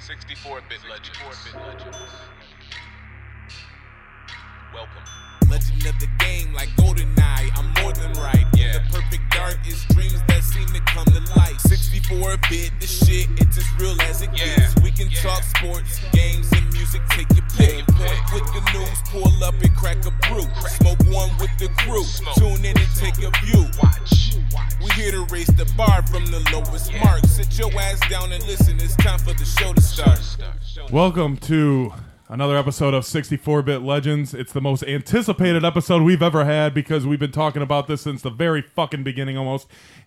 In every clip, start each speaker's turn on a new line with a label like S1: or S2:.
S1: 64-bit legends. Welcome.
S2: Legend of the game, like GoldenEye, I'm more than right.
S1: Yeah.
S2: Yeah. The perfect dark is dreams that seem to come to life. 64 bit, the shit, it's as real as it
S1: Yeah.
S2: gets. We can
S1: Yeah.
S2: talk sports, games, and music, take your pick.
S1: Take your
S2: Point
S1: pick.
S2: with the news, pull up and crack a brew. Smoke one with the crew,
S1: Smoke.
S2: tune in and take a view.
S1: Watch. Watch.
S2: We here to raise the bar from the lowest
S1: Yeah.
S2: mark. Sit your ass down and listen, it's time for the show to start.
S3: Welcome to another episode of 64 Bit Legends. It's the most anticipated episode we've ever had because we've been talking about this since the very fucking beginning almost.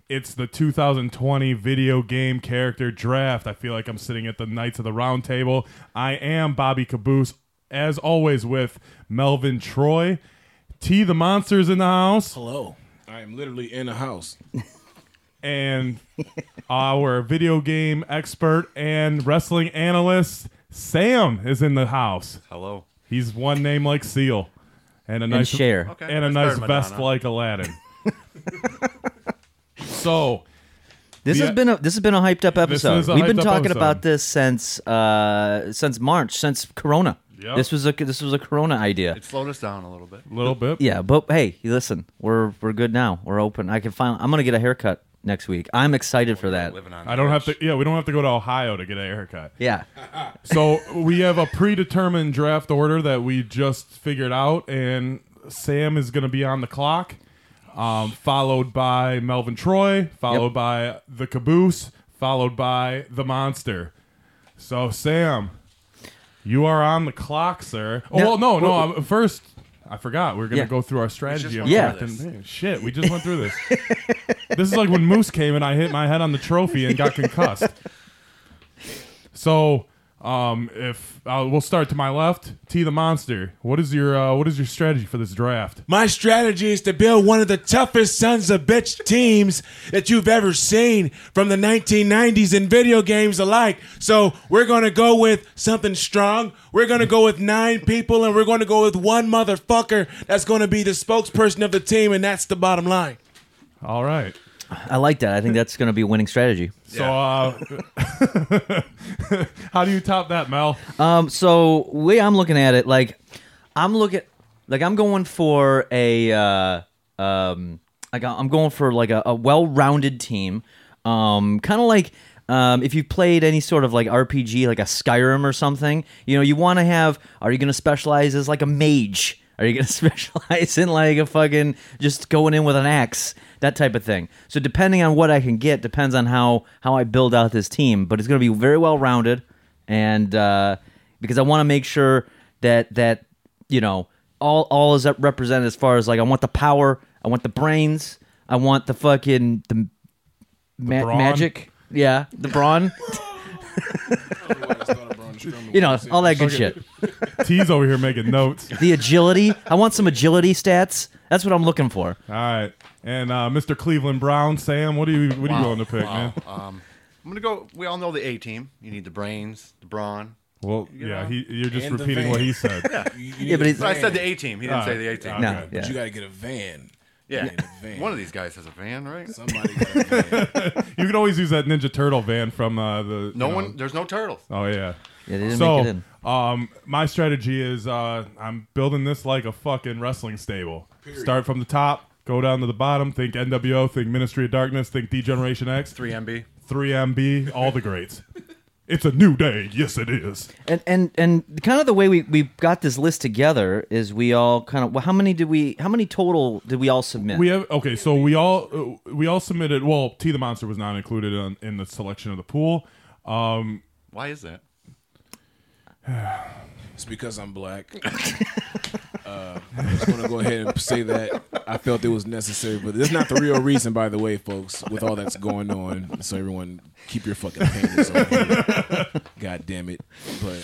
S3: It's the 2020 video game character draft. I feel like I'm sitting at the Knights of the Round Table. I am Bobby Caboose, as always, with Melvin Troy. T the Monster's in the house,
S4: Hello. I am literally in a house.
S3: and our video game expert and wrestling analyst, Sam, is in the house.
S5: Hello.
S3: He's one name like Seal, and a nice
S5: Cher.
S3: and a nice
S5: that's better than
S3: vest
S5: Madonna.
S3: like Aladdin. so
S5: This
S3: The-
S5: has been a this has been a hyped up episode.
S3: is a
S5: We've been
S3: hyped up
S5: talking
S3: episode.
S5: about this since uh since March, since Corona.
S3: Yep.
S5: This was a this was a Corona idea.
S6: It slowed us down a little bit.
S3: a little bit,
S5: yeah, but hey, listen, we're we're good now. We're open. I can finally. I'm gonna get a haircut next week. I'm excited for that.
S6: Living on
S3: I don't have to. Yeah, we don't have to go to Ohio to get a haircut.
S5: Yeah,
S3: So we have a predetermined draft order that we just figured out, and Sam is going to be on the clock, um, followed by Melvin Troy, followed
S5: Yep.
S3: by the Caboose, followed by the Monster. So Sam, you are on the clock, sir. Oh
S5: Now-
S3: well, no, no.
S5: well-
S3: I'm- first, I forgot we are going to
S5: Yeah.
S3: go through our strategy. of
S6: went
S5: through
S3: drafting.
S6: this.
S3: Man, Shit, we just went through this. this is like when Moose came and I hit my head on the trophy and got concussed. So, um, if uh, we'll start to my left, T the monster. What is your uh, what is your strategy for this draft?
S4: My strategy is to build one of the toughest sons of bitch teams that you've ever seen from the 1990s and video games alike. So we're going to go with something strong. We're going to go with nine people and we're going to go with one motherfucker that's going to be the spokesperson of the team, and that's the bottom line.
S3: All right.
S5: I like that. I think that's gonna be a winning strategy.
S3: So, uh, how do you top that, Mel?
S5: Um, so way I'm looking at it, like I'm looking, like I'm going for a, uh, um, like I'm going for like a, a well-rounded team, um, kind of like. Um, if you played any sort of like RPG, like a Skyrim or something, you know, you want to have. Are you going to specialize as like a mage? Are you going to specialize in like a fucking just going in with an axe, that type of thing? So depending on what I can get, depends on how how I build out this team. But it's going to be very well rounded and uh, because I want to make sure that that you know all all is up represented as far as like I want the power, I want the brains, I want the fucking the, ma-
S3: brawn.
S5: magic, yeah, the brawn, you know, all that good shit.
S3: T's over here making notes.
S5: The agility, I want some agility stats. That's what I'm looking for.
S3: All right. And uh, Mr. Cleveland Brown, Sam, what are you what are you going to pick, man?
S6: Um, I'm gonna go. We all know the A team. You need the brains, the brawn.
S3: Well, yeah, he, you're just
S4: And the
S3: repeating
S4: van.
S3: what he said.
S5: Yeah, but it's-
S6: So I said the A team. He didn't
S3: Uh,
S6: say the A team.
S3: uh,
S5: No,
S3: Okay.
S5: yeah.
S4: You got to get a van.
S6: Yeah,
S4: a van.
S6: one of these guys has a van, right?
S4: Somebody got a van.
S3: You can always use that Ninja Turtle van from uh, the. you
S6: No
S3: know-
S6: one. There's no turtles.
S3: Oh yeah.
S5: Yeah, they didn't
S3: so,
S5: make it in.
S3: um, my strategy is uh, I'm building this like a fucking wrestling stable. Start from the top, go down to the bottom. Think NWO, think Ministry of Darkness, think Degeneration X,
S6: Three MB.
S3: 3MB, all the greats. It's a new day. Yes, it is.
S5: And and and kind of the way we we got this list together is we all kind of well, how many did we how many total did we all submit?
S3: We have okay. So we all uh, we all submitted. Well, T the Monster was not included in, in the selection of the pool. Um,
S6: Why is that?
S4: It's because I'm black. Uh, I'm just gonna go ahead and say that I felt it was necessary, but that's not the real reason, by the way, folks. With all that's going on, so everyone keep your fucking fingers on. hand. God damn it! But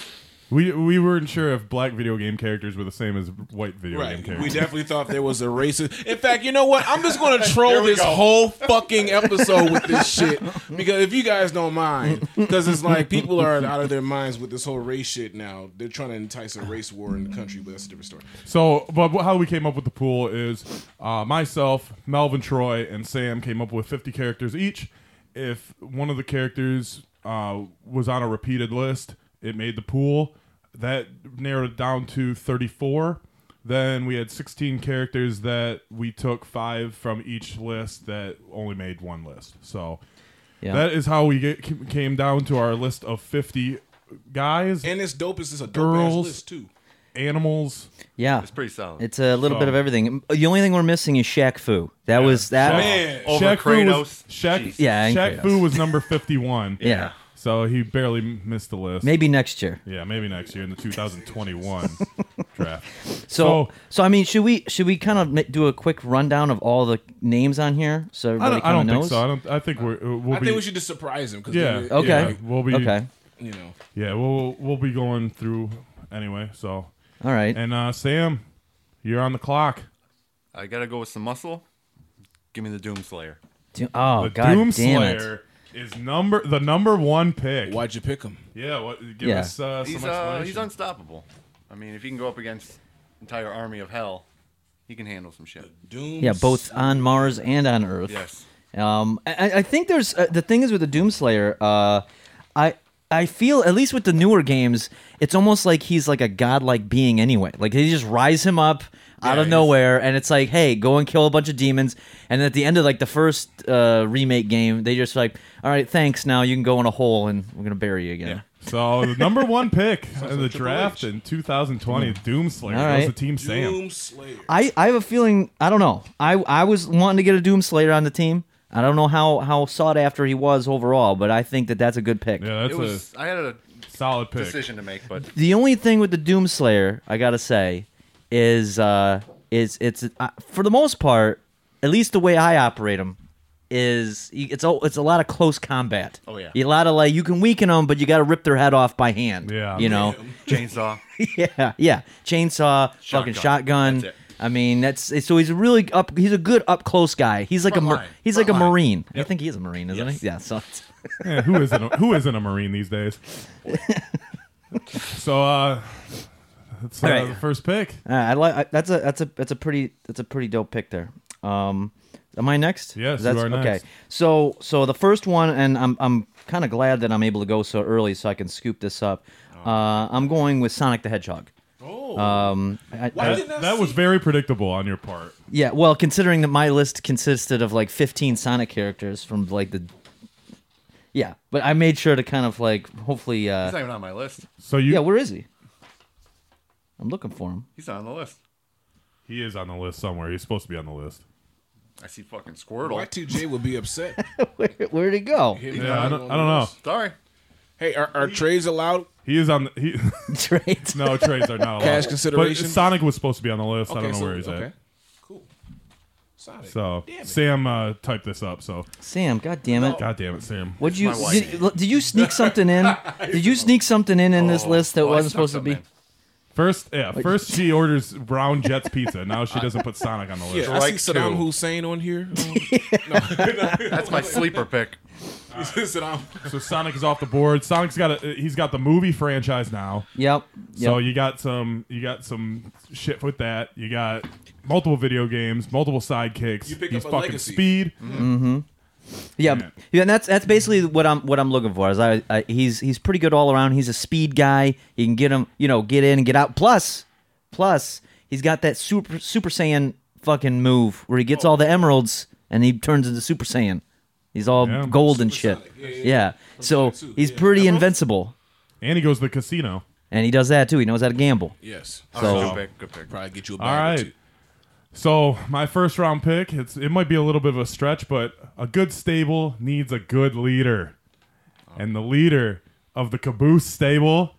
S3: we we weren't sure if black video game characters were the same as white video game
S4: right,
S3: characters.
S4: we definitely thought there was a racist. In fact, you know what? I'm just gonna troll
S3: we
S4: this
S3: go.
S4: whole fucking episode with this shit because if you guys don't mind, because it's like people are out of their minds with this whole race shit now. They're trying to entice a race war in the country, but that's a different story.
S3: So, but how we came up with the pool is uh, myself, Melvin Troy, and Sam came up with 50 characters each. If one of the characters uh, was on a repeated list, It made the pool. That narrowed it down to 34. Then we had 16 characters that we took five from each list that only made one list. So
S5: Yeah.
S3: that is how we get, came down to our list of 50 guys,
S4: And it's dope as it's a dope
S3: Girls.
S4: ass list too.
S3: animals.
S5: yeah.
S6: It's pretty solid.
S5: It's a little
S3: So-
S5: bit of everything. The only thing we're missing is Shaq Fu. That was that.
S4: Man.
S6: Over
S3: Shaq Fu was,
S6: Kratos.
S3: Shaq,
S6: Jeez.
S5: Yeah, and
S3: Shaq
S5: Kratos.
S3: Fu was number 51.
S5: Yeah.
S3: So he barely m- missed the list.
S5: Maybe next year.
S3: Yeah, maybe next year in the 2021 draft.
S5: So,
S3: So-
S5: so, I mean, should we should we kind of ma- do a quick rundown of all the names on here so
S3: I
S5: everybody
S3: don't, I
S5: kind
S3: don't
S5: of
S3: think
S5: knows?
S3: so. I don't. I think we're, uh, we'll
S4: I
S3: be.
S4: think we should just surprise him. 'cause
S3: Yeah.
S4: then it-
S5: Okay.
S3: Yeah, we'll be.
S5: Okay.
S4: You know.
S3: Yeah, we'll we'll be going through anyway. So,
S5: All right.
S3: and uh, Sam, you're on the clock.
S6: I gotta go with some muscle. Give me the Doomslayer.
S5: Do- oh
S3: The
S5: God, damn it!
S3: Doomslayer is number the number one pick.
S4: Why'd you pick him?
S3: Yeah. What? Give
S5: Yeah.
S3: us uh,
S6: He's
S3: some
S6: uh, he's
S3: explanation.
S6: unstoppable. I mean, if he can go up against entire army of hell, he can handle some shit.
S4: Doom.
S5: Yeah, both on Mars and on Earth.
S6: Yes.
S5: Um, I, I- I think there's uh, the thing is with the Doomslayer. Uh, I I feel at least with the newer games, it's almost like he's like a godlike being anyway. Like they just rise him up out of
S4: he's-
S5: nowhere, and it's like, hey, go and kill a bunch of demons. And at the end of like the first uh, remake game, they just like, all right, thanks. Now you can go in a hole, and we're gonna bury you again.
S3: So the number one pick in the
S4: like Triple
S3: draft
S4: H.
S3: in 2020, Doomslayer.
S5: Hmm.
S3: That was
S5: All right.
S3: the team Sam.
S4: Doom Slayer.
S5: I, I have a feeling I don't know. I I was wanting to get a Doomslayer on the team. I don't know how, how sought after he was overall, but I think that that's a good pick.
S3: Yeah, that's
S6: it was. I had a
S3: a solid pick.
S6: decision to make, but
S5: The only thing with the Doomslayer, I gotta say, is uh, is it's uh, for the most part, at least the way I operate them, is it's a, it's a lot of close combat.
S6: Oh, yeah.
S5: a lot of like you can weaken them, but you got to rip their head off by hand.
S3: Yeah.
S5: you know,
S6: chainsaw.
S5: yeah, yeah, chainsaw, fucking
S6: Shotgun.
S5: shotgun.
S6: That's it.
S5: I mean, that's it's- so he's a really up. He's a good up close guy. He's like
S6: Front
S5: a mar-
S6: line.
S5: he's
S6: Front
S5: like a
S6: line.
S5: marine. I think he is a marine, isn't
S6: Yes.
S5: he? Yeah. So it's-
S3: Yeah, who isn't a, who isn't a marine these days? so uh that's uh,
S5: All right.
S3: the first pick.
S5: uh, I like I- that's a that's a that's a pretty that's a pretty dope pick there. Um, am I next?
S3: Yes,
S5: Is that-
S3: you are next.
S5: Okay. So so the first one, and I'm I'm kind of glad that I'm able to go so early, so I can scoop this up.
S3: Oh.
S5: Uh, I'm going with Sonic the Hedgehog.
S4: Oh.
S5: Um, I- I-
S4: Why
S3: That,
S4: didn't I
S3: that was
S4: see-
S3: very predictable on your part.
S5: Yeah, well, considering that my list consisted of like 15 Sonic characters from like the Yeah, but I made sure to kind of like hopefully
S6: He's
S5: uh
S6: not even on my list.
S3: So you
S5: Yeah, where is he? I'm looking for him.
S6: He's not on the list.
S3: he is on the list somewhere. He's supposed to be on the list.
S6: I see fucking Squirtle.
S4: Y2J would be upset.
S5: Where where'd he go?
S4: Him
S3: Yeah,
S4: not
S3: I don't,
S4: on
S3: I don't
S4: the
S3: know.
S4: list.
S6: Sorry.
S4: Hey, are, are trades allowed?
S3: He is on the he
S5: Trades.
S3: No trades are not allowed.
S4: Cash consideration?
S3: But Sonic was supposed to be on the list. I don't know
S4: so-
S3: where he's at.
S4: okay. Cool. Sonic.
S3: So
S4: Damn it.
S3: Sam uh, typed this up. So
S5: Sam, god damn it.
S3: God damn it, Sam.
S5: What'd you
S6: my wife.
S5: did, l- did you sneak something in? Did you sneak something in in this list that
S6: Oh, I
S5: wasn't
S6: snuck
S5: supposed to be?
S6: something
S3: First, yeah, first she orders brown Jets pizza. Now she doesn't put Sonic on the list.
S4: Yeah, I
S6: Like
S4: see Saddam
S6: two.
S4: Hussein on here. Um,
S6: in. That's my sleeper pick.
S4: Saddam.
S3: So Sonic is off the board. Sonic's got a he's got the movie franchise now.
S5: Yep. yep.
S3: So you got some you got some shit with that. You got multiple video games, multiple sidekicks.
S4: You pick
S3: He's
S4: up a
S3: fucking
S4: legacy. Mm-hmm.
S3: speed.
S5: Yeah,
S3: Yeah.
S5: yeah, and that's that's basically what I'm what I'm looking for. Is I, I he's he's pretty good all around. He's a speed guy. He can get him, you know, get in and get out. Plus, plus he's got that super Super Saiyan fucking move where he gets all the emeralds and he turns into Super Saiyan. He's all
S3: Yeah.
S5: gold and shit.
S4: yeah,
S5: Yeah,
S4: yeah.
S5: so
S4: Sonic two,
S5: he's
S4: yeah.
S5: pretty invincible,
S3: And he goes to the casino.
S5: and he does that too. He knows how to gamble.
S4: Yes.
S5: So
S6: Good pick. Good pick.
S4: Probably get you a bag
S3: All
S4: or
S3: right.
S4: two.
S3: So my first round pick, it's it might be a little bit of a stretch, but a good stable needs a good leader. And the leader of the caboose stable,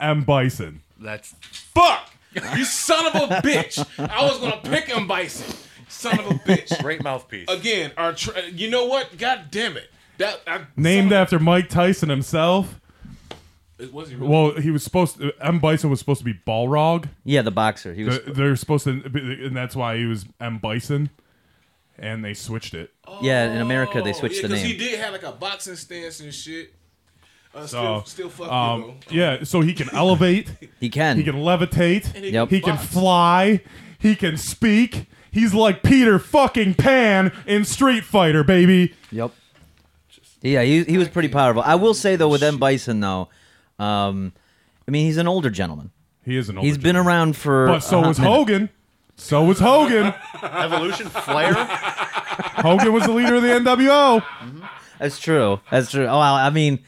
S3: M Bison.
S6: That's
S4: Fuck! You son of a bitch! I was gonna pick him, Bison. Son of a bitch.
S6: great mouthpiece.
S4: Again, our tra- you know what? God damn it! That I,
S3: Named
S4: son
S3: after Mike Tyson himself.
S4: of- Was he really?
S3: Well, he was supposed to M Bison was supposed to be Balrog.
S5: yeah, the boxer. He was
S3: Th- They're supposed to, and that's why he was M Bison, and they switched it.
S5: yeah in America they
S4: Oh,
S5: switched
S4: yeah,
S5: the
S4: 'cause
S5: name.
S4: He did have like a boxing stance and shit. Uh,
S3: So,
S4: still, still fuck
S3: um,
S4: you though.
S3: yeah, so he can elevate,
S5: He can.
S3: he can levitate,
S4: he
S3: he,
S5: Yep.
S3: can, fly, he can speak. He's like Peter fucking Pan in Street Fighter, baby.
S5: Yep. Yeah, he, he was pretty powerful. I will say though, with M Bison though, Um, I mean, he's an older gentleman.
S3: He is an older.
S5: He's been
S3: gentleman.
S5: around for.
S3: But so
S5: a hot
S3: was
S5: minute.
S3: Hogan. So was Hogan.
S6: Evolution, Flair.
S3: Hogan was the leader of the NWO.
S5: That's true. That's true. Oh, well, I mean,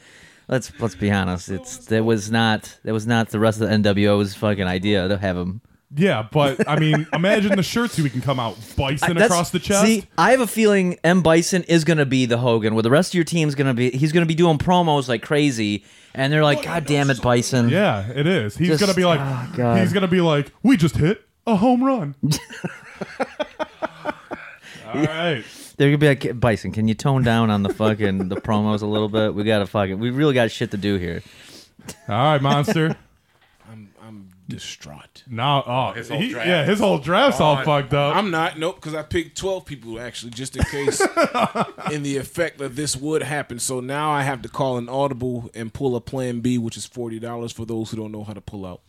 S5: let's let's be honest. It's that was not that was not the rest of the NWO's fucking idea to have him.
S3: Yeah, but I mean, imagine the shirts he can come out bison
S5: That's-
S3: across the chest.
S5: See, I have a feeling M Bison is gonna be the Hogan, where the rest of your team's gonna be. He's gonna be doing promos like crazy, and they're like, "God damn it, Bison!"
S3: yeah, it is. He's
S5: Just-
S3: gonna be like,
S5: ah, God.
S3: he's gonna be like, we just hit a home run. All right.
S5: They're gonna be like, "Bison, can you tone down on the fucking the promos a little bit? We gotta fucking, we really got shit to do here."
S3: All right, monster.
S7: Distraught.
S3: Now, oh, his
S6: whole draft.
S3: yeah, his whole draft's all
S6: Gone.
S3: fucked up.
S7: I'm not. Nope, because I picked 12 people actually, just in case in the effect that this would happen. So now I have to call an audible and pull a plan B, which is $40 for those who don't know how to pull out.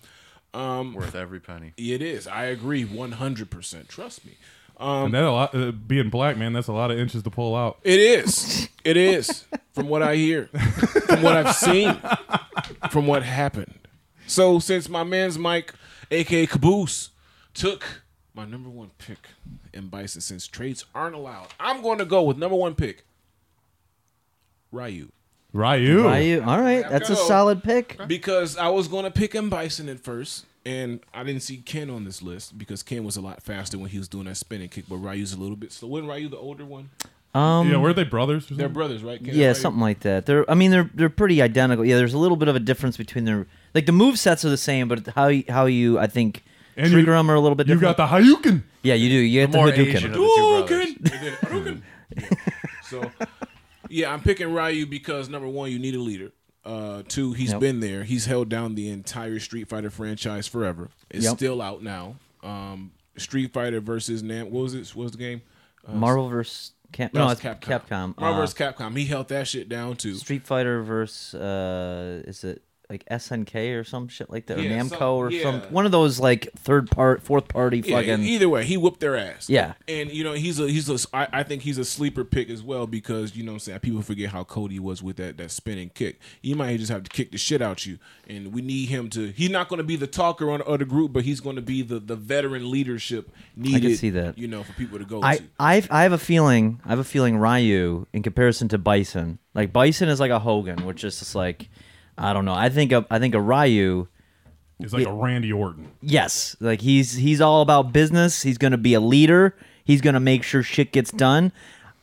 S6: Worth every penny.
S7: It is. I agree 100%. Trust me.
S3: and that a lot, uh, being black, man, that's a lot of inches to pull out.
S7: It is. It is. From what I hear, from what I've seen, from what happened. So since my man's Mike, aka Caboose, took my number one pick in Bison, since trades aren't allowed, I'm going to go with number one pick, Ryu,
S3: Ryu.
S5: Are you all right? That's a
S7: go.
S5: solid pick.
S7: because I was going to pick M Bison at first. And I didn't see Ken on this list because Ken was a lot faster when he was doing that spinning kick, but Ryu's a little bit slow. Wasn't Ryu the older one?
S3: yeah, weren't they brothers? Or
S7: They're
S3: something?
S7: brothers, right? Ken and
S5: Yeah,
S7: Ryu?
S5: something like that. They're, I mean, they're they're pretty identical. Yeah, there's a little bit of a difference between their like the move sets are the same, but how you, how you I think
S3: And
S5: trigger
S3: you-
S5: them are a little bit.
S3: You
S5: different.
S3: got the Hayukin.
S5: yeah, you do. You get the,
S6: more
S5: Hadouken.
S6: Asian- the two brothers.
S7: Hadouken. They did Hadouken. Yeah. So, yeah, I'm picking Ryu because number one, you need a leader. Uh, two, he's
S5: Yep.
S7: been there. He's held down the entire Street Fighter franchise forever. It's
S5: Yep.
S7: still out now. Um, Street Fighter versus Nam. What was it? What was the game? Uh,
S5: Marvel versus Cap- no, it's Capcom.
S7: Marvel
S5: Uh,
S7: versus Capcom. He held that shit down too.
S5: Street Fighter versus uh, is it like SNK or some shit like that, or
S7: Yeah,
S5: Namco
S7: some-
S5: or some
S7: yeah.
S5: one of those like third part, fourth party
S7: Yeah, e-,
S5: fucking.
S7: either way, he whipped their ass.
S5: Yeah.
S7: and you know he's a he's a I, I think he's a sleeper pick as well because you know what I'm saying people forget how cold he was with that that spinning kick. He might just have to kick the shit out you, and we need him to. He's not going to be the talker on of the group, but he's going to be the the veteran leadership needed.
S5: see that.
S7: You know, for people to go
S5: I
S7: to.
S5: I've, I have a feeling I have a feeling Ryu in comparison to Bison like Bison is like a Hogan which is just like I don't know I think a, I think a Ryu
S3: It's like a Randy Orton.
S5: yes like he's he's all about business he's gonna be a leader he's gonna make sure shit gets done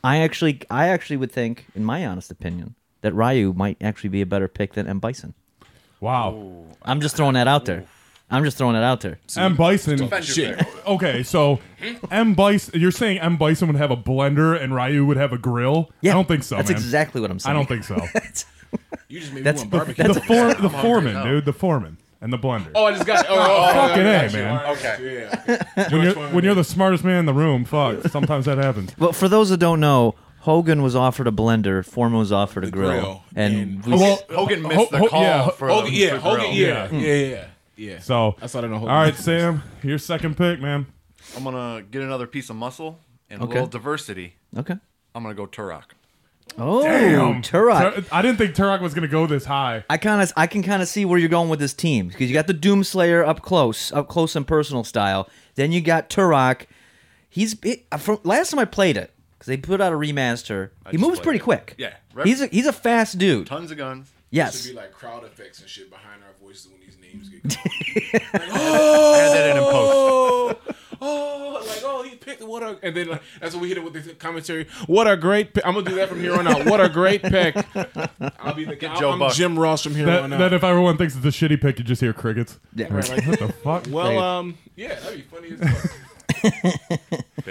S5: I actually I actually would think in my honest opinion that Ryu might actually be a better pick than M Bison
S3: Wow.
S5: I'm just throwing that out there I'm just throwing that out there
S3: M Bison.
S7: Shit.
S3: Okay, so
S7: Hmm?
S3: M Bison. You're saying M Bison would have a blender and Ryu would have a grill? I don't think so.
S5: that's
S3: man.
S5: exactly what I'm saying
S3: I don't think so.
S7: You just made me
S5: That's-
S7: want barbecue.
S3: the for, the foreman, dude, the foreman and the blender.
S7: oh, I just got. Oh, oh, oh,
S3: Fucking
S7: yeah,
S3: A, man.
S6: Okay.
S3: When you're, when you're the smartest man in the room, fuck. Sometimes that happens.
S5: But for those that don't know, Hogan was offered a blender, Foreman was offered a grill,
S7: grill,
S5: and
S7: and-
S5: we,
S3: Well,
S6: Hogan
S3: Ho-
S6: missed the
S3: ho-
S6: call
S3: yeah,
S6: for
S7: Hogan,
S6: the,
S7: yeah,
S6: for
S7: Hogan,
S6: grill.
S7: yeah, yeah, yeah,
S5: Hmm.
S7: yeah.
S3: So
S7: I saw that in a
S3: All
S7: whole-
S3: right, Sam, your second pick, man.
S6: I'm gonna get another piece of muscle and
S5: Okay.
S6: a little diversity.
S5: okay.
S6: I'm gonna go Turok.
S5: Oh,
S3: Damn.
S5: Turok.
S3: Tur- I didn't think Turok was gonna go this high.
S5: I kind of, I can kind of see where you're going with this team because you got the Doomslayer up close, up close and personal style. Then you got Turok. He's it, from last time I played it because they put out a remaster. he
S6: just
S5: moves
S6: played
S5: pretty
S6: it.
S5: quick.
S6: Yeah.
S5: he's a, he's a fast dude.
S6: Tons of guns.
S5: Yes,
S7: Should be like crowd effects and shit behind our voices when these names get. called.
S6: Add that in and post.
S7: oh, oh, like oh, he picked what a, and then like, that's what we hit it with the commentary. What a great! Pick. I'm gonna do that from here on out. What a great pick! I'll be the guy.
S6: Joe
S7: I'm
S6: Buck.
S7: Jim Ross from here
S3: That,
S7: on out.
S3: that if everyone thinks it's a shitty pick, you just hear crickets.
S5: Yeah.
S3: Like, what the fuck?
S7: well, um, yeah, that'd be funny as fuck.
S6: Yeah,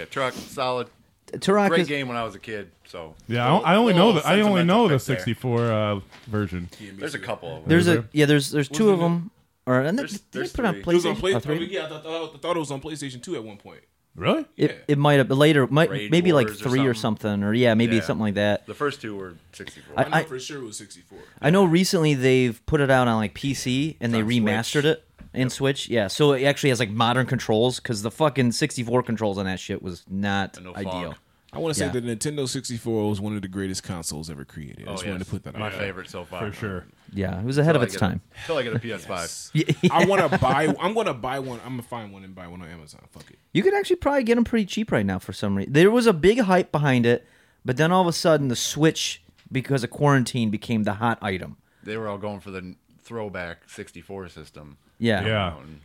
S6: Turok, solid.
S5: Turok
S6: Great
S5: is.
S6: game when I was a kid. So
S3: yeah, I, don't- I only know the I only know the
S6: Sentimental pick
S3: 64 uh, version.
S6: There's a couple of them.
S5: There's
S3: Is
S5: a
S3: there?
S5: yeah. There's there's two of them. Or and
S6: There's-
S5: they,
S6: there's
S5: put it on
S6: three.
S7: It was on
S5: PlayStation. Oh, three?
S7: PlayStation. Yeah, I thought, I thought- I thought it was on PlayStation 2 at one point.
S3: Really?
S5: It, it might have later, might,
S6: Rage
S5: maybe like
S6: Wars or
S5: three or
S6: something.
S5: something, or yeah, maybe
S6: Yeah.
S5: something like that.
S6: the first two were 64.
S5: I-
S7: I know for sure it was 64.
S5: I know recently they've put it out on like PC and they
S6: on
S5: remastered
S6: Switch.
S5: it in Switch. Yeah, so it actually has like modern controls because the fucking 64 controls on that shit was not
S6: no fog.
S5: ideal.
S7: I want to say
S5: Yeah.
S7: the Nintendo 64 was one of the greatest consoles ever created. I
S6: Oh,
S7: just wanted
S6: yes.
S7: to put that
S6: My
S7: out. there.
S6: favorite so far.
S3: for sure.
S5: Yeah, it was ahead of its time.
S6: Until I get a PS5.
S7: I want to buy. I'm going to buy one. I'm going to find one and buy one on Amazon. Fuck it.
S5: You could actually probably get them pretty cheap right now for some reason. There was a big hype behind it, but then all of a sudden the Switch, because of quarantine, became the hot item.
S6: They were all going for the throwback 64 system.
S5: Yeah.
S3: Yeah.
S6: And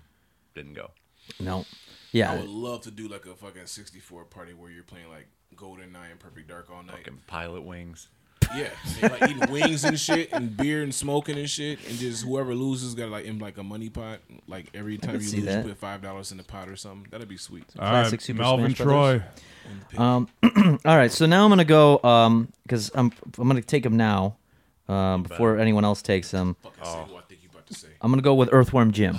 S6: didn't go.
S5: No.
S7: I
S5: Yeah.
S7: would love to do like a fucking 64 party where you're playing like Golden Eye and Perfect Dark all night.
S6: Fucking pilot wings.
S7: Yeah, and, like eating wings and shit, and beer and smoking and shit, and just whoever loses got like in like a money pot. Like every time you
S5: see
S7: lose,
S5: that. Uh,
S7: you put five dollars in the pot or something. That'd be sweet.
S3: All right,
S5: Classic Super
S3: Melvin
S5: Smash
S3: Troy.
S5: Brothers. All right. So now I'm gonna go because I'm I'm gonna take them now um, before anyone else takes them.
S7: Fucking say
S5: oh.
S7: what I think you about to say.
S5: I'm gonna go with Earthworm Jim.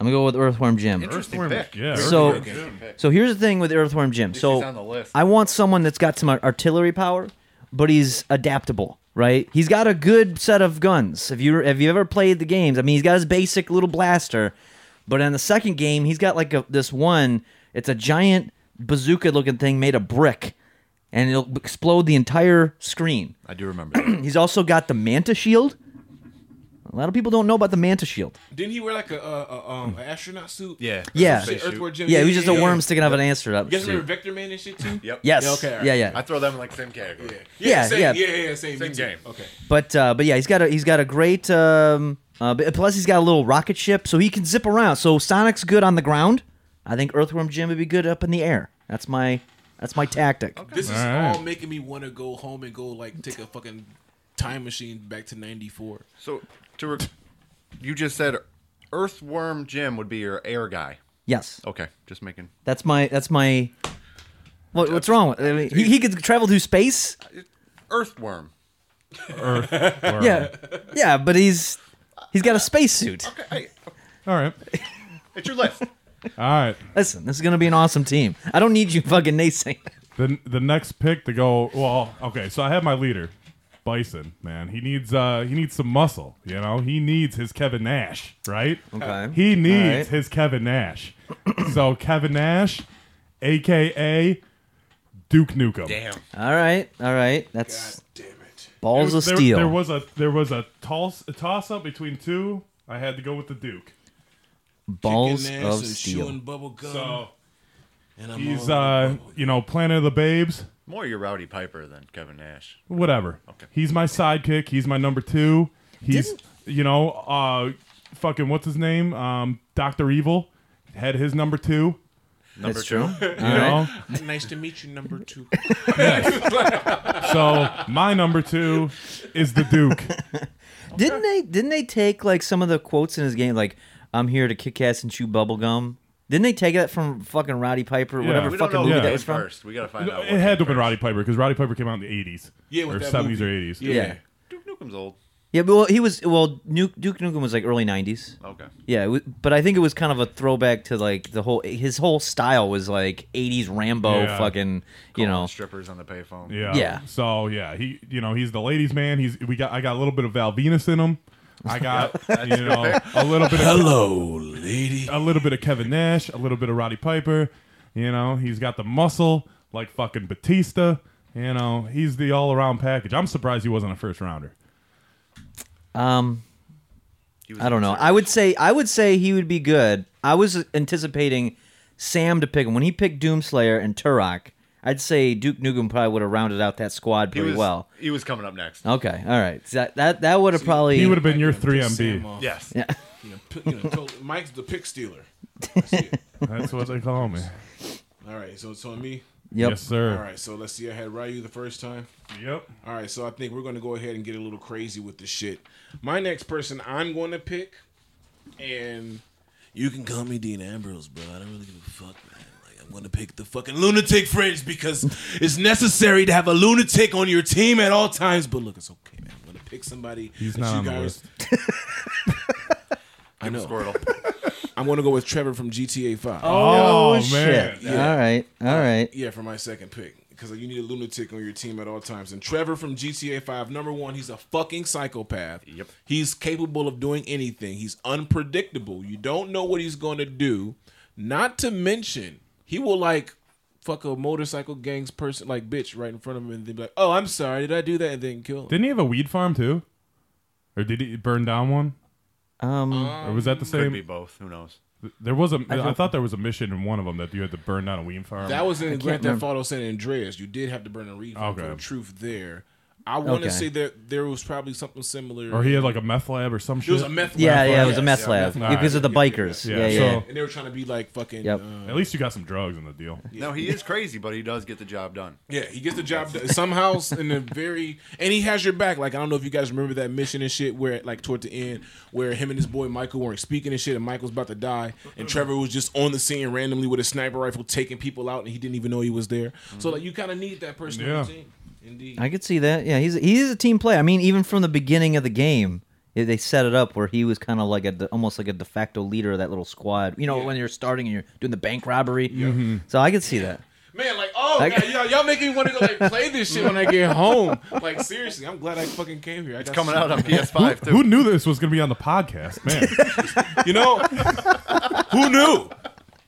S5: I'm gonna go with Earthworm Jim.
S6: Interesting pick.
S3: Yeah.
S5: So-
S3: Earthworm.
S5: So here's the thing with Earthworm Jim. so
S6: he's on the list.
S5: I want someone that's got some artillery power, but he's adaptable, right? He's got a good set of guns. If you have you ever played the games? I mean, he's got his basic little blaster, but in the second game, he's got like a, this one. It's a giant bazooka-looking thing made of brick, and it'll explode the entire screen.
S6: I do remember that.
S5: He's also got the Manta Shield. A lot of people don't know about the Manta Shield.
S7: Didn't he wear like a, a, a um an astronaut suit?
S6: Yeah.
S5: Yeah.
S6: Space shoot.
S7: Earthworm Jim.
S5: Yeah, he was just a
S7: yeah,
S5: worm
S7: yeah.
S5: sticking out of an astronaut.
S7: You guys remember
S5: suit.
S7: Vector Man and shit too?
S6: Yep.
S5: Yes.
S7: Yeah, okay, all right.
S5: yeah, yeah.
S6: I throw them in like same category.
S5: Yeah,
S7: same,
S5: yeah.
S7: yeah, yeah, same,
S6: Same
S7: me too.
S6: game.
S7: Okay,
S5: But uh, but yeah, he's got a he's got a great. Um, uh, but- plus, he's got a little rocket ship, so he can zip around. So Sonic's good on the ground. I think Earthworm Jim would be good up in the air. That's my that's my tactic.
S7: this is
S3: All right.
S7: all making me want to go home and go like take a fucking time machine back to '94.
S6: So to re- you just said Earthworm Jim would be your air guy.
S5: Yes,
S6: Okay, just making.
S5: that's my that's my. What, what's wrong with? I mean, he, he could travel through space.
S6: Earthworm.
S5: Yeah, yeah, but he's he's got a spacesuit.
S6: Okay, hey,
S3: All right.
S6: it's your list.
S3: All right.
S5: Listen, this is gonna be an awesome team. I don't need you fucking naysaying.
S3: The the next pick to go well, okay, so I have my leader, Bison, man. He needs uh he needs some muscle, you know. He needs his Kevin Nash, right?
S5: Okay.
S3: He needs
S5: Alright.
S3: his Kevin Nash. so Kevin Nash, aka Duke Nukem.
S6: Damn.
S5: All right, all right. That's
S7: God damn it!
S5: balls
S3: There-
S5: of steel.
S3: There was a there was a toss a toss up between two. I had to go with the Duke.
S5: balls
S7: Kicking ass
S5: of
S7: and
S5: steel.
S7: Chewing bubble gum.
S3: So
S7: and I'm
S3: he's
S7: all-
S3: uh you know, Planet of the Babes.
S6: More your Rowdy Piper than Kevin Nash.
S3: whatever.
S6: Okay.
S3: He's my sidekick. He's my number two. He's you know, uh, fucking what's his name? Um, Doctor Evil had his number two.
S6: Number
S5: That's
S6: two.
S5: true. All
S3: You know,
S5: right.
S7: Nice to meet you, number two.
S3: so my number two is the Duke.
S5: Didn't they? Didn't they take like some of the quotes in his game, like "I'm here to kick ass and chew bubblegum"? Didn't they take that from fucking Roddy Piper, or
S3: Yeah.
S5: whatever
S6: We don't
S5: fucking
S6: know
S5: movie
S6: who
S3: Yeah.
S5: that
S6: came
S5: was from?
S6: first. We gotta find out.
S3: it had to
S6: what came
S3: have been
S6: first.
S3: Roddy Piper because Roddy Piper came out in the eighties,
S7: Yeah, with
S3: or
S7: that
S3: seventies or
S7: movie.
S3: eighties.
S7: Yeah.
S5: Yeah.
S6: Duke Nukem's old.
S5: Yeah, but well, he was well. Nuke, Duke Nukem was like early '90s.
S6: Okay.
S5: Yeah, it wa- but I think it was kind of a throwback to like the whole his whole style was like '80s Rambo,
S3: Yeah.
S5: fucking you know.
S6: strippers on the payphone.
S3: Yeah.
S5: Yeah.
S3: So yeah, he you know he's the ladies' man. He's we got I got a little bit of Val Venus in him. I got you know a little bit of
S7: Hello, Oh, lady.
S3: a little bit of Kevin Nash, a little bit of Roddy Piper. You know, he's got the muscle like fucking Batista. You know, he's the all around package. I'm surprised he wasn't a first rounder.
S6: He was
S5: I don't know. I would say I would say he would be good. I was anticipating Sam to pick him when he picked Doomslayer and Turok. I'd say Duke Nukem probably would have rounded out that squad
S6: He
S5: pretty
S6: was
S5: well.
S6: He was coming up next.
S5: Okay, all right. So that that, that would have probably
S3: He would have been your
S7: Sam
S3: 3MB.
S7: off.
S6: Yes.
S5: Yeah.
S7: You know, pi- you know, told- Mike's the pick stealer. That's it.
S3: That's what they call me.
S7: All right, so it's on me.
S5: Yep.
S3: Yes, sir.
S7: All right, so let's see. I had Ryu the first time.
S3: Yep.
S7: All right, so I think we're going to go ahead and get a little crazy with this shit. My next person I'm going to pick, and you can call me Dean Ambrose, bro. I don't really give a fuck, man. Like, I'm going to pick the fucking lunatic fringe because it's necessary to have a lunatic on your team at all times. But look, it's okay, man. I'm going to pick somebody.
S3: He's
S7: that
S3: not
S7: you
S3: on the
S7: guys-
S3: list.
S7: I know.
S6: Squirtle.
S7: I'm going to go with Trevor from GTA 5.
S5: Oh,
S3: Oh, man. Uh,
S5: shit! All right, all right.
S7: Yeah, for my second pick. Because you need a lunatic on your team at all times. And Trevor from GTA 5, number one, he's a fucking psychopath.
S6: Yep.
S7: He's capable of doing anything, he's unpredictable. You don't know what he's going to do. Not to mention, he will, like, fuck a motorcycle gangs person like bitch right in front of him and then be like, "Oh, I'm sorry, did I do that?" and then kill him.
S3: Didn't he have a weed farm too? Or did he burn down one?
S5: Um,
S3: Or was that the
S6: Could be
S3: same?
S6: both. Who knows?
S3: There was a. I,
S5: don't-
S3: thought there was a mission in one of them that you had to burn down a weed farm.
S7: That was in Grand Theft
S5: remember.
S7: Auto San Andreas. You did have to burn a reef for
S3: Okay.
S7: the truth there. I want to
S5: Okay.
S7: say that there was probably something similar.
S3: or he had like a meth lab or some shit.
S7: it was a meth.
S5: yeah,
S7: lab,
S5: yeah, it was a
S7: yes,
S5: meth
S7: yeah,
S5: lab
S3: lab.
S5: because of the bikers.
S3: Yeah,
S5: Yeah, yeah.
S3: so-
S7: And they were trying to be like fucking.
S5: Yep.
S7: Uh,
S3: At least you got some drugs in the deal.
S6: No, he is crazy, but he does get the job done.
S7: Yeah, he gets the job done somehow in a very and he has your back. Like I don't know if you guys remember that mission and shit where like toward the end where him and his boy Michael weren't speaking and shit and Michael's about to die and Trevor was just on the scene randomly with a sniper rifle taking people out and he didn't even know he was there. So like you kind of need that person
S3: Yeah.
S7: on the team. Indeed.
S5: I could see that. Yeah, he's he's a team player. I mean, even from the beginning of the game, it- they set it up where he was kind of like a de- almost like a de facto leader of that little squad. You know, when you're starting and you're doing the bank robbery. So I could see that.
S7: Man, like, oh,
S5: Like-
S7: man, y'all, y'all making me want to go like play this shit when I get home. Like, seriously, I'm glad I fucking came here. I got
S6: Coming
S7: shit.
S6: out on PS5 too.
S3: Who knew this was going to be on the podcast, man?
S7: You know, who knew?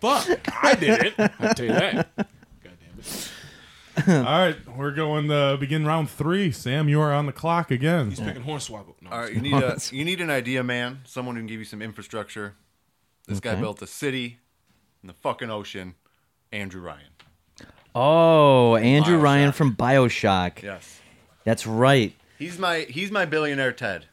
S7: Fuck, I did it. I tell you that. God damn it.
S3: All right, we're going to begin round three. Sam, you are on the clock again.
S7: He's picking Hornswoggle. No,
S6: All right, you need a you need an idea man, someone who can give you some infrastructure. This guy
S5: Okay.
S6: built a city in the fucking ocean. Andrew Ryan.
S5: Oh, Andrew Ryan from Bioshock.
S6: Yes.
S5: That's right.
S6: He's my he's my billionaire Ted.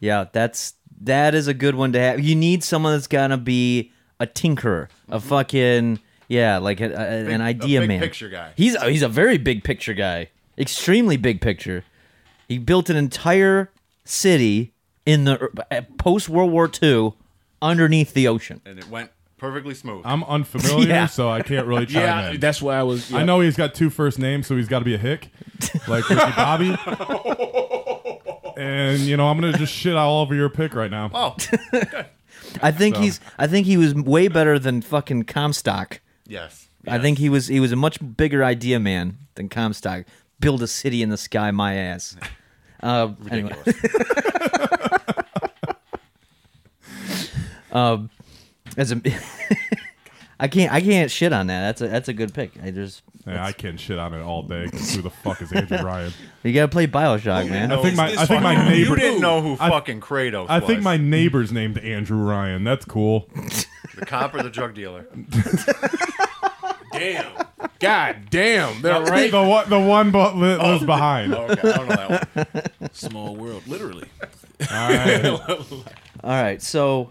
S5: Yeah, that's that is a good one to have. You need someone that's gonna be a tinkerer, a fucking yeah, like a, a- an idea
S6: Mm-hmm. big
S5: man,
S6: picture guy.
S5: He's a, he's a very big picture guy, extremely big picture. He built an entire city in the post World War II underneath the ocean.
S6: And it went perfectly smooth.
S3: I'm unfamiliar,
S5: Yeah.
S3: so I can't really chime
S7: Yeah,
S3: in.
S7: that's why I was.
S3: I know he's got two first names, so he's got to be a hick, like Ricky Bobby. and you know, I'm gonna just shit all over your pick right now.
S6: oh.
S5: I think
S3: So-
S5: he's I think he was way better than fucking Comstock.
S6: yes.
S5: I think he was he was a much bigger idea man than Comstock. Build a city in the sky, my ass. Uh, anyway. um, as a, I can't I can't shit on that. That's a that's a good pick. I just
S3: Yeah, I can shit on it all day. 'cause who the fuck is Andrew Ryan?
S5: you gotta play Bioshock, man.
S3: I think my I think my
S6: You
S3: neighbor.
S6: didn't know who
S3: I-
S6: fucking Kratos
S3: I think
S6: was.
S3: my neighbor's named Andrew Ryan. That's cool.
S6: the cop or the drug dealer.
S7: Damn. God damn. They're
S3: Right, the one the one bu- li- lives behind. All
S6: Okay, I don't know that one.
S7: Small world, literally.
S3: right.
S5: All right, so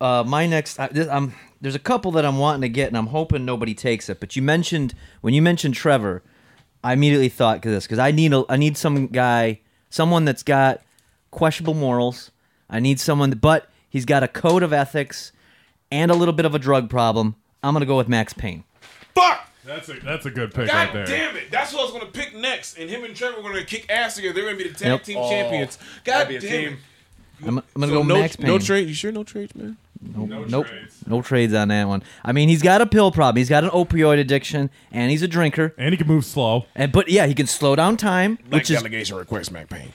S5: uh, my next, I, this, I'm, there's a couple that I'm wanting to get, and I'm hoping nobody takes it. But you mentioned when you mentioned Trevor, I immediately thought to this because I need a, I need some guy, someone that's got questionable morals. I need someone, but he's got a code of ethics and a little bit of a drug problem. I'm gonna go with Max Payne.
S7: Fuck.
S3: That's a that's a good pick
S7: God
S3: right there.
S7: damn it. That's what I was gonna pick next, and him and Trevor were gonna kick ass together. They're gonna be the tag
S5: Yep.
S7: team champions. God damn
S6: That'd be a
S7: it.
S6: team.
S5: I'm, I'm gonna
S7: So
S5: go
S7: no,
S5: Max Payne.
S7: no trade. You sure no trades, man?
S3: No
S5: nope.
S3: trades.
S5: No trades on that one. I mean, he's got a pill problem. He's got an opioid addiction, and he's a drinker.
S3: And he can move slow.
S5: And but yeah, he can slow down time, which is
S7: delegation request, Mac Payne.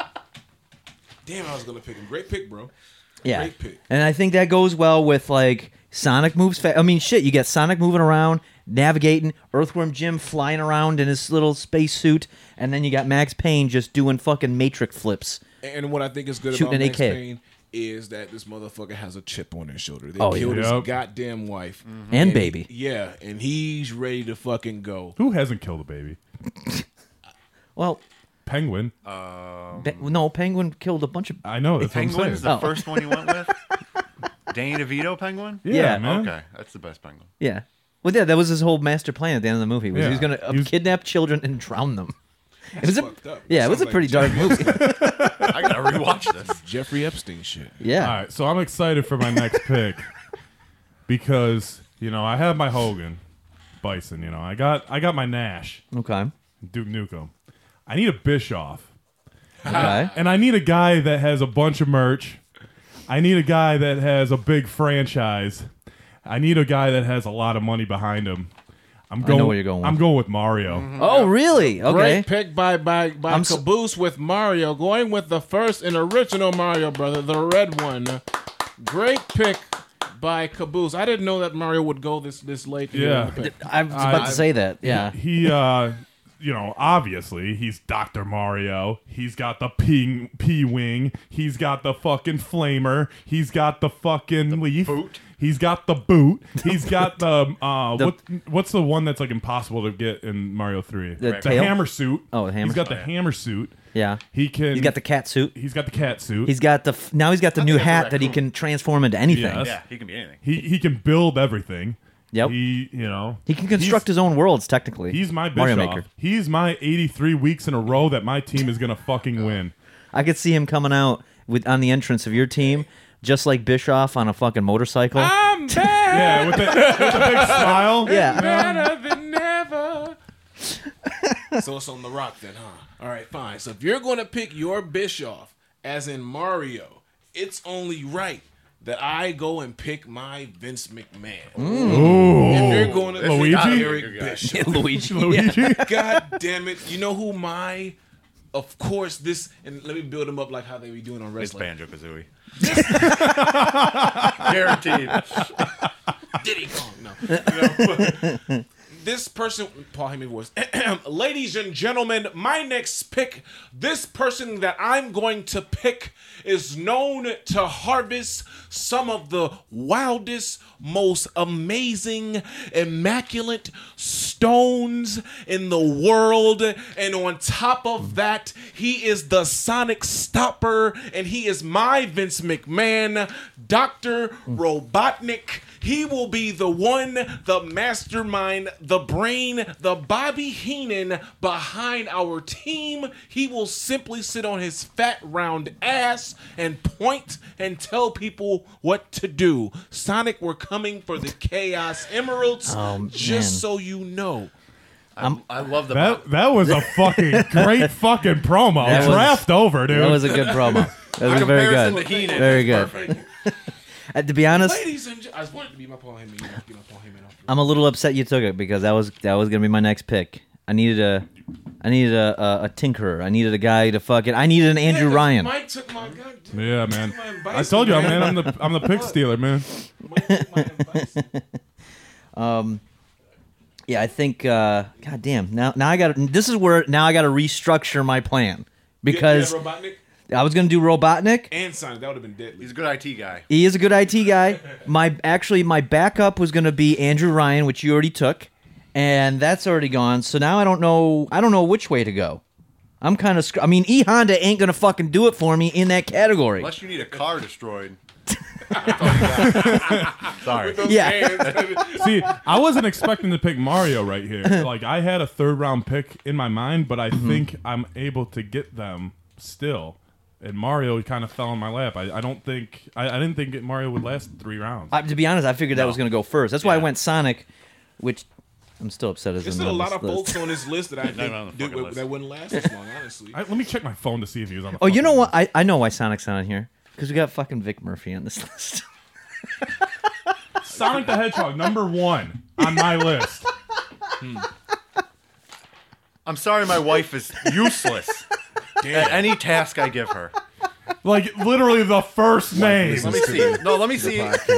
S7: Damn, I was gonna pick him. Great pick, bro.
S5: yeah.
S7: great pick.
S5: And I think that goes well with like Sonic moves fast. I mean, shit, you got Sonic moving around, navigating, Earthworm Jim flying around in his little space suit, and then you got Max Payne just doing fucking matrix flips.
S7: And what I think is good
S5: Shooting
S7: about
S5: an
S7: Max
S5: AK.
S7: Payne is that this motherfucker has a chip on his shoulder. They
S5: Oh, yeah. Mm-hmm.
S7: killed his
S3: Yep.
S7: goddamn wife
S5: And
S7: he-
S5: baby.
S7: yeah, and he's ready to fucking go.
S3: Who hasn't killed a baby?
S5: Well,
S3: Penguin.
S5: Pe-
S7: Um.
S5: no, Penguin killed a bunch of
S3: I know. That's what I'm
S6: Penguin's
S3: saying.
S6: the
S5: Oh.
S6: first one you went with? Danny DeVito penguin?
S3: yeah,
S5: yeah,
S3: man.
S6: Oh, Okay, that's the best penguin.
S5: yeah. Well, yeah, that was his whole master plan at the end of the movie. Was he was
S3: Yeah.
S5: gonna uh,
S3: He was-
S5: kidnap children and drown them. It was a
S7: fucked up.
S5: yeah, it was
S7: Sounds
S5: a
S7: like
S5: pretty dark movie.
S6: I gotta rewatch this.
S7: Jeffrey Epstein shit.
S5: Yeah,
S3: All right, so I'm excited for my next pick because you know I have my Hogan, Bison. You know I got I got my Nash,
S5: okay,
S3: Duke Nukem. I need a Bischoff,
S5: okay.
S3: and I need a guy that has a bunch of merch. I need a guy that has a big franchise. I need a guy that has a lot of money behind him. I'm going.
S5: where you're going with.
S3: I'm going with Mario.
S5: Oh, really? Okay.
S7: Great pick by by by
S5: I'm so-
S7: Caboose with Mario, going with the first and original Mario brother, the red one. Great pick. by Caboose. I didn't know that Mario would go this this late. in the
S3: Yeah.
S7: Olympic.
S5: I was about to say that. Yeah.
S3: He, uh, you know, obviously he's Doctor Mario. He's got the P P wing. He's got the fucking flamer. He's got the fucking leaf.
S6: boot.
S3: He's got the boot. He's got the uh,
S5: The-
S3: what, what's the one that's like impossible to get in Mario Three?
S5: The tail?
S3: hammer suit.
S5: Oh, the hammer
S3: He's got
S5: suit.
S3: the hammer suit.
S5: Yeah.
S3: He can.
S5: He's got the cat suit.
S3: He's got the cat suit.
S5: He's got the f- now he's got the new
S6: think that's a
S5: hat that he
S6: raccoon.
S5: can transform into anything.
S3: Yes.
S6: Yeah, he can be anything.
S3: he he can build everything.
S5: Yep.
S3: He you know
S5: He can construct his own worlds technically.
S3: He's my
S5: Mario
S3: Bischoff.
S5: Maker.
S3: He's my 83 weeks in a row that my team is gonna fucking win.
S5: I could see him coming out with on the entrance of your team, just like Bischoff on a fucking motorcycle.
S3: Ah,
S7: I'm back
S3: Yeah, with the, with the big smile.
S5: yeah.
S7: better than never. so it's on the rock then, huh? All right, fine. So if you're going to pick your Bischoff as in Mario, it's only right that I go and pick my Vince McMahon. If you're going to
S3: Luigi?
S7: pick Eric
S6: Your guy.
S7: Bischoff.
S5: Luigi.
S7: God damn it. You know who my of course this and let me build him up like how they be doing on
S6: It's
S7: wrestling.
S6: Banjo Kazooie. Guaranteed.
S7: Diddy Kong. Oh, No. You know, but this person, Paul Heyman voice. Ladies and gentlemen, my next pick, this person that I'm going to pick is known to harvest some of the wildest, most amazing, immaculate stones in the world. And on top of that, he is the Sonic Stopper, and he is my Vince McMahon, Dr. Robotnik. He will be the one, the mastermind, the brain, the Bobby Heenan behind our team. He will simply sit on his fat, round ass and point and tell people what to do. Sonic, we're coming for the Chaos Emeralds,
S5: Oh,
S7: just
S5: man.
S7: so you know.
S6: I, I love the
S3: That that was a fucking great fucking promo.
S5: That was-
S3: Draft over, dude.
S5: That was a good promo. That was very
S6: comparison
S5: good.
S6: to Heenan
S5: very
S6: is
S5: good.
S6: perfect.
S5: Uh, to be honest,
S7: Ladies and gentlemen, I just wanted to be my Paul Heyman. You know, be my Paul Heyman. off the-
S5: I'm a little upset you took it because that was that was gonna be my next pick. I needed a, I needed a, a, a tinkerer. I needed a guy to fucking. I needed an Andrew
S7: Yeah,
S5: Ryan.
S7: Mike took my goddamn.
S3: yeah, man.
S7: Come on,
S3: I told you,
S7: Bison,
S3: man. I'm the I'm the pick stealer, man.
S7: Mike took my advice.
S5: Yeah, I think. Uh, God damn. Now, now I got. to This is where now I got to restructure my plan because
S7: yeah, yeah, Robotnik
S5: I was gonna do Robotnik.
S7: and Sonic. That would have been deadly.
S6: He's a good IT guy.
S5: He is a good IT guy. My actually my backup was gonna be Andrew Ryan, which you already took, and that's already gone. So now I don't know. I don't know which way to go. I'm kind of. Sc- I mean, E Honda ain't gonna fucking do it for me in that category.
S6: Unless you need a car destroyed. Sorry.
S5: Yeah.
S3: See, I wasn't expecting to pick Mario right here. Like I had a third round pick in my mind, but I
S5: Mm-hmm.
S3: think I'm able to get them still. And Mario kind of fell in my lap. I, I don't think I, I didn't think Mario would last three rounds.
S5: I, to be honest, I figured that was gonna go first. That's why I went Sonic, which I'm still upset as
S7: There's
S5: in
S7: still a lot of
S5: this list.
S7: folks on this list that I
S6: not on
S7: think
S6: the
S7: do-
S6: fucking list.
S7: that wouldn't last this long, honestly.
S3: I- let me check my phone to see if he was on the.
S5: Oh, you
S3: fucking
S5: know
S3: list.
S5: what? I, I know why Sonic's not on here because we got fucking Vic Murphy on this list.
S3: Sonic the Hedgehog, number one on my list.
S6: I'm sorry my wife is useless at any task I give her.
S3: Like literally the first name.
S6: Let me see. No, let me see.
S3: Like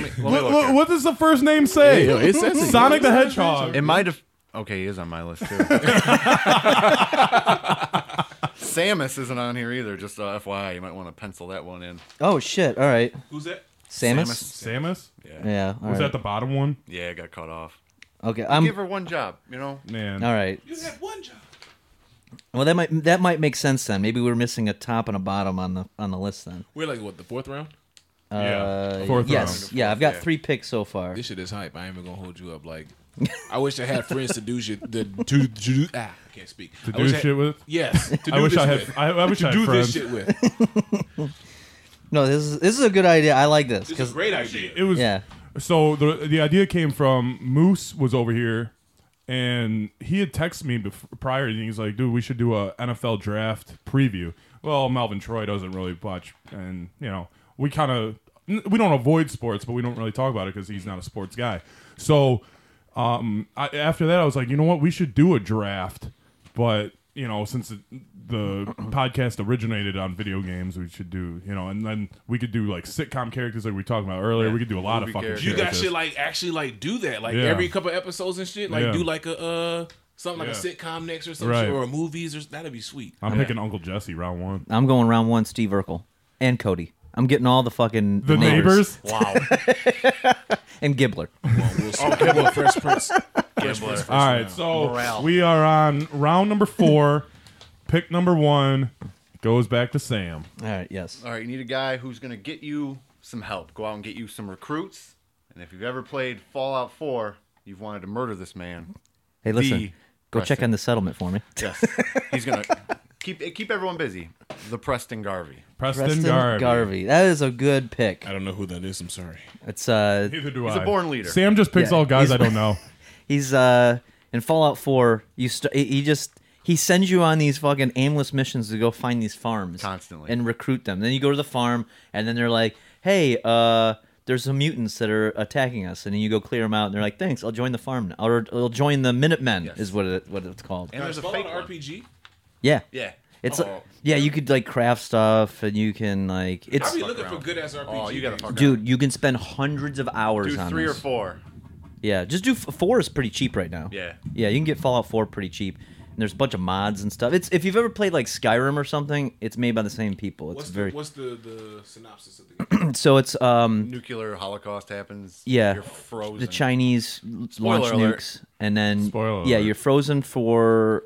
S6: me
S3: what-
S6: look
S3: what-
S6: here.
S3: what does the first name say?
S7: Yeah, yeah, it says it.
S3: Sonic the Hedgehog.
S6: Am I def- Okay, he is on my list too. Samus isn't on here either. Just uh, FYI, you might want to pencil that one in.
S5: Oh shit! All right,
S7: Who's that?
S5: Samus.
S3: Samus?
S5: Yeah. all
S3: Was
S5: right.
S3: that the bottom one?
S6: Yeah, I got cut off.
S5: okay? I'm
S6: Give her one job, you know.
S3: Man.
S5: all right.
S7: You had one job.
S5: Well, that might that might make sense then. Maybe we're missing a top and a bottom on the on the list then.
S7: We're like what the fourth round?
S5: Uh,
S3: yeah. Fourth
S5: yes.
S3: round.
S5: Yeah, I've got
S6: yeah.
S5: three picks so far.
S7: This shit is hype. I ain't even gonna hold you up. Like, I wish I had friends to do shit. The to, to ah, I can't speak.
S3: To
S7: I
S3: do
S7: wish I-
S3: shit with.
S7: Yes. To do
S3: I wish
S7: this
S3: I had.
S7: with.
S3: I, I wish I
S7: to
S3: had
S7: do
S3: friends.
S7: this shit with.
S5: No, this is this is a good idea. I like this
S7: This is
S5: because
S7: a great idea.
S3: It was.
S5: Yeah.
S3: So the the idea came from Moose was over here, and he had texted me bef- prior, and he's like, "Dude, we should do a NFL draft preview." Well, Melvin Troy doesn't really watch, and you know, we kind of we don't avoid sports, but we don't really talk about it because he's not a sports guy. So um, I, after that, I was like, you know what, we should do a draft, but you know, since the, the podcast originated on video games, we should do, you know, and then we could do like sitcom characters like we were talking about earlier. We could do a lot
S6: Movie
S3: of fucking
S6: characters.
S3: shit.
S7: You guys should like actually like do that like
S3: Yeah.
S7: every couple episodes and shit. Like
S3: Yeah.
S7: do like a uh something like
S3: Yeah.
S7: a sitcom next or some
S3: Right.
S7: shit or movies or that'd be sweet.
S3: I'm picking Uncle Jesse round one.
S5: I'm going round one, Steve Urkel and Cody. I'm getting all the fucking
S3: The neighbors.
S6: Wow.
S5: and Gibbler.
S7: Oh, Gable, Fresh Prince.
S6: Gibbler.
S3: All right, so
S6: Morale.
S3: we are on round number four. Pick number one goes back to Sam.
S5: All right, yes.
S6: All right, you need a guy who's going to get you some help. Go out and get you some recruits. And if you've ever played Fallout 4, you've wanted to murder this man.
S5: Hey,
S6: The
S5: listen, go check
S6: Preston.
S5: on the settlement for me.
S6: Yes. He's going to keep keep everyone busy. The Preston Garvey.
S3: Preston,
S5: Preston
S3: Garvey.
S5: Garvey. That is a good pick.
S7: I don't know who that is. I'm sorry.
S5: It's uh,
S3: Neither do
S6: He's
S3: I.
S6: a born leader.
S3: Sam just picks
S5: Yeah,
S3: all guys
S5: he's-
S3: I don't know.
S5: he's uh in Fallout Four. You st- he he just he sends you on these fucking aimless missions to go find these farms
S6: Constantly.
S5: and recruit them. Then you go to the farm, and then they're like, "Hey, uh, there's some mutants that are attacking us," and then you go clear them out. And they're like, "Thanks, I'll join the farm now, or I'll join the Minutemen,"
S6: Yes.
S5: is what it, what it's called.
S6: and there's a
S7: Fallout
S6: fake one.
S7: RPG.
S5: yeah,
S6: Yeah.
S5: It's
S6: oh,
S5: yeah, you could like craft stuff, and you can like
S7: I
S5: it's
S7: be looking
S6: around.
S7: for good ass RPG.
S6: oh, you got
S7: games.
S6: to fuck around.
S5: dude. You can spend hundreds of hours
S6: Do
S5: on
S6: three or
S5: this.
S6: four.
S5: Yeah, just do f- four is pretty cheap right now.
S6: Yeah.
S5: yeah, you can get Fallout Four pretty cheap, and there's a bunch of mods and stuff. It's if you've ever played like Skyrim or something, it's made by the same people. It's
S7: What's
S5: very
S7: the, what's the the synopsis of the game?
S5: so it's um
S6: Nuclear holocaust happens.
S5: Yeah.
S6: You're frozen.
S5: the Chinese l-
S6: Spoiler
S5: launch
S6: alert.
S5: nukes, and then
S3: Spoiler
S5: yeah,
S3: alert.
S5: you're frozen for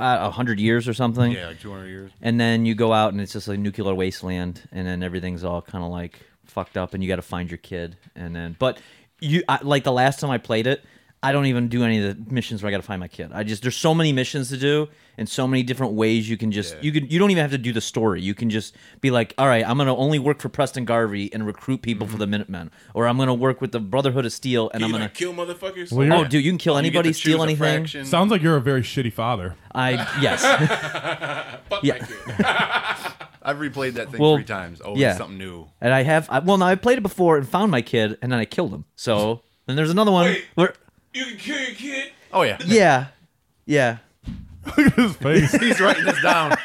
S5: uh, a hundred years or something.
S6: Yeah, like 200 years.
S5: and then you go out and it's just a nuclear wasteland and then everything's all kind of like fucked up and you got to find your kid and then but you I, like the last time i played it i don't even do any of the missions where i got to find my kid i just there's so many missions to do and so many different ways you can just you can you don't even have to do the story you can just be like all right i'm gonna only work for preston garvey and recruit people
S6: Mm-hmm.
S5: for the minutemen or i'm gonna work with the brotherhood of steel and i'm
S7: You
S5: gonna
S7: like kill motherfuckers.
S3: Well, you're-
S5: oh dude you can kill
S6: You get
S5: anybody
S6: to choose
S5: steal
S6: a
S5: anything
S6: fraction.
S3: Sounds like you're a very shitty father.
S5: i yes
S7: Fuck
S5: yeah.
S7: my kid.
S6: I've replayed that thing
S5: Well,
S6: three times. Always
S5: yeah.
S6: something new.
S5: And I have I, well, no, I played it before and found my kid, and then I killed him. So then there's another one.
S7: Wait.
S5: Where,
S7: You can kill your kid.
S6: Oh, yeah.
S5: yeah, yeah,
S3: Look at his face.
S6: He's writing this down.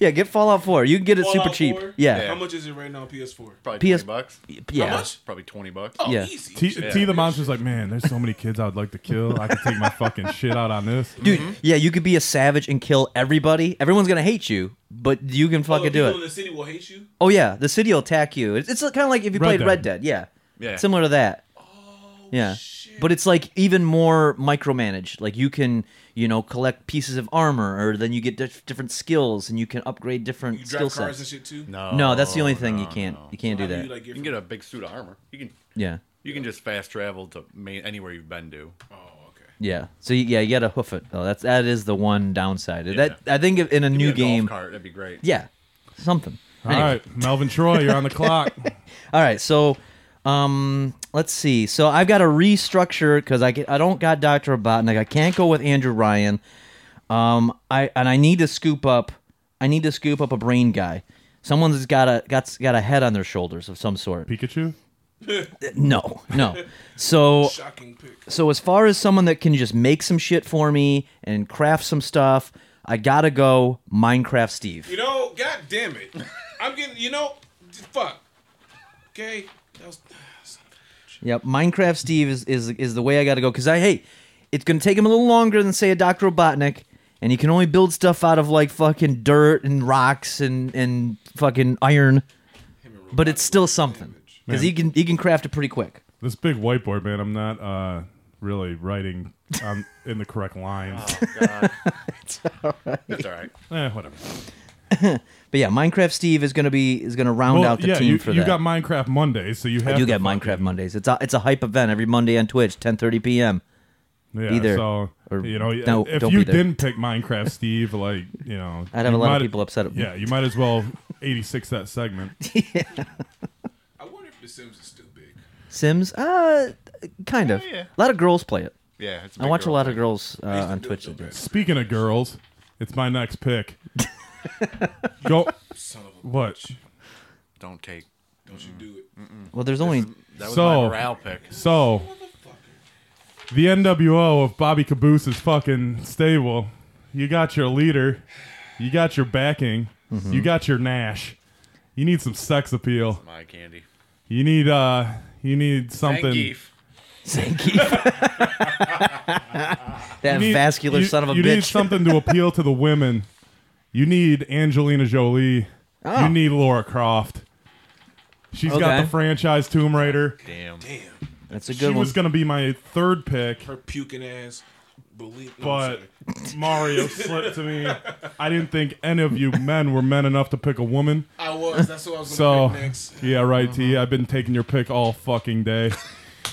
S5: yeah. Get Fallout Four. You can get it super
S7: Fallout
S5: cheap.
S7: 4? How
S5: Yeah,
S7: much is it right now on PS4?
S6: Probably
S5: PS
S6: 20 bucks.
S5: yeah.
S7: How much?
S6: Probably 20 bucks.
S7: Oh,
S5: Yeah.
S7: easy.
S3: T, T the monster's like, man, there's so many kids I'd like to kill. I could take my fucking shit out on this.
S5: Dude,
S7: Mm-hmm.
S5: yeah, you could be a savage and kill everybody. Everyone's gonna hate you, but you can
S7: All the
S5: fucking
S7: people
S5: do
S7: in
S5: it.
S7: Oh, the city will hate you.
S5: Oh yeah, the city will attack you. It's, it's kind of like if you
S3: Red
S5: played
S3: Dead.
S5: Red Dead. Yeah,
S6: Yeah.
S5: similar to that.
S7: Oh,
S5: Yeah, but it's like even more micromanaged. Like you can, you know, collect pieces of armor, or then you get dif- different skills, and you can upgrade different
S7: You
S5: skill
S7: drive
S5: sets.
S7: cars and shit too.
S6: No,
S5: No, that's the only thing
S6: Oh, no,
S5: you can't
S6: no.
S5: you can't do
S7: How
S5: that.
S7: You, like,
S6: You can get a big suit of armor. You can
S5: yeah,
S6: you can just fast travel to main, anywhere you've been to.
S7: Oh, okay.
S5: yeah. So you, yeah, you gotta hoof it. though. that's that is the one downside. That I think if- in a
S6: Get
S5: new
S6: a golf
S5: game,
S6: cart, that'd be great.
S5: yeah, something.
S3: All right, Melvin Troy, you're on the clock.
S5: All right, so um, let's see. So I've got to restructure because I get, I don't got Doctor Robotnik. I can't go with Andrew Ryan. Um, I and I need to scoop up. I need to scoop up a brain guy. Someone's got a got got a head on their shoulders of some sort.
S3: Pikachu?
S5: No, no. So
S7: Shocking pick.
S5: so as far as someone that can just make some shit for me and craft some stuff, I gotta go Minecraft Steve.
S7: You know, god damn it. I'm getting, you know, fuck. Okay? That was,
S5: Yep, Minecraft Steve is is, is the way I gotta go because I hey, it's gonna take him a little longer than say a Dr. Robotnik, and he can only build stuff out of like fucking dirt and rocks and and fucking iron, but it's still something because he can he can craft it pretty quick.
S3: This big whiteboard, man, I'm not uh, really writing um, in the correct lines.
S6: That's all right.
S3: eh, whatever.
S5: But yeah, Minecraft Steve is gonna be is gonna round
S3: Well,
S5: out the
S3: yeah,
S5: team
S3: you,
S5: for
S3: you
S5: that.
S3: got Minecraft Mondays, so you have
S5: I do
S3: to
S5: get Minecraft Mondays. It's a it's a hype event every Monday on Twitch, 10:30 p.m.
S3: Yeah,
S5: Be there.
S3: So
S5: Or-
S3: you know,
S5: no,
S3: if
S5: don't
S3: you
S5: be there.
S3: didn't pick Minecraft, Steve, like you know,
S5: I'd have
S3: you
S5: a lot
S3: might-
S5: of people upset at me.
S3: Yeah, you might as well 86 that segment.
S7: I wonder if The Sims is still big.
S5: Sims, uh, kind of.
S6: yeah.
S5: A lot of girls play it.
S6: Yeah, it's a
S5: I
S6: big
S5: watch
S6: girl
S5: a lot
S6: thing.
S5: of girls uh, on
S7: do it
S5: Twitch.
S7: so
S5: that do it.
S3: Speaking of girls, it's my next pick. Go.
S7: Son of a
S3: What?
S6: Don't take.
S7: Don't
S5: Mm-hmm.
S7: you do it.
S5: Well, there's only
S6: That was
S3: So-
S6: my morale pick.
S3: So, the NWO of Bobby Caboose's fucking stable You got your leader. You got your backing.
S5: Mm-hmm.
S3: You got your Nash. You need some sex appeal.
S6: My candy.
S3: You need uh you need something.
S6: Zangief.
S5: Zangief. that
S3: You need-
S5: vascular
S3: you-
S5: son of a
S3: you
S5: bitch.
S3: need something to appeal to the women. You need Angelina Jolie.
S5: Oh.
S3: You need Laura Croft. She's got
S5: Okay.
S3: the franchise Tomb Raider.
S6: Damn.
S5: That's a
S3: She
S5: good one.
S3: was going to be my third pick,
S7: Her puking ass. Believe. no, I'm
S3: but Mario slipped to me. I didn't think any of you men were men enough to pick a woman.
S7: sorry. I was. That's what I was gonna
S3: So, uh,
S7: pick next.
S3: yeah, right, T. I've been taking your pick all fucking day.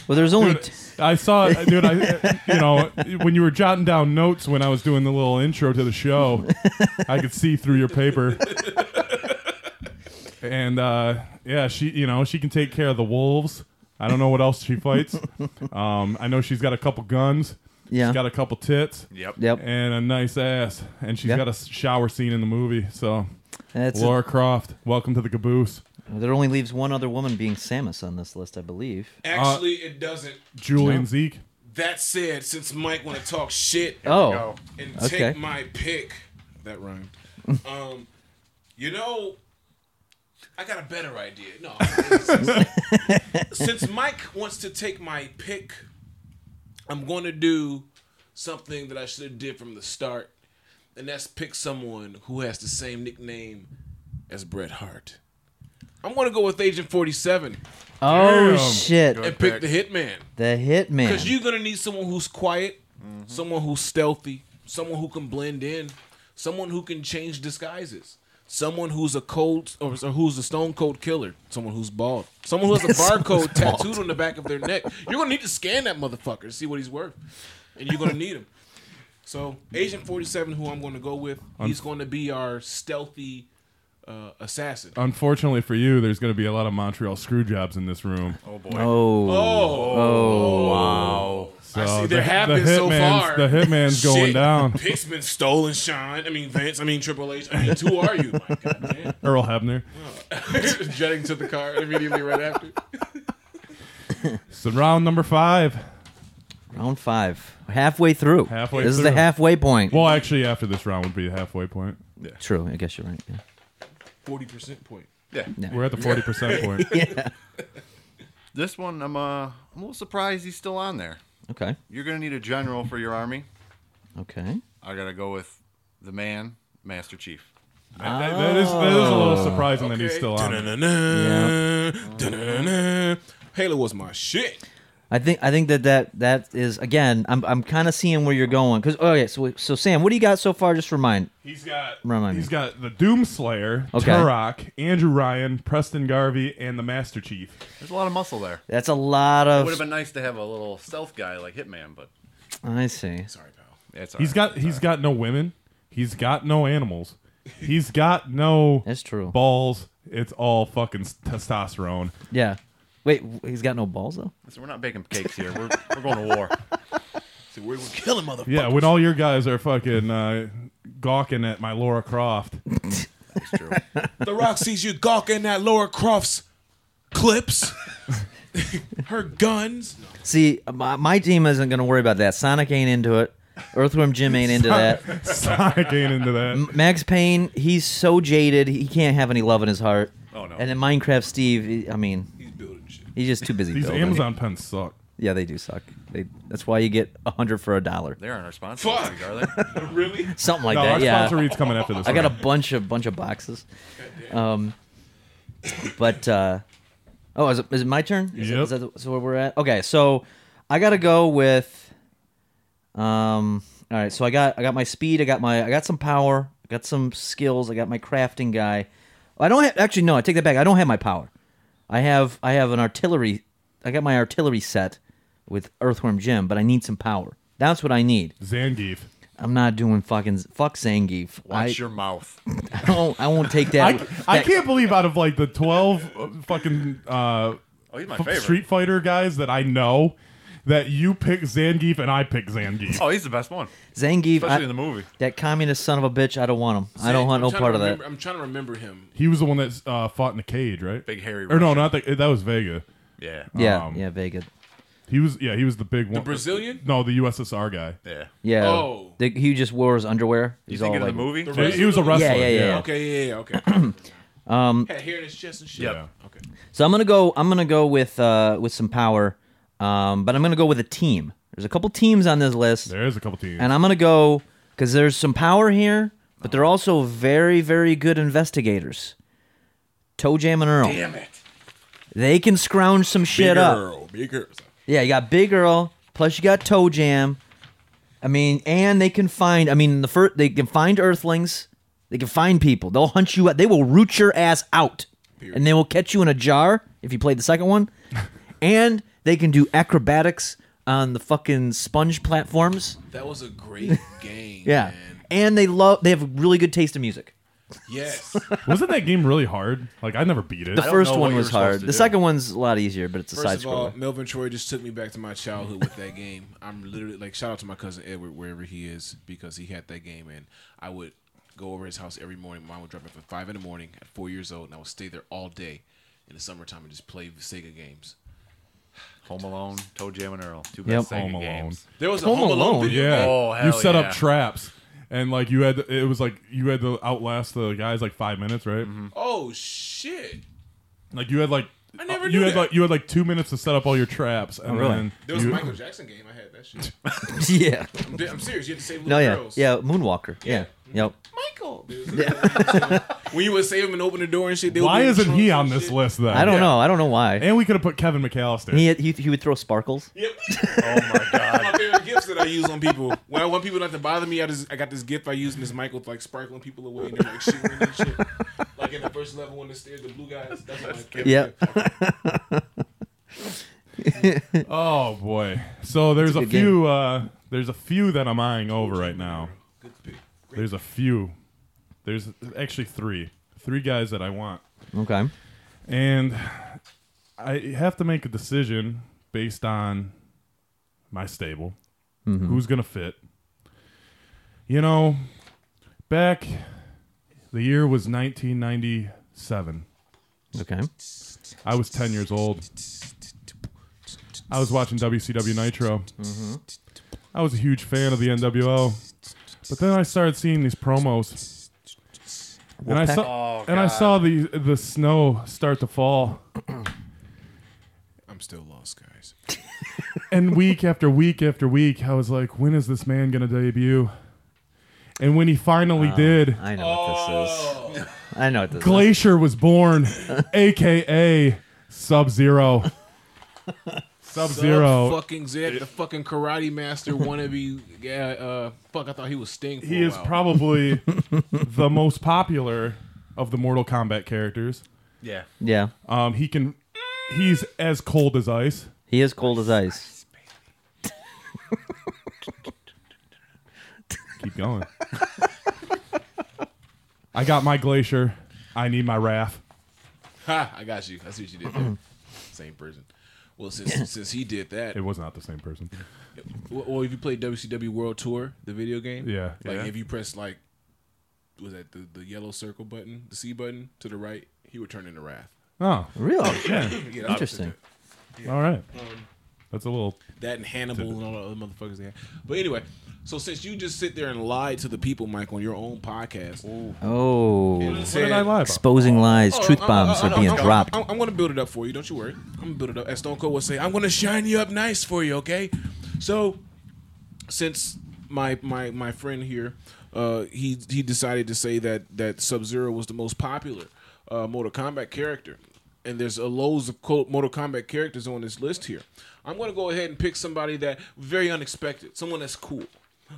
S5: well, there's only. T-
S3: I saw, dude. I, you know, when you were jotting down notes when I was doing the little intro to the show, I could see through your paper. And uh, yeah, she, you know, she can take care of the wolves. I don't know what else she fights. Um, I know she's got a couple guns.
S5: Yeah.
S3: She's got a couple tits.
S6: Yep.
S5: yep.
S3: And a nice ass. And she's
S5: Yeah.
S3: got a s- shower scene in the movie. So,
S5: That's
S3: Laura Croft, welcome to the caboose.
S5: that only leaves one other woman being Samus on this list, I believe.
S7: Actually, it doesn't.
S3: Julie
S5: No.
S3: and Zeke.
S7: That said, since Mike want to talk shit
S5: Oh,
S7: and
S5: Okay.
S7: take my pick, that rhymed. Um, you know, I got a better idea. No, since Mike wants to take my pick, I'm going to do something that I should have did from the start, and that's pick someone who has the same nickname as Bret Hart. I'm going to go with Agent 47
S5: oh
S3: Damn.
S5: shit!
S7: and pick the Hitman.
S5: The Hitman.
S7: Because you're gonna need someone who's quiet, someone who's stealthy, someone who can blend in, someone who can change disguises, someone who's a cold or, or who's a stone cold killer, someone who's bald, someone who has a barcode tattooed on the back of their neck. You're gonna need to scan that motherfucker to see what he's worth, and you're gonna need him. So Agent 47, who I'm gonna go with, he's gonna be our stealthy uh, assassin.
S3: Unfortunately for you, there's going to be a lot of Montreal screw jobs in this room.
S6: Oh boy.
S5: oh,
S7: Oh,
S6: Wow.
S3: So
S7: I see
S3: the-
S7: there have been so
S3: hitman's-
S7: far.
S3: The hitman's going
S7: Shit.
S3: down.
S7: Pink's been stolen, Sean. I mean Vince. I mean Triple H. I mean, who are you? My goddamn.
S3: Earl Hebner.
S7: Jetting to the car immediately right after.
S3: So round number five.
S5: round five, halfway through.
S3: Halfway
S5: This is the
S3: through.
S5: halfway point.
S3: Well, actually, after this round would be the halfway point.
S5: True. I guess you're right. yeah.
S7: Forty percent point.
S6: Yeah.
S3: We're at the forty percent point.
S6: This one, I'm uh, I'm a little surprised he's still on there.
S5: Okay.
S6: You're gonna need a general for your army.
S5: Okay.
S6: I gotta go with the man, Master Chief.
S3: That- that- that, is, that is a
S5: Oh.
S3: little surprising that he's
S7: Okay.
S3: still on. it.
S7: Dun-dun-dun, dun-dun-dun. Halo was my shit.
S5: I think I think that that, that is again. I'm I'm kind of seeing where you're going because oh yeah. So so Sam, what do you got so far? Just remind.
S3: He's got
S5: Remind
S3: he's
S5: me.
S3: got the Doomslayer,
S5: Okay.
S3: Turok, Andrew Ryan, Preston Garvey, and the Master Chief.
S6: There's a lot of muscle there.
S5: That's a lot
S6: It
S5: of.
S6: would have been nice to have a little stealth guy like Hitman, but
S5: I see.
S7: Sorry, pal.
S6: it's all
S3: He's got he's got no women. He's got no animals. He's got no
S5: That's true.
S3: balls. It's all fucking s- testosterone.
S5: Yeah. Wait, w- he's got no balls though.
S6: So we're not baking cakes here. We're, we're going to war.
S7: See, we're gonna kill him, motherfucker.
S3: Yeah, when all your guys are fucking uh, gawking at my Laura Croft.
S6: It's true.
S7: The Rock sees you gawking at Laura Croft's clips, her guns.
S5: See, my, my team isn't going to worry about that. Sonic ain't into it. Earthworm Jim ain't into that.
S3: Sonic ain't into that.
S5: Max Payne, he's so jaded, he can't have any love in his heart.
S6: Oh, no.
S5: And then Minecraft Steve, he- I mean,
S7: He's building shit.
S5: he's just too busy.
S3: These
S5: building.
S3: Amazon pens suck.
S5: Yeah, they do suck. They, that's why you get a hundred for a dollar,
S6: They aren't our sponsors,
S7: Fuck.
S6: are they?
S7: Really?
S5: something like
S3: No,
S5: that.
S3: our
S5: Yeah,
S3: sponsor reads coming after this.
S5: I got a
S3: round.
S5: bunch of bunch of boxes. Um, but uh, oh, is it, is it my turn? Is,
S3: Yep.
S5: that, is that the- so where we're at? Okay, so I gotta go with. Um. All right, so I got I got my speed. I got my I got some power. I got some skills. I got my crafting guy. I don't have actually no. I take that back. I don't have my power. I have I have an artillery. I got my artillery set with Earthworm Jim, but I need some power. That's what I need.
S3: Zangief.
S5: I'm not doing fucking fuck Zangief. I,
S6: Watch your mouth.
S5: I don't. I won't take that.
S3: I, I
S5: that-
S3: can't believe out of like the twelve uh, fucking uh,
S6: Oh, he's my
S3: f-
S6: favorite.
S3: Street Fighter guys that I know, that you pick Zangief and I pick Zangief.
S6: Oh, he's the best one,
S5: Zangief.
S6: especially
S5: I-
S6: in the movie.
S5: that communist son of a bitch. I don't want him. I don't want
S7: I'm
S5: no
S7: trying to
S5: part of that.
S7: remember- I'm trying to remember him.
S3: He was the one that uh, fought in a cage, right?
S6: Big hairy
S3: Or no,
S6: Russian.
S3: not the, that was Vega.
S6: Yeah.
S5: Yeah,
S3: Um,
S5: yeah, Vega.
S3: He was yeah, he was the big one. The
S7: Brazilian?
S3: No, the USSR guy.
S6: Yeah.
S5: Yeah.
S7: Oh.
S5: The- he just wore his underwear.
S6: You
S5: He's
S6: thinking
S5: all
S6: of the
S5: like-
S6: movie?
S7: Right.
S3: He, he was a wrestler.
S5: Yeah, yeah, yeah.
S7: Okay, yeah, yeah, okay. um, Had hair in his chest and shit.
S6: Yep.
S7: Okay.
S5: So I'm gonna go. I'm gonna go with uh, with some power, um, but I'm gonna go with a team. There's a couple teams on this list,
S3: There is a couple teams.
S5: and I'm gonna go because there's some power here, but they're also very, very good investigators. Toe Jam and Earl.
S7: Damn it.
S5: They can scrounge some shit up.
S7: Girl, big girl.
S5: Yeah, you got Big Earl, plus you got Toe Jam. I mean, and they can find. I mean, the first they can find Earthlings. They can find people. They'll hunt you. out. They will root your ass out, and they will catch you in a jar if you played the second one. and they can do acrobatics on the fucking sponge platforms.
S7: That was a great game.
S5: Yeah,
S7: Man.
S5: and they love. They have really good taste in music.
S7: Yes.
S3: Wasn't that game really hard? Like I never beat it.
S5: The first
S6: know what
S5: one
S6: you
S5: was
S6: were supposed
S5: hard.
S6: to
S5: The
S6: do.
S5: second one's a lot easier, but it's a side
S7: First of all,
S5: scroller.
S7: Melvin Troy just took me back to my childhood with that game. I'm literally like, shout out to my cousin Edward wherever he is because he had that game, and I would go over his house every morning. Mom would drop me off at five in the morning at four years old, and I would stay there all day in the summertime and just play Sega games.
S6: Home Alone, Toe Jam and Earl. Two
S5: Yep.
S6: best Sega
S3: Home Alone.
S6: games.
S7: There was
S5: Home
S7: a Home Alone,
S5: Alone,
S7: video.
S3: Yeah.
S6: Oh,
S3: you
S6: hell
S3: set
S6: yeah.
S3: up traps. And like you had, it was like you had to outlast the guys like five minutes, right?
S7: Oh shit!
S3: Like you had like
S7: I never
S3: you
S7: knew
S3: had
S7: that.
S3: like you had like two minutes to set up all your traps, and
S5: Oh, really?
S3: then
S7: There was
S3: you-
S7: a Michael Jackson game. I had that shit.
S5: yeah.
S7: I'm, I'm serious. You had to save
S5: No.
S7: little
S5: Yeah.
S7: girls.
S5: Yeah. Moonwalker. Yeah. Yep.
S7: Michael. when you would save him and open the door and shit. they would
S3: why
S7: be in
S3: isn't
S7: trunks
S3: he
S7: and
S3: on this
S7: shit.
S3: list then?
S5: I don't know. I don't know why.
S3: And we could have put Kevin McAllister.
S5: He, he, he would throw sparkles.
S7: Yep.
S6: Oh my
S7: my
S6: god.
S7: favorite gifts that I use on people. When I want people not to bother me, I just I got this gift I use, Miss Michael, with, like sparkling people away and they're like shivering and shit. Like in the first level on the stairs, the blue guys. That's what I kept.
S5: Yeah.
S3: Oh boy. So there's a
S5: good game.
S3: few. Uh, there's a few that I'm eyeing over right now.
S7: Good pick.
S3: There's a few. There's actually three. Three guys that I want.
S5: Okay.
S3: And I have to make a decision based on my stable.
S5: Mm-hmm.
S3: Who's going to fit? You know, back the year was 1997.
S5: Okay.
S3: I was 10 years old. I was watching WCW Nitro. I was a huge fan of the NWO. But then I started seeing these promos. And I
S5: Wolfpack?
S3: saw
S6: Oh,
S3: and I
S6: God.
S3: saw the the snow start to fall.
S7: I'm still lost, guys.
S3: and week after week after week, I was like, when is this man going to debut? And when he finally
S6: Oh,
S3: did,
S5: I know what this is. I know what this is.
S3: Glacier was born, aka Sub Zero. Sub Zero.
S7: Fucking Zed, the fucking karate master wannabe. Yeah, uh, fuck. I thought he was Sting. For
S3: He
S7: a
S3: is
S7: while.
S3: probably the most popular of the Mortal Kombat characters.
S6: Yeah.
S5: Yeah.
S3: Um, he can, he's as cold as ice.
S5: He is cold as ice.
S3: Keep going. I got my Glacier. I need my Wrath.
S7: Ha! I got you. I see what you did. there. Same person. Well, since since he did that,
S3: It was not the same person.
S7: Well, well, if you played WCW World Tour, the video game,
S3: Yeah.
S7: like
S3: Yeah.
S7: if you press like, was that the, the yellow circle button, the C button to the right, he would turn into Wrath.
S3: Oh,
S5: Really?
S3: yeah.
S7: Yeah, that's-
S5: Interesting.
S3: All right. That's a little.
S7: That and Hannibal and all the other motherfuckers they had. But anyway, so since you just sit there and lied to the people, Mike, on your own podcast,
S5: Oh.
S7: and
S3: What did
S7: said-
S3: I lie about?
S5: Exposing lies. Truth
S7: I'm-
S5: bombs
S7: I'm-
S5: are
S7: I'm-
S5: being
S7: I'm-
S5: dropped.
S7: oh, I'm, I'm going to build it up for you. Don't you worry. I'm going to build it up. As Stone Cold would say, I'm going to shine you up nice for you, okay? So, since my my my friend here, uh, he he decided to say that that Sub Zero was the most popular uh, Mortal Kombat character, and there's a loads of quote Mortal Kombat characters on this list here. I'm going to go ahead and pick somebody that very unexpected, someone that's cool,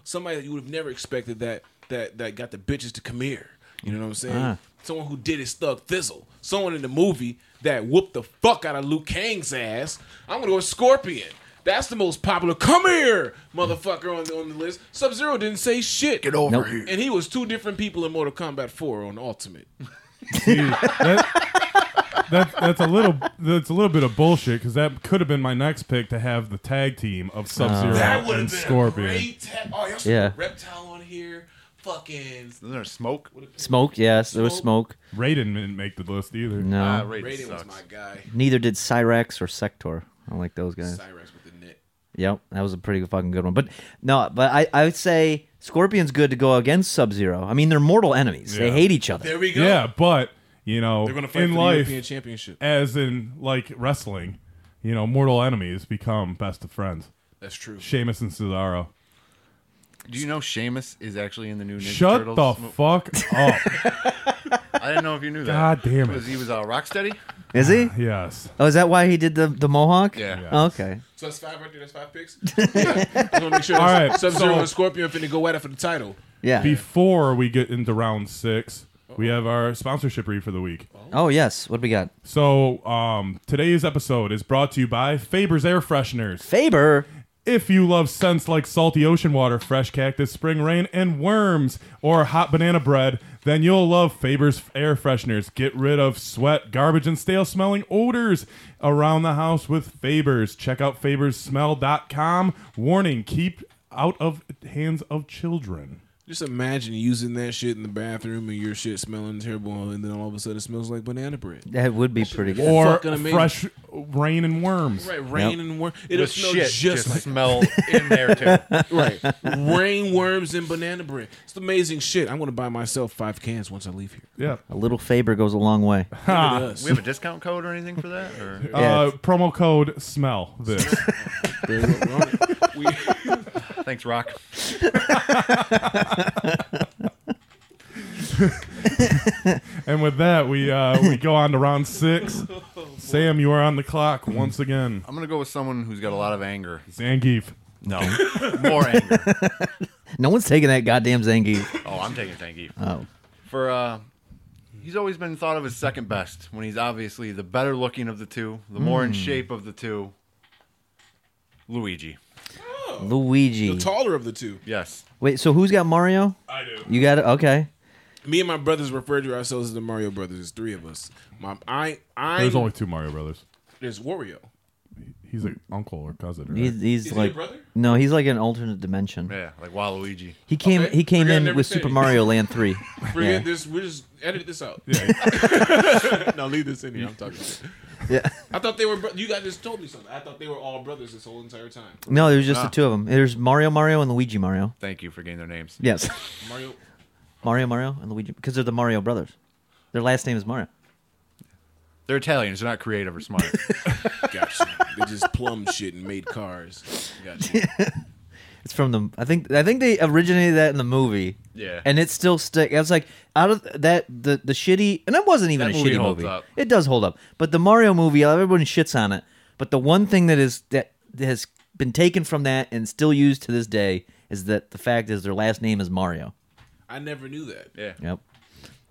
S7: somebody that you would have never expected that that that got the bitches to come here. You know what I'm saying?
S3: Uh-huh.
S5: Ah.
S7: Someone who did his thug thistle. Someone in the movie that whooped the fuck out of Luke Kang's ass. I'm gonna go with Scorpion. That's the most popular. Come here, motherfucker, on the, on the list. Sub Zero didn't say shit. Get over
S5: Nope.
S7: And he was two different people in Mortal Kombat 4 on Ultimate.
S3: Uh, That, that's a little. That's a little bit of bullshit because that could have been my next pick to have the tag team of Sub Zero
S7: Ah. That would have
S3: and
S7: been
S3: Scorpion.
S7: A great ta- oh, y'all
S5: Yeah.
S7: yeah. Reptile on here. Fucking.
S6: Isn't there smoke?
S5: Smoke. Yes, there was smoke.
S3: Raiden didn't make the list either.
S6: Uh,
S5: No.
S6: Raiden
S7: Raiden was
S6: sucks.
S7: my guy.
S5: Neither did Cyrex or Sector. I don't like those guys.
S7: Cyrex with the
S5: Yep, that was a pretty fucking good one. But no, but I, I would say Scorpion's good to go against Sub Zero. I mean, they're mortal enemies. They
S3: Yeah.
S5: hate each other.
S7: There we go.
S3: Yeah, but you know,
S7: They're gonna fight
S3: in
S7: for the
S3: life,
S7: European Championship.
S3: as in like wrestling, you know, mortal enemies become best of friends.
S7: That's true.
S3: Sheamus and Cesaro.
S6: Do you know Seamus is actually in the new Ninja
S3: Shut
S6: Turtles?
S3: the
S6: mo-
S3: fuck up.
S6: I didn't know if you knew that.
S3: God damn it.
S6: Was he was uh, Rocksteady?
S5: Is he?
S3: yes.
S5: Oh, is that why he did the the mohawk?
S6: Yeah. Yeah.
S5: Oh, okay.
S7: So that's five right there. That's five picks. yeah. Just wanna make sure.
S3: All right,
S7: Sub Zero
S3: so-
S7: and Scorpion finna go at it for the title.
S5: Yeah.
S3: Before we get into round six, we have our sponsorship read for the week.
S5: Oh yes. What do we got?
S3: So um, today's episode is brought to you by Faber's Air Fresheners.
S5: Faber.
S3: If you love scents like salty ocean water, fresh cactus, spring rain, and worms, or hot banana bread, then you'll love Faber's air fresheners. Get rid of sweat, garbage, and stale smelling odors around the house with Faber's. Check out Faber'sSmell.com. Warning: Keep out of hands of children.
S7: Just imagine using that shit in the bathroom and your shit smelling terrible, and then all of a sudden it smells like banana bread.
S5: That would be pretty good.
S3: Or
S7: Fucking amazing.
S3: fresh rain and worms.
S7: Right, rain
S5: Yep.
S7: and worm. It'll
S6: The
S7: smell
S6: shit
S7: just, like
S6: smell in there too.
S7: right. Rain worms and banana bread. It's amazing shit. I'm gonna buy myself five cans once I leave here.
S3: Yeah.
S5: A little Faber goes a long way.
S7: Look at
S6: We
S7: us.
S6: have a discount code or anything for that? Or
S3: Uh, promo code smell this.
S7: Very well, we're on it. We-
S6: thanks, Rock.
S3: and with that, we uh, we go on to round six. Sam, you are on the clock once again.
S6: I'm gonna go with someone who's got a lot of anger.
S3: Zangief.
S6: No, more anger.
S5: No one's taking that goddamn Zangief.
S6: Oh, I'm taking thank you.
S5: Oh.
S6: For uh, he's always been thought of as second best when he's obviously the better looking of the two, the more in shape of the two. Hmm. Luigi.
S5: Luigi.
S7: the taller of the two.
S6: Yes.
S5: Wait, so who's got Mario?
S3: I do.
S5: You got it? Okay.
S7: Me and my brothers refer to ourselves as the Mario Brothers. There's three of us. My I I
S3: There's only two Mario Brothers.
S7: there's Wario.
S3: He's an uncle or cousin. Right?
S5: He's, he's
S7: Is he a
S5: like
S7: brother?
S5: No, he's like an alternate dimension.
S6: Yeah, like Waluigi.
S5: He came
S7: Okay.
S5: he came
S7: Forget I
S5: in
S7: never
S5: with
S7: said
S5: Super
S7: it.
S5: Mario Land 3.
S7: Forget
S5: Yeah.
S7: this. We just edit this out. now leave this in here. I'm talking. Shit.
S5: Yeah.
S7: I thought they were. Bro- you guys just told me something. I thought they were all brothers this whole entire time.
S5: No, there's
S7: Ah.
S5: just the two of them. There's Mario Mario and Luigi Mario.
S6: Thank you for getting their names.
S5: Yes.
S7: Mario.
S5: Mario Mario and Luigi because they're the Mario brothers. Their last name is Mario.
S6: They're Italians. They're not creative or smart.
S7: Gotcha. they just plumbed shit and made cars. Gotcha.
S5: It's from the I think I think they originated that in the movie.
S6: Yeah.
S5: And it still stick. I was like out of that the the shitty and it wasn't even
S6: That
S5: a
S6: movie
S5: shitty
S6: holds
S5: movie.
S6: up.
S5: It does hold up. But the Mario movie, everyone shits on it. But the one thing that is that has been taken from that and still used to this day is that the fact is their last name is Mario.
S7: I never knew that.
S6: Yeah.
S5: Yep.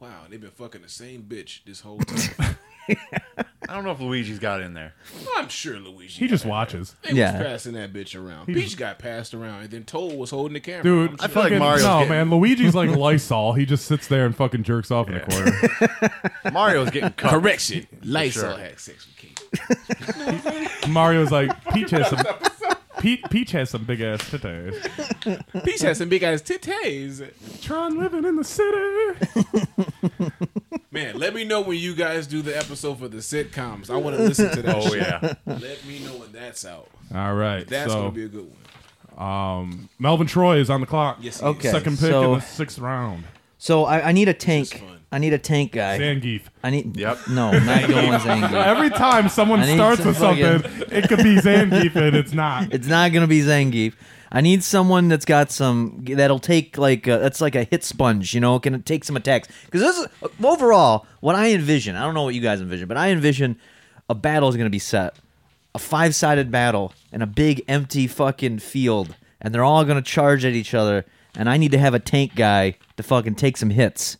S7: Wow, they've been fucking the same bitch this whole time.
S6: I don't know if Luigi's got in there.
S7: I'm sure Luigi.
S3: he just watches.
S7: They
S5: Yeah.
S7: was passing that bitch around. Peach got passed around, and then Toad was holding the camera.
S3: Dude,
S7: I'm
S6: I
S7: sure-
S6: feel like
S3: fucking-
S6: Mario's
S3: No,
S6: getting-
S3: man, Luigi's like Lysol. He just sits there and fucking jerks off in a corner.
S6: Mario's getting cut.
S7: correction. Lysol
S6: sure.
S7: had sex with Kate.
S3: Mario's like, Peach has some. Pe- Peach has some big ass titties.
S7: Peach had some big ass titties.
S3: Tron living in the city.
S7: Man, let me know when you guys do the episode for the sitcoms. I want to listen to that.
S6: Oh
S7: shit.
S6: yeah.
S7: Let me know when that's out.
S3: All right,
S7: That's
S3: so
S7: gonna be a good one.
S3: Melvin Troy is on the clock.
S7: Yes. he
S5: Okay.
S7: is.
S3: Second pick
S5: so-
S3: in the sixth round.
S5: So I, I need a tank.
S7: fun.
S5: I need a tank guy.
S3: Zangief.
S5: I need.
S6: Yep.
S5: No, not going Zangief.
S3: Every time someone
S5: I need
S3: starts
S5: some
S3: with something, it could be Zangief and it's not.
S5: It's not gonna be Zangief. I need someone that's got some that'll take like uh that's like a hit sponge, you know, can take some attacks. Because this is uh, overall what I envision. I don't know what you guys envision, but I envision a battle is gonna be set, a five sided battle in a big empty fucking field, and they're all gonna charge at each other. And I need to have a tank guy to fucking take some hits.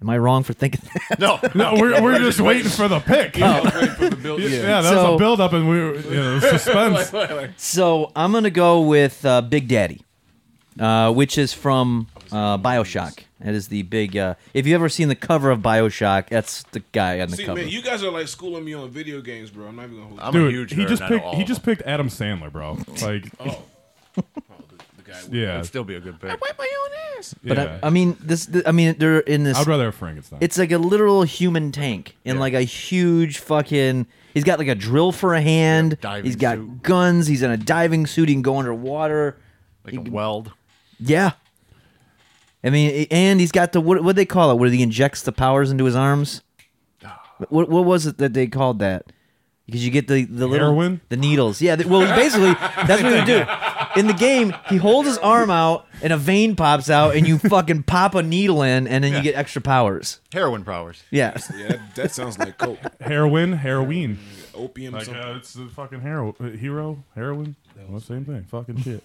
S5: Am I wrong for thinking that?
S6: No.
S3: No, we're, we're just waiting for the pick.
S5: Oh,
S7: Wait for the build-
S3: Yeah,
S7: yeah.
S3: that was
S5: So-
S3: a build up and we were, you know, suspense.
S5: So I'm gonna go with uh, Big Daddy, uh, which is from uh, Bioshock. That is the big. Uh, if you ever seen the cover of Bioshock, that's the guy on the
S7: See,
S5: cover.
S7: man, you guys are like schooling me on video games, bro. I'm not even gonna hold.
S6: I'm a
S3: Dude,
S6: huge.
S3: he
S6: nerd
S3: just
S6: and I know
S3: picked
S6: all
S3: he
S6: of
S3: just
S6: them.
S3: picked Adam Sandler, bro. Like,
S7: Oh, oh the, the guy. with-
S3: yeah.
S6: It'd still be a good pick.
S7: ass.
S5: But uh,
S3: Yeah.
S5: I, I mean, this. th- I mean, they're in this.
S3: I'd rather have Frankenstein.
S5: It's like a literal human tank in like a huge fucking. He's got like a drill for a hand.
S6: diving
S5: he's got
S6: suit.
S5: guns. He's in a diving suit. He can go underwater.
S6: Like a weld.
S5: Yeah. I mean, and he's got the what? What they call it? Where he injects the powers into his arms.
S3: Ah.
S5: What what was it that they called that? Because you get the the little
S3: Heroin?
S5: the needles. Yeah. th- well, basically, that's what he would do. In the game, he holds his arm out, and a vein pops out, and you fucking pop a needle in, and then you get extra powers.
S6: Heroin powers.
S5: Yeah.
S7: Yeah, that, that sounds like coke,
S3: heroin, heroin.
S7: opium.
S3: Like
S7: something.
S3: uh, it's the fucking hero, uh, hero, heroin. Well, same thing. Fucking shit.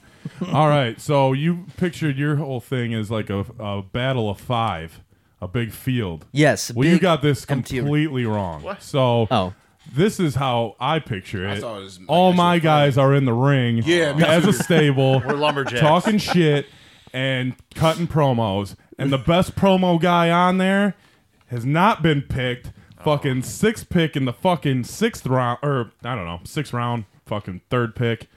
S3: All right. So you pictured your whole thing as like a, a battle of five, a big field.
S5: Yes.
S3: Well, you
S5: big
S3: got this
S5: empty-
S3: completely wrong. So
S5: Oh.
S3: This is how I picture it.
S7: thought it was-
S3: All
S7: like,
S3: my
S7: it's a-
S3: guys are in the ring
S7: Yeah, me
S3: as a stable.
S6: We're lumberjacks.
S3: Talking shit and cutting promos. And the best promo guy on there has not been picked. Fucking sixth pick in the fucking sixth round, or I don't know, sixth round, fucking third pick.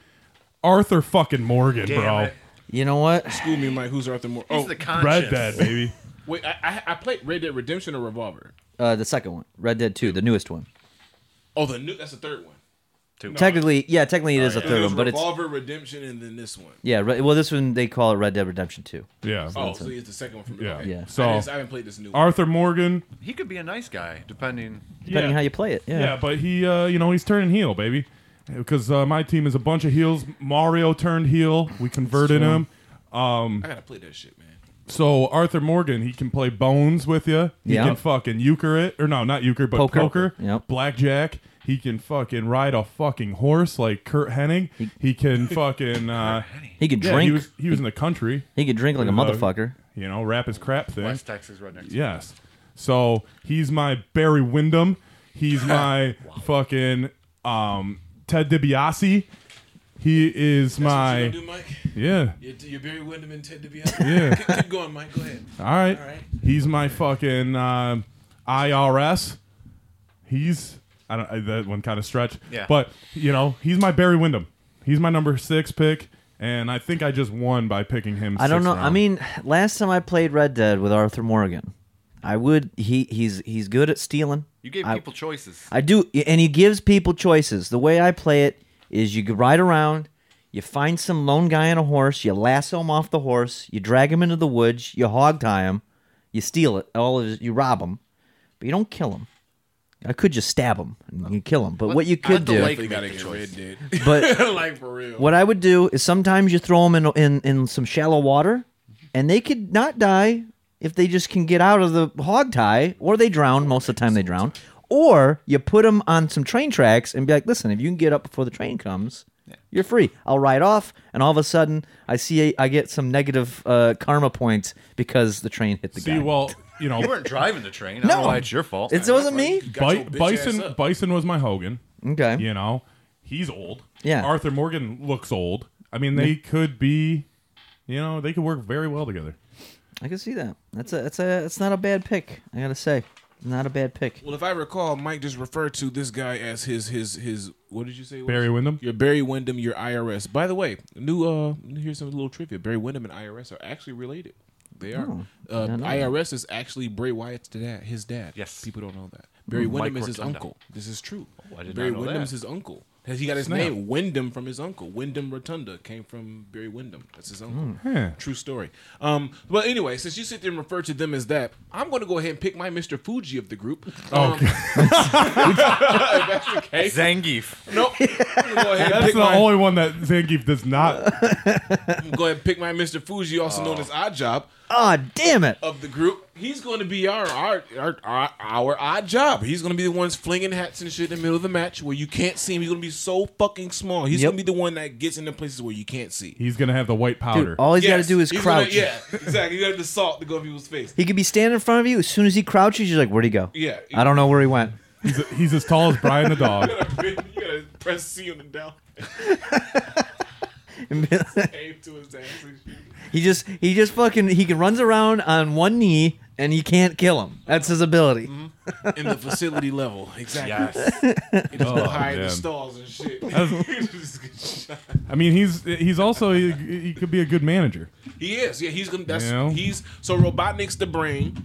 S3: Arthur fucking Morgan,
S6: Damn
S3: bro.
S6: it.
S5: You know what?
S7: School me, Mike. Who's Arthur Moore?
S6: He's
S7: Oh,
S6: the conscience.
S3: Red Dead, baby.
S7: wait. I, I, I played Red Dead Redemption or Revolver.
S5: Uh, the second one, Red Dead Two, the newest one.
S7: Oh, the new. That's the third one.
S5: Technically, yeah, technically it is a
S7: It
S5: third
S7: was
S5: one, but it's
S7: Revolver Redemption and then this one.
S5: yeah. Re- well, this one they call it Red Dead Redemption Two.
S3: Yeah.
S7: Oh, so it's the second one from
S3: Yeah.
S7: okay.
S5: Yeah.
S7: I,
S3: So
S7: didn't- I haven't played this new one.
S3: Arthur Morgan.
S6: He could be a nice guy, depending.
S5: Depending
S3: yeah.
S5: how you play it.
S3: Yeah, but he, uh, you know, he's turning heel, baby. Because uh, my team is a bunch of heels. Mario turned heel. We converted him.
S7: I gotta play that shit, man.
S3: So Arthur Morgan, he can play bones with you. He
S5: Yeah.
S3: can fucking euchre it, or no, not euchre, but
S5: Poker.
S3: poker.
S5: Yep.
S3: Blackjack. He can fucking ride a fucking horse like Kurt Hennig. He, can fucking. Uh,
S5: He could
S3: yeah,
S5: drink.
S3: He was, he was in the country.
S5: He could drink like a
S3: Uh,
S5: motherfucker.
S3: You know, rap his crap thing.
S6: West Texas rednecks.
S3: Yes. So he's my Barry Windham. He's my fucking um, Ted DiBiase. He is
S7: What you
S3: my
S7: gonna do, Mike?
S3: yeah.
S7: You're, you're Barry Windham and Ted
S3: Yeah.
S7: DiBiase. keep, keep going, Mike. Go ahead.
S3: All right.
S7: All right.
S3: He's my fucking um IRS. He's I don't I, that one kind of stretch.
S6: Yeah.
S3: But you know he's my Barry Windham. He's my number six pick, and I think I just won by picking him.
S5: I don't
S3: sixth
S5: know. I
S3: round.
S5: mean, last time I played Red Dead with Arthur Morgan, I would he he's he's good at stealing.
S6: You gave
S5: I-
S6: people choices.
S5: I do, and he gives people choices. The way I play it is you ride around, you find some lone guy on a horse, you lasso him off the horse, you drag him into the woods, you hog tie him, you steal it, all of his, you rob him, but you don't kill him. I could just stab him and you kill him, but what you could
S6: let the
S5: do,
S6: lake
S7: You gotta
S6: make the
S7: get
S6: choice.
S7: Red Dead.
S5: but
S7: like for real.
S5: What I would do is sometimes you throw them in, in in some shallow water, and they could not die if they just can get out of the hog tie, or they drown. Most of the time they drown. Or you put them on some train tracks and be like, listen, if you can get up before the train comes, you're free. I'll ride off, and all of a sudden I see I get some negative uh, karma points because the train hit the
S3: see,
S5: guy.
S3: well, you know,
S6: You weren't driving the train. I don't
S5: No.
S6: know why it's your fault.
S5: it wasn't me.
S7: Got your
S3: Bi-
S7: bitch ass
S3: Bison
S7: up.
S3: Bison was my Hogan.
S5: Okay.
S3: You know, he's old.
S5: Yeah.
S3: Arthur Morgan looks old. I mean, they could be, you know, they could work very well together.
S5: I can see that. That's a that's a it's not a bad pick. I gotta say, not a bad pick.
S7: Well, if I recall, Mike just referred to this guy as his his his. What did you say? it was?
S3: Barry Windham.
S7: Your Barry Windham, your IRS. By the way, new uh here's some little trivia. Barry Windham and IRS are actually related. They are. uh,
S5: didn't Oh, know that.
S7: IRS is actually Bray Wyatt's dad. His dad.
S6: Yes.
S7: People don't know that. Barry Windham is his
S6: Rotundo.
S7: uncle. This is true.
S6: Oh, I did not
S7: Barry
S6: know
S7: Windham
S6: that.
S7: is his uncle. Has he got his
S3: Snap.
S7: name Wyndham from his uncle? Wyndham Rotunda came from Barry Windham. That's his uncle.
S5: Hmm.
S3: Huh.
S7: True story. Um, but anyway, since you sit there and refer to them as that, I'm going to go ahead and pick my Mr. Fuji of the group.
S6: Oh,
S7: Um, if that's the case,
S6: Zangief.
S7: Nope. I'm gonna go ahead and
S3: That's
S7: pick
S3: the
S7: my,
S3: only one that Zangief does not.
S7: I'm gonna go ahead and pick my Mr. Fuji, also known
S5: Oh.
S7: as Odd Job
S5: Ah, damn it.
S7: of the group. He's going to be our our, our our our Odd Job. He's going to be the ones flinging hats and shit in the middle of the match where you can't see him. He's going to be so fucking small. He's
S5: Yep.
S7: going to be the one that gets into places where you can't see.
S3: He's gonna have the white powder.
S5: Dude, all he's got to
S7: Yes,
S5: do is
S7: he's
S5: crouch.
S7: Gonna, yeah, exactly. You got the salt to go in people's face.
S5: He could be standing in front of you. As soon as he crouches, you're like, "Where'd he go?"
S7: Yeah.
S5: I don't know where he went.
S3: he's, he's as tall as Brian the dog.
S7: you gotta press C on the down. Aim to his ass. and shit.
S5: he just he just fucking he can runs around on one knee and you can't kill him. That's his ability.
S7: Mm-hmm. in the facility level. Exactly. Oh, You just go hide in the
S3: man.
S7: stalls and shit.
S3: I mean, he's he's also he, he could be a good manager.
S7: he is. Yeah, he's gonna. That's
S3: You know?
S7: he's so Robotnik's the brain.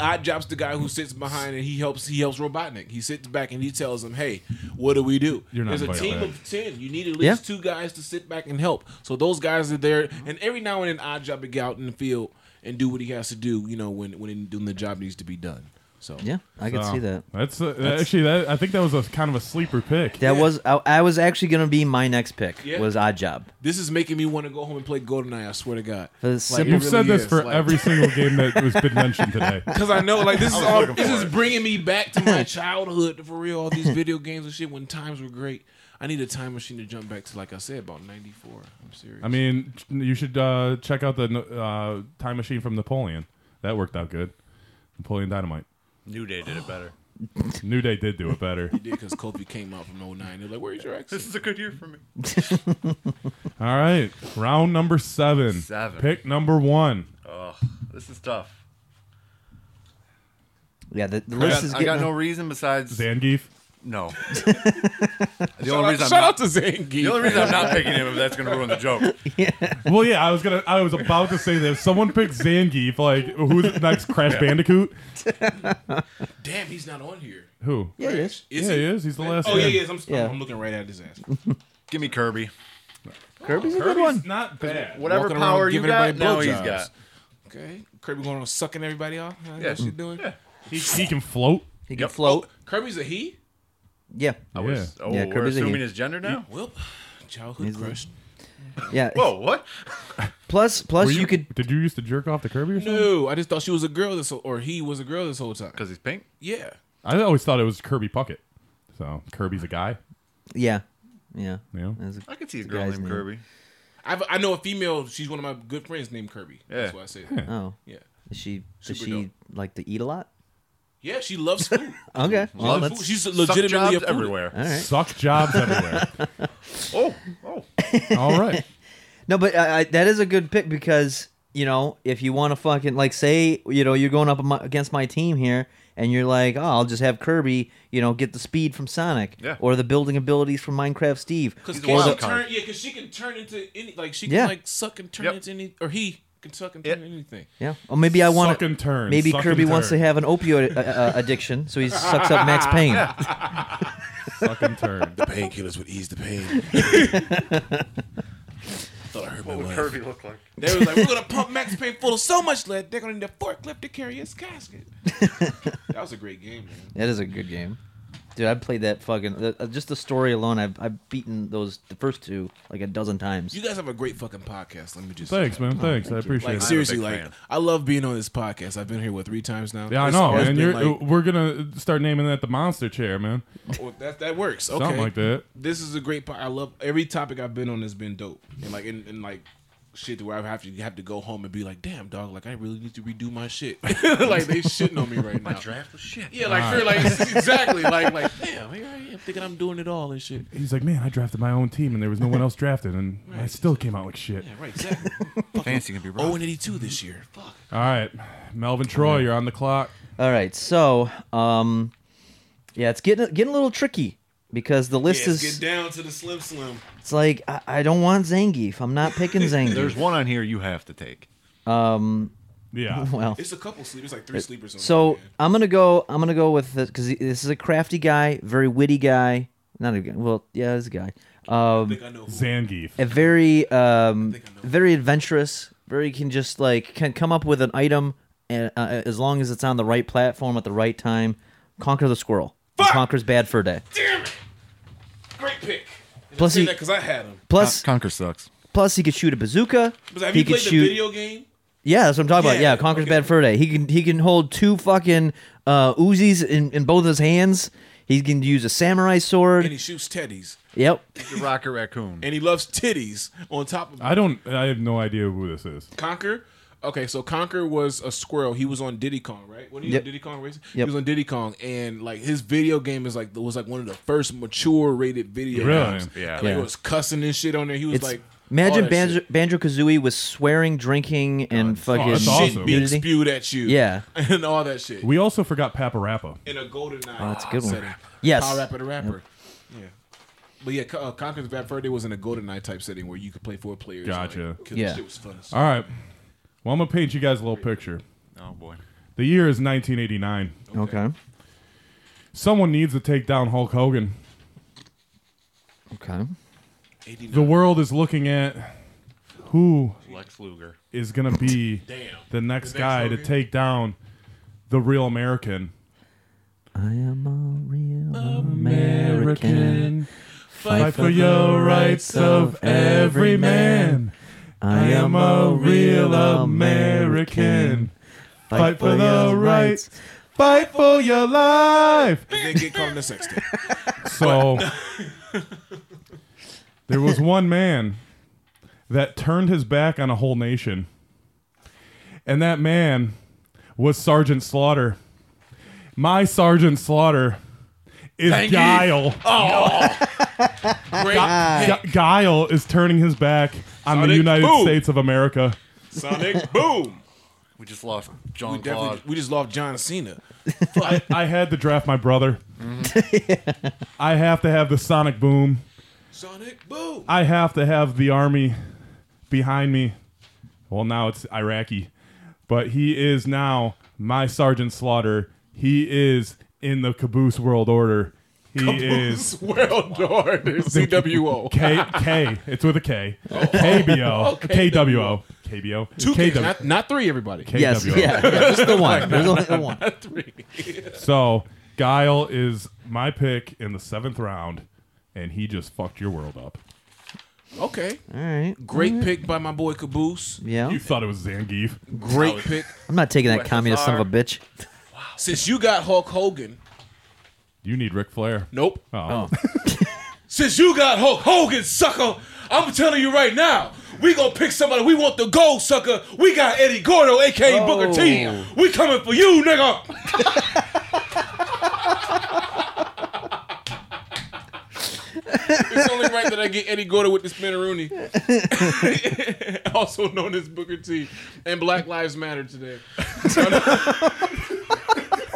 S7: Odd Job's the guy who sits behind and he helps. He helps Robotnik. He sits back and he tells him, "Hey, what do we do?
S3: You're not
S7: There's a
S3: invited
S7: team
S3: back.
S7: of ten. You need at
S5: Yeah.
S7: least two guys to sit back and help. So those guys are there, and every now and then Odd Job will get out in the field and do what he has to do. You know, when when doing the job needs to be done. So
S5: Yeah, I could
S3: So,
S5: see that.
S3: That's, uh, actually that I think that was a kind of a sleeper pick.
S5: That was I, I was actually gonna be my next pick
S7: Yeah.
S5: was Odd Job
S7: This is making me want to go home and play GoldenEye. I swear to God.
S5: for the
S7: Like,
S5: simple.
S3: You've
S7: really
S3: said this
S7: is,
S3: for
S7: like-
S3: every single game that was been mentioned today.
S7: Cause I know, like this is
S6: was
S7: all.
S6: looking
S7: This
S6: for
S7: is
S6: it.
S7: bringing me back to my childhood for real. All these video games and shit when times were great. I need a time machine to jump back to, like I said, about '94. I'm serious.
S3: I mean, you should uh, check out the uh, time machine from Napoleon. That worked out good. Napoleon Dynamite.
S6: New Day did it better.
S3: New Day did do it better.
S7: because Kofi came out from 09. They're like, "Where's your
S6: This
S7: accent?"
S6: is a good year for me.
S3: All right, round number seven.
S6: Seven.
S3: Pick number one.
S6: Oh, this is tough.
S5: yeah, the, the
S6: I
S5: list
S6: got,
S5: is
S6: I
S5: getting.
S6: got no reason besides
S3: Zangief.
S6: no. the only reason
S7: Shout
S6: I'm
S7: out
S6: not,
S7: to Zangief.
S6: the only reason I'm not picking him if that's gonna ruin the joke.
S3: Well, yeah, I was gonna. I was about to say that if someone picks Zangief, like who's the next Crash Bandicoot?
S7: Damn, he's not on here.
S3: Who?
S5: yeah, it is.
S7: Is
S3: yeah,
S7: he?
S3: he is. He's the last.
S7: Oh yeah,
S3: one.
S7: yeah. I'm,
S5: Yeah.
S7: I'm looking right at his ass.
S6: Give me Kirby.
S5: Kirby's a good
S3: Kirby's
S5: one.
S3: not bad.
S6: Whatever
S7: Walking around
S6: power you
S7: giving
S6: got,
S7: everybody
S6: now he's
S7: blowjobs.
S6: got.
S7: Okay, Kirby going on sucking everybody off. That's
S6: Yeah.
S7: what she doing.
S3: He, he can float.
S5: He can float.
S7: Kirby's a he.
S5: Yeah,
S6: I was,
S3: Yeah.
S6: oh,
S5: Yeah,
S6: we're
S5: Kirby's a
S6: assuming
S5: he.
S6: his gender now.
S7: Well, childhood
S5: He's a-
S7: crush.
S5: yeah.
S6: Whoa, what?
S5: Plus, plus
S3: Were
S5: you, could.
S3: Did you used to jerk off to Kirby or something?
S7: No, I just thought she was a girl this, or he was a girl this whole time.
S6: Because he's pink.
S7: Yeah.
S3: I always thought it was Kirby Puckett. So Kirby's a guy.
S5: Yeah, yeah.
S3: You know?
S5: That's a-
S6: I could see a
S5: It's a
S6: girl
S5: guy's
S6: named
S5: name.
S6: Kirby.
S7: I've, I know a female. She's one of my good friends named Kirby. That's
S6: Yeah.
S7: why I say that.
S5: oh,
S7: Yeah.
S5: is she? Does
S7: Super
S5: she
S7: dope.
S5: like to eat a lot?
S7: Yeah, she loves food.
S5: Okay, well,
S7: Loves
S5: that's
S7: food. She's
S6: Suck
S7: legitimately a
S6: jobs
S7: food.
S6: everywhere.
S5: all right.
S3: Suck jobs everywhere.
S6: Oh, oh.
S3: All right.
S5: No, but I, I, that is a good pick because you know if you want to fucking like say you know you're going up am- against my team here and you're like oh I'll just have Kirby you know get the speed from Sonic
S6: Yeah.
S5: or the building abilities from Minecraft Steve
S7: Because
S6: a wild
S7: she
S6: card.
S7: turn, yeah, because she can turn into any, like she can
S5: Yeah.
S7: like suck and turn
S6: Yep.
S7: into any, or he can suck and turn
S6: Yep.
S7: into anything.
S5: yeah or maybe I want
S3: Suck and turn,
S5: maybe
S3: suck
S5: Kirby
S3: and
S5: wants to
S3: turn.
S5: have an opioid uh, uh, addiction so he sucks up Max Payne
S3: Fucking turn.
S7: Painkillers would ease the pain. Thought I heard my wife.
S6: Kirby look like?
S7: They was like, we're gonna pump Max Payne full of so much lead, they're gonna need a forklift to carry his casket. that was a great game, man.
S5: that is a good game dude I played that fucking uh, just the story alone I've I've beaten those the first two like a dozen times
S7: You guys have a great fucking podcast. Let me just
S3: Thanks,
S5: Oh,
S3: man. Thanks. I appreciate
S7: Like
S3: it.
S7: seriously,
S6: big
S7: like
S6: fan.
S7: I love being on this podcast. I've been here what three times now.
S3: Yeah, I
S7: It's
S3: know,
S7: always
S3: man.
S7: been
S3: You're,
S7: like-
S3: we're gonna start naming that the monster chair, man.
S7: well, that that works. Okay,
S3: Something like that.
S7: This is a great. po- I love every topic I've been on has been dope, and like and, and like shit where I have to have to go home and be like, damn dog, like I really need to redo my shit. like they shitting on me right now.
S6: Draft was shit.
S7: Yeah, like they're like exactly like like damn, here I am thinking I'm doing it all and shit.
S3: He's like, man, I drafted my own team and there was no one else drafted, and I still came out like shit.
S7: Yeah, right, exactly.
S6: Fancy can be wrong.
S7: Oh and eighty two this year. Fuck.
S3: All right, Melvin Troy, you're on the clock.
S5: All right, so um, yeah, it's getting getting a little tricky because the list
S7: Let's
S5: is
S7: get down to the slim slim.
S5: it's like I, I don't want Zangief. I'm not picking
S6: There's
S5: Zangief.
S6: one on here you have to take.
S3: Yeah.
S5: well,
S7: It's a couple sleepers, like three sleepers on
S5: Uh, so
S7: here, man.
S5: I'm gonna go. I'm gonna go with this because this is a crafty guy, very witty guy. Not a guy. Well, yeah, he's a guy.
S7: I
S5: Um,
S7: think I know who
S3: Zangief.
S5: a very um,
S7: I know.
S5: very adventurous. Very can just like can come up with an item and uh, as long as it's on the right platform at the right time. Conquer the squirrel. Conquers bad fur day.
S7: Damn it! Great pick.
S5: Plus
S7: Plus,
S5: he-
S7: because I had him.
S5: Plus,
S6: Conquer sucks.
S5: Plus, he could shoot a bazooka.
S7: But have
S5: he
S7: you
S5: could
S7: played
S5: shoot.
S7: the video game?
S5: Yeah, that's what I'm talking about.
S7: Yeah,
S5: Yeah, Conquer's
S7: okay.
S5: Bad Fur Day. He can he can hold two fucking uh, Uzis in, in both his hands. He can use a samurai sword.
S7: And he shoots teddies,
S5: yep.
S6: The Rocket Raccoon.
S7: and he loves titties. On top of
S3: I don't. I have no idea who this is.
S7: Conquer. Okay, so Conquer was a squirrel. He was on Diddy Kong, right? When he was
S5: Yep.
S7: on Diddy Kong Racing, he
S5: Yep.
S7: was on Diddy Kong, and like his video game is like was like one of the first mature rated video
S3: Really?
S7: games.
S6: Yeah.
S7: like, it was cussing and shit on there. He was
S5: It's
S7: like,
S5: Imagine
S7: All that
S5: Banjo, Banjo Kazooie was swearing, drinking, and fucking
S3: that's
S7: shit
S3: awesome.
S7: being
S5: nudity.
S7: spewed at you.
S5: Yeah.
S7: And all that shit.
S3: We also forgot Paparappa.
S7: In a golden eye.
S5: Oh, that's a good one.
S7: setting.
S5: Yes.
S7: Power rapper the rapper. Yeah. But yeah, Co- uh, Conker's Bad Fur Day was in a golden eye type setting where you could play four players. and,
S3: Gotcha.
S7: Like, kill-
S5: Yeah.
S7: Shit was fun. as
S3: All right. Well, I'm gonna paint you guys a little picture.
S6: Oh boy.
S3: The year is 1989.
S5: Okay.
S3: Someone needs to take down Hulk Hogan.
S5: Okay.
S3: The world is looking at who
S6: Lex Luger.
S3: is gonna be
S7: Damn.
S3: the next guy to take down the real American.
S5: I am a real American.
S3: Fight for your rights of every man. I am a real American. Fight for the rights. Fight for your life.
S7: And then get caught in the sex tape.
S3: So there was one man that turned his back on a whole nation. And that man was Sergeant Slaughter. My Sergeant Slaughter is
S7: you.
S3: Guile.
S7: Great.
S3: Gu- Guile is turning his back on the
S7: Sonic
S3: United
S7: boom.
S3: States of America.
S7: Sonic Boom.
S6: We just lost
S7: We
S5: Oh,
S6: John
S7: definitely
S6: Claude.
S7: we just lost John Cena.
S3: I, I had to draft my brother. Mm-hmm. I have to have the sonic boom.
S7: Sonic Boom.
S3: I have to have the army behind me. Well, now it's Iraqi, but he is now my Sergeant Slaughter. He is in the Caboose World Order. He is
S7: World Order CWO.
S3: K K. It's with a K.
S7: Oh.
S3: KBO. KWO. KBO.
S7: Two kids,
S3: KW.
S7: not, not three. Everybody.
S5: Yes, yeah, yeah, just the one. There's only the one.
S3: So Guile is my pick in the seventh round, and he just fucked your world up.
S7: Okay.
S5: All right.
S7: Great pick by my boy Caboose.
S5: Yeah.
S3: You thought it was Zangief.
S7: Great pick.
S5: I'm not taking that communist son of a bitch.
S7: Since you got Hulk Hogan.
S3: You need Ric Flair.
S7: Nope.
S3: Oh.
S7: Since you got Hulk Hogan, sucker, I'm telling you right now, we gonna pick somebody. We want the gold, sucker. We got Eddie Gordo, aka Booker T. We coming for you, nigga. it's only right that I get Eddie Gordo with this Rooney, also known as Booker T, and Black Lives Matter today.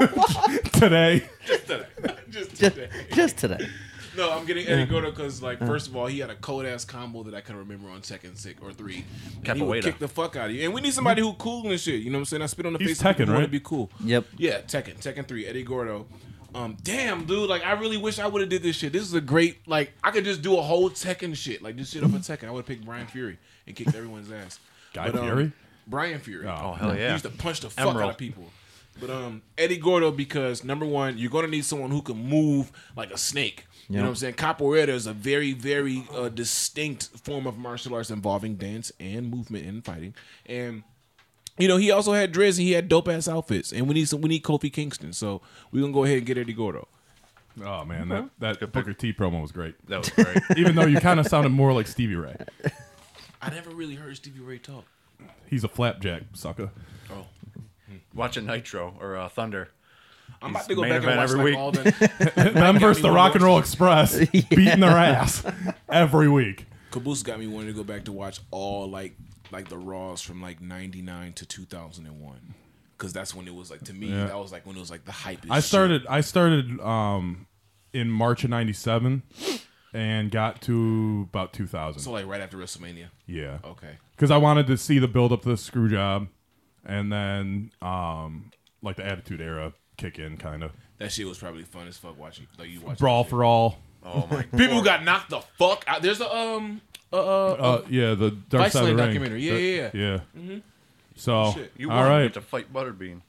S7: Oh.
S3: Today.
S7: Just
S5: Just,
S7: today.
S5: just today.
S7: No, I'm getting Eddie Gordo because, like, first of all, he had a cold ass combo that I can remember on second six or three. And he would
S6: Capoeira.
S7: kick the fuck out of you. And we need somebody who cool and shit. You know what I'm saying? I spit on the
S3: He's
S7: face. of people
S3: Tekken,
S7: who wanna
S3: right?
S7: Be cool.
S5: Yep.
S7: Yeah, Tekken, Tekken three, Eddie Gordo. Um, damn, dude, like I really wish I would have did this shit. This is a great, like, I could just do a whole Tekken shit, like this shit up a Tekken. I would have picked Brian Fury and kicked everyone's ass. um,
S3: Guy Fury?
S7: Brian Fury.
S3: Oh,
S6: hell
S7: He
S6: yeah.
S7: used to punch the fuck out
S6: Emerald.
S7: of people. But um, Eddie Gordo, because number one, you're gonna need someone who can move like a snake. You know
S5: Yeah.
S7: what I'm saying? Capoeira is a very, very uh, distinct form of martial arts involving dance and movement and fighting. And you know, he also had dreads and he had dope ass outfits. And we need some, we need Kofi Kingston. So we're gonna go ahead and get Eddie Gordo.
S3: Oh man, that, that Booker T promo was great.
S6: That was great.
S3: Even though you kind of sounded more like Stevie Ray.
S7: I never really heard Stevie Ray talk.
S3: He's a flapjack sucker.
S7: Oh.
S6: Watching Nitro or uh, Thunder.
S7: I'm
S6: He's
S7: about to go
S6: main
S7: back and
S6: event
S7: watch
S6: every
S7: like
S6: week.
S7: all the
S3: Them versus the Rock and Roll Express, beating their ass every week.
S7: Caboose got me wanting to go back to watch all like like the Raws from like '99 to 2001, because that's when it was like to me that was like when it was like the hype.
S3: I started. I started um, in March of '97, and got to about 2000.
S7: so like right after WrestleMania.
S3: yeah.
S7: Okay,
S3: because I wanted to see the build up to the screw job, and then um, like the Attitude Era kick in, kind of
S7: that shit was probably fun as fuck watching. Like you watch
S3: brawl for all.
S6: Oh my god.
S7: people who got knocked the fuck out. There's a um uh, uh,
S3: Uh, yeah, the Dark
S7: Vice
S3: Side of
S7: Land
S3: the Ring
S7: documentary. Yeah, yeah, Mm-hmm.
S3: yeah. So
S7: Shit,
S6: You
S3: all right,
S6: get to fight Butterbean.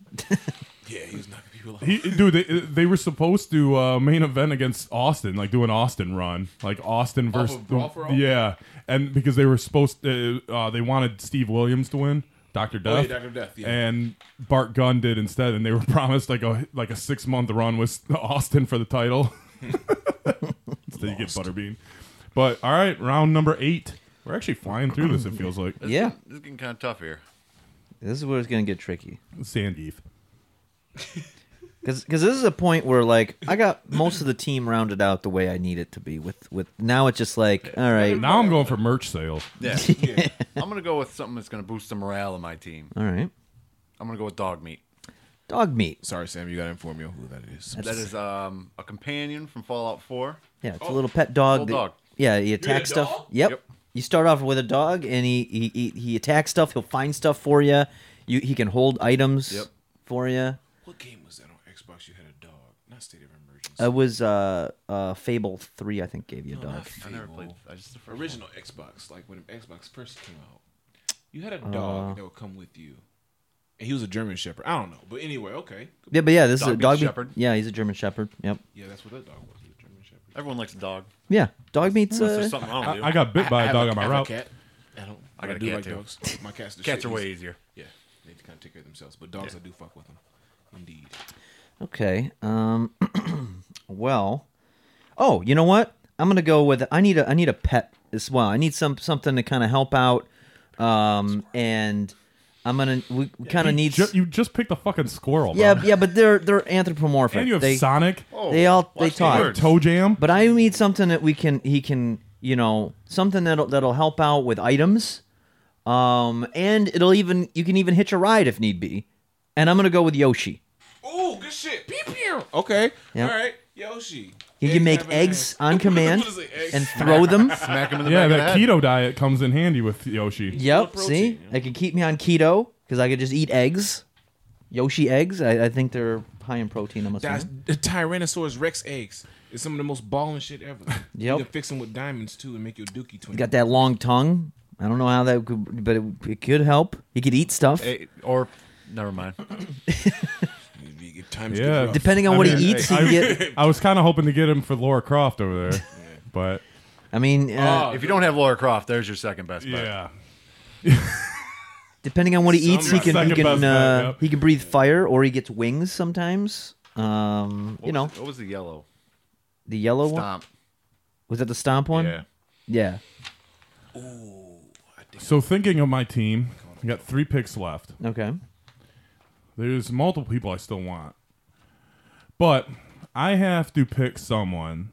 S7: yeah, he was knocking people out.
S3: he, dude, they, they were supposed to uh, main event against Austin, like do an Austin run, like Austin versus
S7: of Brawl for All?
S3: yeah, and because they were supposed to, uh, they wanted Steve Williams to win. Doctor Death,
S7: Oh, yeah, Dr. Death, yeah.
S3: and Bart Gunn did instead, and they were promised like a like a six month run with Austin for the title. Instead, you get Butterbean. But all right, round number eight. We're actually flying through this. It feels like
S5: Yeah.
S6: This is getting kind of tough here.
S5: This is where it's gonna get tricky.
S3: Sandeep.
S5: Because this is a point where like I got most of the team rounded out the way I need it to be. With with now it's just like all right,
S3: Now I'm going for merch sales.
S6: Yeah. I'm going to go with something that's going to boost the morale of my team.
S5: all right,
S6: I'm going to go with dog meat.
S5: dog meat.
S7: Sorry, Sam, you gotta inform me who that is.
S6: That is um, a companion from Fallout 4.
S5: Yeah, it's a little pet dog.
S6: Little
S5: that-
S6: Oh, dog.
S5: Yeah, he attacks
S7: dog?
S5: stuff. Yep.
S6: Yep.
S5: You start off with a dog, and he he, he he attacks stuff. He'll find stuff for you. You he can hold items
S6: Yep.
S5: for you.
S7: What game was that on Xbox? You had a dog, not State of Emergency.
S5: It was uh uh Fable three, I think, gave
S6: Oh,
S5: you a dog.
S7: Not
S6: I never
S7: Fable.
S6: played. I just the first
S7: original Xbox, like when Xbox first came out. You had a
S5: Uh-huh.
S7: dog that would come with you, and he was a German Shepherd. I don't know, but anyway, okay,
S5: Yeah, but yeah, this
S6: Dog
S5: is a
S6: meat
S5: dog meat-
S6: shepherd.
S5: Yeah, he's a German shepherd. Yep.
S7: yeah, that's what that dog was, a German Shepherd.
S6: Everyone likes a dog.
S5: Yeah, dog meat's.
S6: Unless
S5: Uh,
S6: there's something wrong with you.
S3: I, I got bit by a
S7: a
S3: dog on my
S7: have a
S3: route.
S7: cat. I don't.
S6: I
S7: I,
S6: got a
S7: do
S6: cat,
S7: like
S6: too.
S7: dogs. My cats. The
S6: Cats
S7: shit.
S6: are way easier.
S7: Yeah, they kind of take care of themselves, but dogs I do fuck with them. Indeed.
S5: Okay. Um. well. Oh, you know what? I'm gonna go with. I need a. I need a pet as well. I need some something to kind of help out. Um. And I'm gonna. We, we kind of need.
S3: Ju- you just picked a fucking squirrel.
S5: yeah.
S3: bro.
S5: Yeah. But they're they're anthropomorphic.
S3: And you have
S5: they,
S3: Sonic.
S5: They all they
S6: watch Oh, the
S5: talk.
S6: word.
S3: Toe Jam.
S5: But I need something that we can. He can. You know, something that'll that'll help out with items. Um. And it'll even. You can even hitch a ride if need be. And I'm gonna go with Yoshi.
S7: Ooh, good shit. Pew pew. Okay.
S5: Yeah.
S7: All right. Yoshi.
S5: He
S7: Egg
S5: can make
S7: having
S5: eggs
S7: ass.
S5: on command
S7: What is it, eggs?
S5: and throw them.
S6: Smack him in the
S3: yeah,
S6: back
S3: that
S6: of the head.
S3: keto diet comes in handy with Yoshi.
S5: Yep.
S7: protein,
S5: See,
S7: yeah.
S5: I could keep me on keto because I could just eat eggs, Yoshi eggs. I, I think they're high in protein. I'm
S7: That's
S5: assuming.
S7: the Tyrannosaurus Rex eggs. It's some of the most balling shit ever. You
S5: Yep.
S7: can fix them with diamonds too and make your dookie twin.
S5: Got that long tongue. I don't know how that could, but it, it could help. He could eat stuff
S6: Eh, or, never mind.
S7: You- Times
S3: Yeah.
S7: get rough.
S5: depending on
S3: I
S5: what
S3: mean,
S5: he eats. He
S3: I-
S5: can get.
S3: I was kind of hoping to get him for Laura Croft over there, but
S5: I mean,
S3: oh,
S5: uh,
S6: If you don't have Laura Croft, there's your second best bet.
S3: yeah,
S5: depending on what he eats, he
S3: Sometimes.
S5: can he
S3: Second best
S5: can
S3: bet,
S5: uh,
S3: yep.
S5: he can breathe fire or he gets wings sometimes. Um, you
S6: What was
S5: know,
S6: the- What was the yellow?
S5: the yellow one
S6: Stomp.
S5: was that the stomp one?
S6: Yeah.
S5: Yeah.
S3: So thinking of my team, I got three picks left.
S5: Okay.
S3: There's multiple people I still want, but I have to pick someone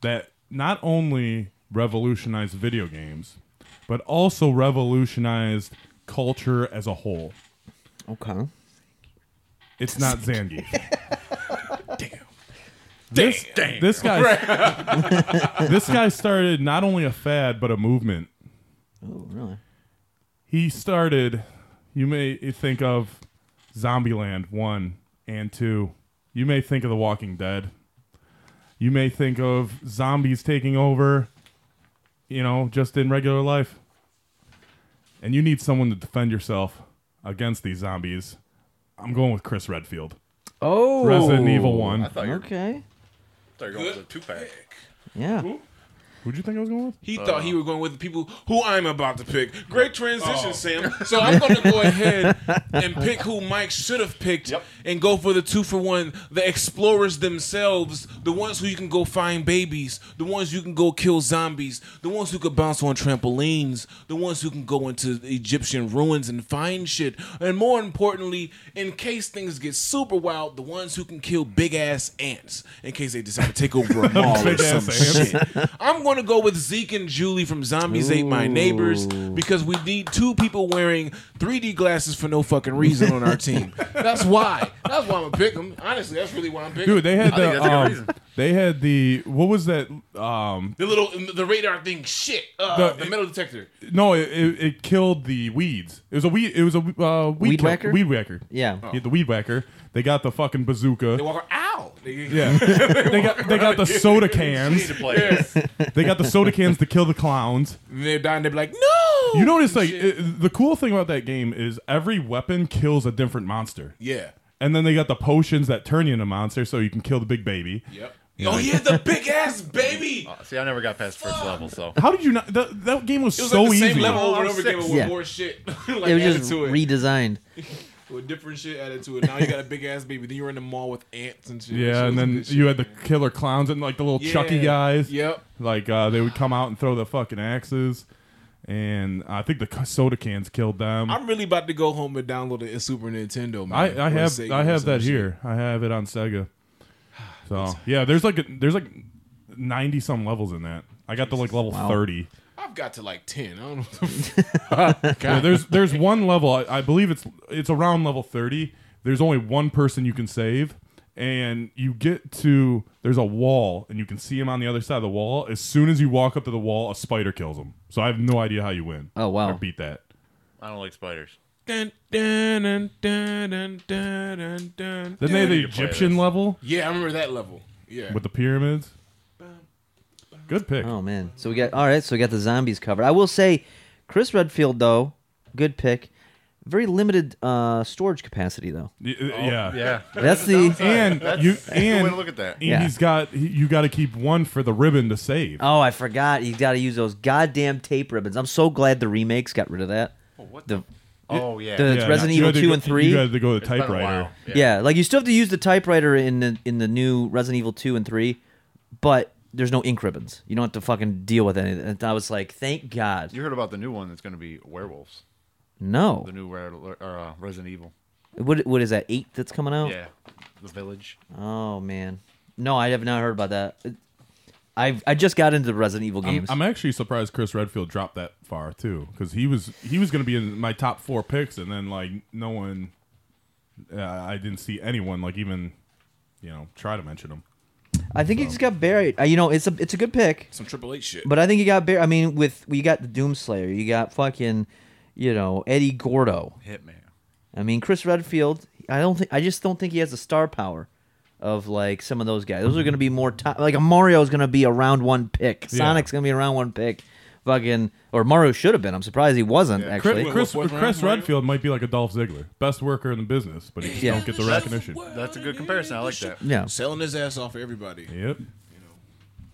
S3: that not only revolutionized video games, but also revolutionized culture as a whole.
S5: Okay.
S3: It's not Zangief. This, this guy, this guy started not only a fad but a movement.
S5: Oh, really?
S3: he started you may think of zombieland 1 and 2 you may think of the walking dead you may think of zombies taking over you know just in regular life and you need someone to defend yourself against these zombies i'm going with chris redfield
S5: Oh,
S3: resident evil 1
S6: thought you were-
S5: Okay.
S6: thought you were going for the two pack.
S5: Yeah.
S3: who'd you think i was going with
S7: He thought
S3: Uh.
S7: he was going with the people who I'm about to pick. Great transition,
S3: Oh.
S7: Sam. So I'm going to go ahead and pick who Mike should have picked and go for the two for one, the explorers themselves, the ones who you can go find babies, the ones you can go kill zombies, the ones who could bounce on trampolines, the ones who can go into Egyptian ruins and find shit. And more importantly, in case things get super wild, the ones who can kill big ass ants in case they decide to take over a mall or
S3: Big-ass
S7: some
S3: ants.
S7: shit. I'm going to go with Zeke and Julie from Zombies Ate My Neighbors because we need two people wearing 3D glasses for no fucking reason on our team. That's why. That's why I'm gonna pick them. Honestly, that's really why I'm picking.
S3: dude they had
S6: think
S3: the
S6: that's a good
S3: um,
S6: reason.
S3: they had the what was that um
S7: the little the radar thing. Shit. Uh,
S3: The-
S7: the, metal detector.
S3: No, it, it, it killed the weeds. It was a weed. It was a uh, weed,
S5: Weed
S3: kill-
S5: whacker?
S3: Weed whacker.
S5: Yeah.
S7: Oh.
S3: Yeah, the weed whacker. They got the fucking
S7: They
S3: bazooka.
S7: walk. Ow. They,
S3: Yeah, they got they got the soda cans.
S6: Play this.
S3: They got the soda cans to kill the clowns.
S7: And they're dying. They're like, no.
S3: You notice like
S7: Shit.
S3: it, the cool thing about that game is every weapon kills a different monster,
S7: yeah.
S3: and then they got the potions that turn you into monster, so you can kill the big baby.
S7: Yep. Oh yeah, the big ass baby. It
S6: See, I never got past first level, so.
S3: How did you not? That, that game was,
S7: was
S3: so
S7: like the
S3: easy.
S7: same level over and
S6: Oh,
S7: over again, but with
S5: Yeah.
S7: more shit. like
S5: it was
S7: added
S5: just
S7: to it.
S5: redesigned.
S7: with different shit added to it. Now you got a big ass baby. Then you were in the mall with ants and shit.
S3: Yeah, and then you had the killer clowns and like the little Chucky guys.
S7: Yep.
S3: Like uh, they would come out and throw the fucking axes. and I think the c- soda cans killed them.
S7: I'm really about to go home and download a Super Nintendo. Man,
S3: I, I
S7: or a
S3: have
S7: Sega
S3: I
S7: or
S3: have
S7: some
S3: that
S7: shit.
S3: here. I have it on Sega. So yeah, there's like a, there's like ninety some levels in that. I got to like level thirty.
S7: I've got to like ten. I don't know. What the f-
S3: Yeah, there's there's one level I, I believe it's it's around level 30 there's only one person you can save and you get to there's a wall and you can see him on the other side of the wall as soon as you walk up to the wall a spider kills him so i have no idea how you win
S5: Oh, wow.
S3: or beat that
S6: I don't like spiders.
S7: dun, dun, dun, dun, dun, dun, dun, dun.
S3: then they had the
S6: need to play
S3: egyptian
S6: this.
S3: level
S7: Yeah, I remember that level. Yeah.
S3: with the pyramids good pick
S5: Oh man. So we got all right. So we got the zombies covered. I will say, Chris Redfield though, good pick. Very limited uh, storage capacity though.
S3: Y- uh, Oh. yeah
S6: Yeah.
S5: That's the.
S3: and you and,
S6: way to look at that.
S3: and
S5: Yeah.
S3: he's got he, you got to keep one for the ribbon to save
S5: Oh, I forgot. You got to use those goddamn tape ribbons. I'm so glad the remakes got rid of that.
S6: what
S5: The
S6: Oh yeah.
S5: the-
S3: Yeah,
S5: Resident
S3: you had
S5: Evil
S3: to
S5: 2
S3: go-
S5: and 3?
S3: you had to go to
S6: It's been a
S3: typewriter
S6: while.
S5: yeah. like you still have to use the typewriter in the in the new Resident Evil 2 and 3, but there's no ink ribbons. You don't have to fucking deal with anything. And I was like, thank God.
S6: You heard about the new one that's going to be werewolves.
S5: No.
S6: The new Re- or, uh, Resident Evil.
S5: What what is that? 8 that's coming out?
S6: Yeah. The Village.
S5: Oh man. No, I have not heard about that. I I just got into the Resident Evil
S3: I'm,
S5: games.
S3: I'm actually surprised Chris Redfield dropped that far too, because he was he was going to be in my top four picks, and then like no one, uh, I didn't see anyone like even, you know, try to mention him.
S5: I think he just got buried. Uh, you know, it's a it's a good pick.
S7: some Triple H shit.
S5: But I think you got Bear. I mean, with you got the Doomslayer, you got fucking, you know, Eddie Gordo.
S6: Hitman.
S5: I mean, Chris Redfield. I don't think. I just don't think he has the star power of like some of those guys. Those are going to be more top. Like a Mario's going to be a round one pick. Sonic's going to be a round one pick. Fucking or Mario should have been. I'm surprised he wasn't actually.
S3: Chris Chris,
S7: Wait, wait, wait,
S3: Chris
S7: wait.
S3: Redfield might be like a Dolph Ziggler, best worker in the business, but he just
S5: Yeah.
S3: don't get the recognition.
S6: That's a good comparison. I like that.
S5: yeah.
S7: Selling his ass off for everybody.
S3: Yep.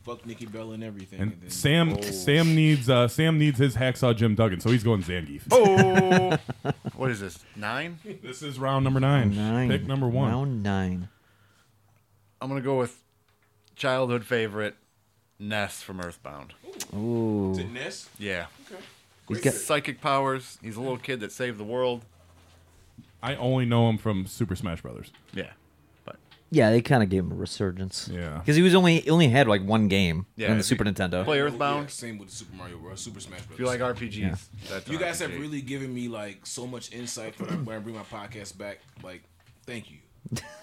S7: Fuck Nikki Bella and everything.
S3: And
S7: then-
S3: Sam Sam needs uh, Sam needs his hacksaw Jim Duggan, so he's going Zangief.
S6: Oh. what is this? Nine?
S3: This is round number nine.
S5: Nine.
S3: Pick number one.
S5: Round nine.
S6: I'm gonna go with childhood favorite Ness from Earthbound.
S7: Is it Ness?
S6: Yeah.
S5: He's got
S6: Psychic powers. He's a little kid that saved the world.
S3: I only know him from Super Smash Brothers.
S6: Yeah. But
S5: yeah. They kind of gave him a resurgence.
S3: Yeah.
S5: Because he was only he only had like one game
S6: Yeah,
S5: in the
S6: if
S5: Super
S6: you
S5: Nintendo.
S6: play
S7: Yeah,
S6: Earthbound.
S7: same with Super Mario Bros. Super Smash Bros.
S6: If you like RPGs, that's an
S7: You guys have
S6: RPG.
S7: really given me like so much insight for when I bring my podcast back. Like, thank you.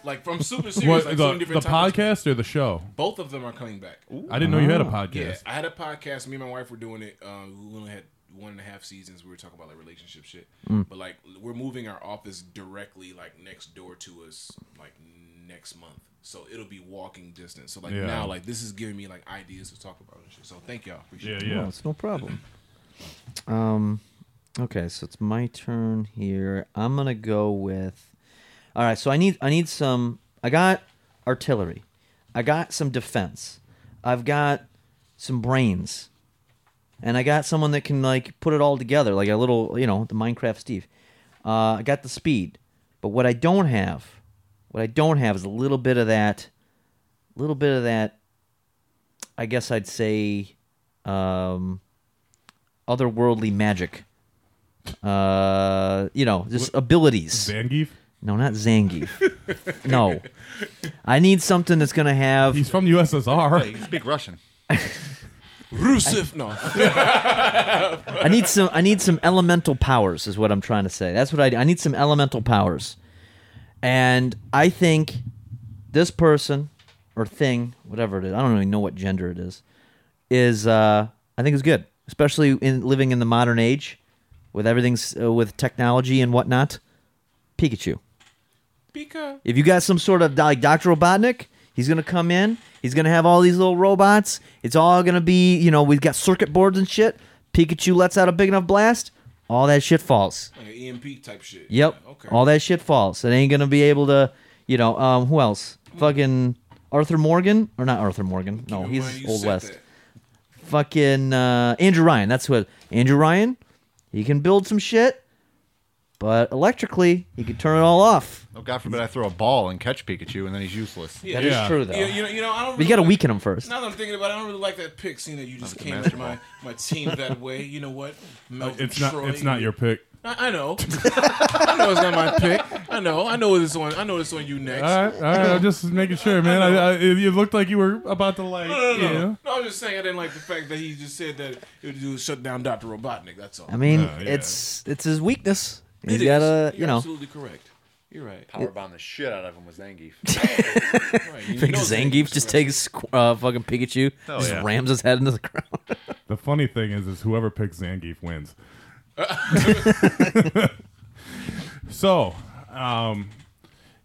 S7: Like from super
S3: What,
S7: serious, like
S3: the
S7: so many
S3: the
S7: different topics.
S3: podcast or the show?
S7: Both of them are coming back.
S3: I didn't know you had
S5: Oh.
S3: a
S7: yeah,
S3: podcast.
S7: I had a podcast. Me and my wife were doing it. Um, we only had one and a half seasons. We were talking about like relationship shit.
S3: Mm.
S7: But like, we're moving our office directly like next door to us, like next month. So it'll be walking distance. So like
S3: Yeah.
S7: now, like this is giving me like ideas to talk about and shit. So thank y'all. Appreciate
S3: Yeah,
S7: it.
S3: yeah.
S5: No, it's no problem. Um, okay, so it's my turn here. I'm gonna go with. All right, so I need I need some. I got artillery. I got some defense. I've got some brains, and I got someone that can like put it all together, like a little, you know, the Minecraft Steve. Uh, I got the speed, but what I don't have, what I don't have is a little bit of that, little bit of that. I guess I'd say um, otherworldly magic. Uh, you know, just abilities.
S3: Zangief.
S5: no, not Zangief. no, I need something that's gonna have.
S3: He's from the USSR.
S6: You speak Russian.
S7: Rusev, no.
S5: I need some. I need some elemental powers. Is what I'm trying to say. That's what I. I need some elemental powers, and I think this person or thing, whatever it is, I don't even know what gender it is, is uh, I think is good, especially in living in the modern age, with everything's uh, with technology and whatnot. Pikachu.
S7: Pika.
S5: If you got some sort of like Dr. Robotnik, he's gonna come in. He's gonna have all these little robots. It's all gonna be, you know, we've got circuit boards and shit. Pikachu lets out a big enough blast, all that shit falls.
S7: Like an EMP type shit.
S5: Yep,
S7: Yeah, okay.
S5: all that shit falls. It ain't gonna be able to, you know, um, who else? Fucking Arthur Morgan or not Arthur Morgan? No,
S7: Keep in mind
S5: he's
S7: you
S5: Old
S7: said
S5: West.
S7: that.
S5: Fucking uh, Andrew Ryan. That's what Andrew Ryan. He can build some shit. but electrically, he could turn it all off.
S6: Oh, God forbid I throw a ball and catch Pikachu and then he's useless.
S7: Yeah.
S5: That is
S3: Yeah.
S5: true, though.
S7: Yeah, you know, you know, I don't.
S5: but you got to
S7: really-
S5: weaken him first.
S7: Now that I'm thinking about it, I don't really like that pick, seeing that you just
S6: Not the Uh,
S7: came
S6: master
S7: at my, my team that way. You know what? Melvin
S3: It's not.
S7: Troy.
S3: It's not your pick.
S7: I, I know. I know it's not my pick. I know. I know this one. I know this one. You next.
S3: All
S6: Uh,
S3: right, all right. I'm just making sure, man. I, I, you looked like you were about to like.
S7: No, no, no,
S3: you
S7: no.
S3: know.
S7: no. I'm just saying I didn't like the fact that he just said that it would do shut down Doctor Robotnik. That's all.
S5: I mean,
S3: Uh, yeah.
S5: it's it's his weakness.
S7: It
S5: He's
S7: is.
S5: got to, you
S7: You're
S5: know,
S7: absolutely correct. You're right.
S6: Powerbomb the shit out of him with Zangief.
S7: You're right. You
S5: big
S7: know
S5: Zangief just takes uh, fucking Pikachu,
S6: Oh,
S5: just
S6: yeah.
S5: rams his head into the ground.
S3: The funny thing is, is whoever picks Zangief wins. so, um,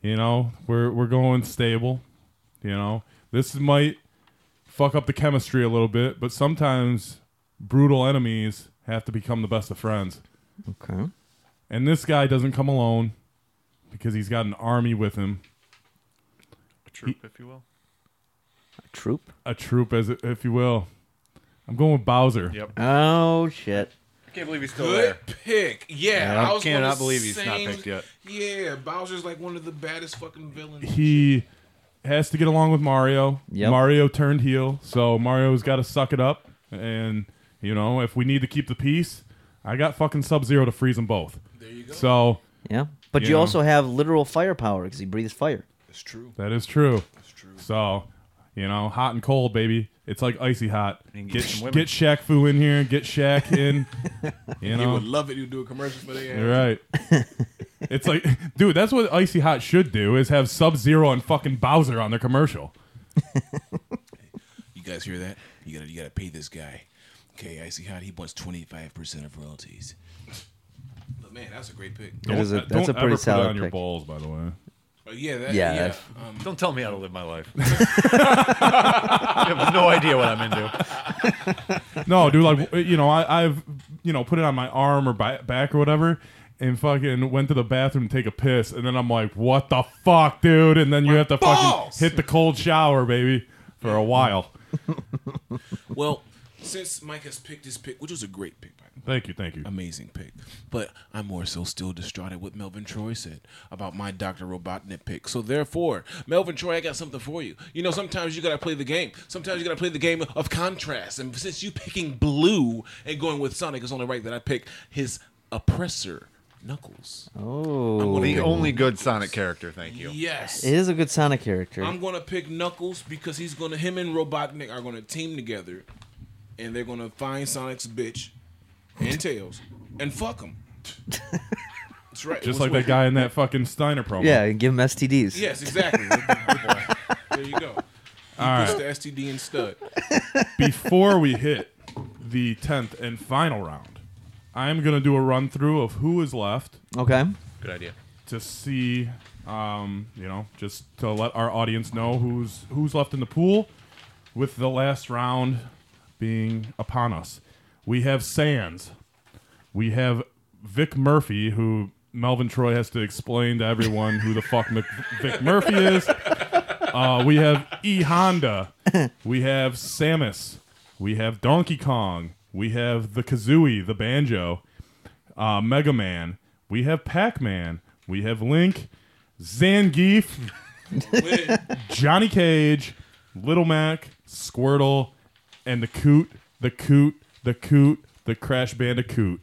S3: you know, we're we're going stable. You know, this might fuck up the chemistry a little bit, but sometimes brutal enemies have to become the best of friends.
S5: Okay.
S3: And this guy doesn't come alone because he's got an army with him,
S6: A troop, if you will.
S5: Troop.
S3: a troop, as it- if you will. I'm going with Bowser.
S6: Yep.
S5: Oh, shit.
S6: I can't believe he's still
S7: Good
S6: there.
S7: pick. Yeah,
S6: Yeah, I
S7: I was
S6: cannot
S7: gonna
S6: believe he's not
S7: say-
S6: picked yet.
S7: Yeah, Bowser's like one of the baddest fucking villains.
S3: he has to get along with Mario.
S5: Yep.
S3: Mario turned heel, so Mario's got to suck it up. And you know, if we need to keep the peace, I got fucking Sub Zero to freeze them both.
S7: There you go.
S3: So
S5: Yeah. But
S3: You
S5: you,
S3: know.
S5: also have literal firepower because he breathes fire.
S7: That's true.
S3: that is true.
S7: That's true.
S3: So you know, hot and cold, baby. It's like icy hot.
S6: And
S3: Get
S6: get some women.
S3: get Shaq Fu in here. Get Shaq in. you
S7: You would
S3: know,
S7: love it. You do a commercial for the
S3: you're right. it's like, dude, that's what icy hot should do is have Sub Zero and fucking Bowser on their commercial.
S7: You guys hear that? You gotta you gotta pay this guy. Okay, I see how he wants twenty five percent of royalties. But man, that's a great pick.
S5: That is a,
S3: Don't
S5: that's a
S3: ever
S5: pretty
S3: put it
S5: solid
S3: on your
S5: pick.
S3: balls, by the way.
S7: But yeah, that,
S5: Yeah,
S7: yeah.
S5: that's-
S7: Um,
S6: Don't tell me how to live my life. I have no idea what I'm into.
S3: No, dude, like you know, I, I've you know put it on my arm or bi- back or whatever, and fucking went to the bathroom to take a piss, and then I'm like, what the fuck, dude? And then you have to
S7: balls!
S3: fucking hit the cold shower, baby, for a while.
S7: well, since Mike has picked this pick, which was a great pick, by the way.
S3: Thank you, thank you.
S7: Amazing pick. But I'm more so still distraught at what Melvin Troy said about my Dr. Robotnik pick. So therefore, Melvin Troy, I got something for you. You know, sometimes you gotta play the game. Sometimes you gotta play the game of contrast. And since you picking blue and going with Sonic, it's only right that I pick his oppressor, Knuckles.
S5: Oh.
S6: The only good Sonic character, thank you.
S7: Yes.
S5: It is a good Sonic character.
S7: I'm gonna pick Knuckles because he's gonna him and Robotnik are gonna team together and they're gonna find Sonic's bitch and Tails and fuck him. That's right.
S3: Just
S7: What's
S3: like
S7: with-
S3: that guy in that fucking Steiner promo.
S5: yeah, and give him STDs.
S7: Yes, exactly. there you go. He
S3: All
S7: puts
S3: right.
S7: the STD in stud.
S3: Before we hit the tenth and final round, I'm gonna do a run through of who is left
S5: Okay.
S6: Good idea.
S3: to see, um, you know, just to let our audience know who's who's left in the pool, with the last round being upon us. We have Sands, we have Vic Murphy, who Melvin Troy has to explain to everyone who the fuck Mc- Vic Murphy is. Uh, we have E Honda, we have Samus, we have Donkey Kong, we have the Kazooie, the banjo uh, Mega Man. We have Pac Man. We have Link, Zangief, Johnny Cage, Little Mac, Squirtle, and the Coot, the Coot, the Coot, the Crash Bandicoot.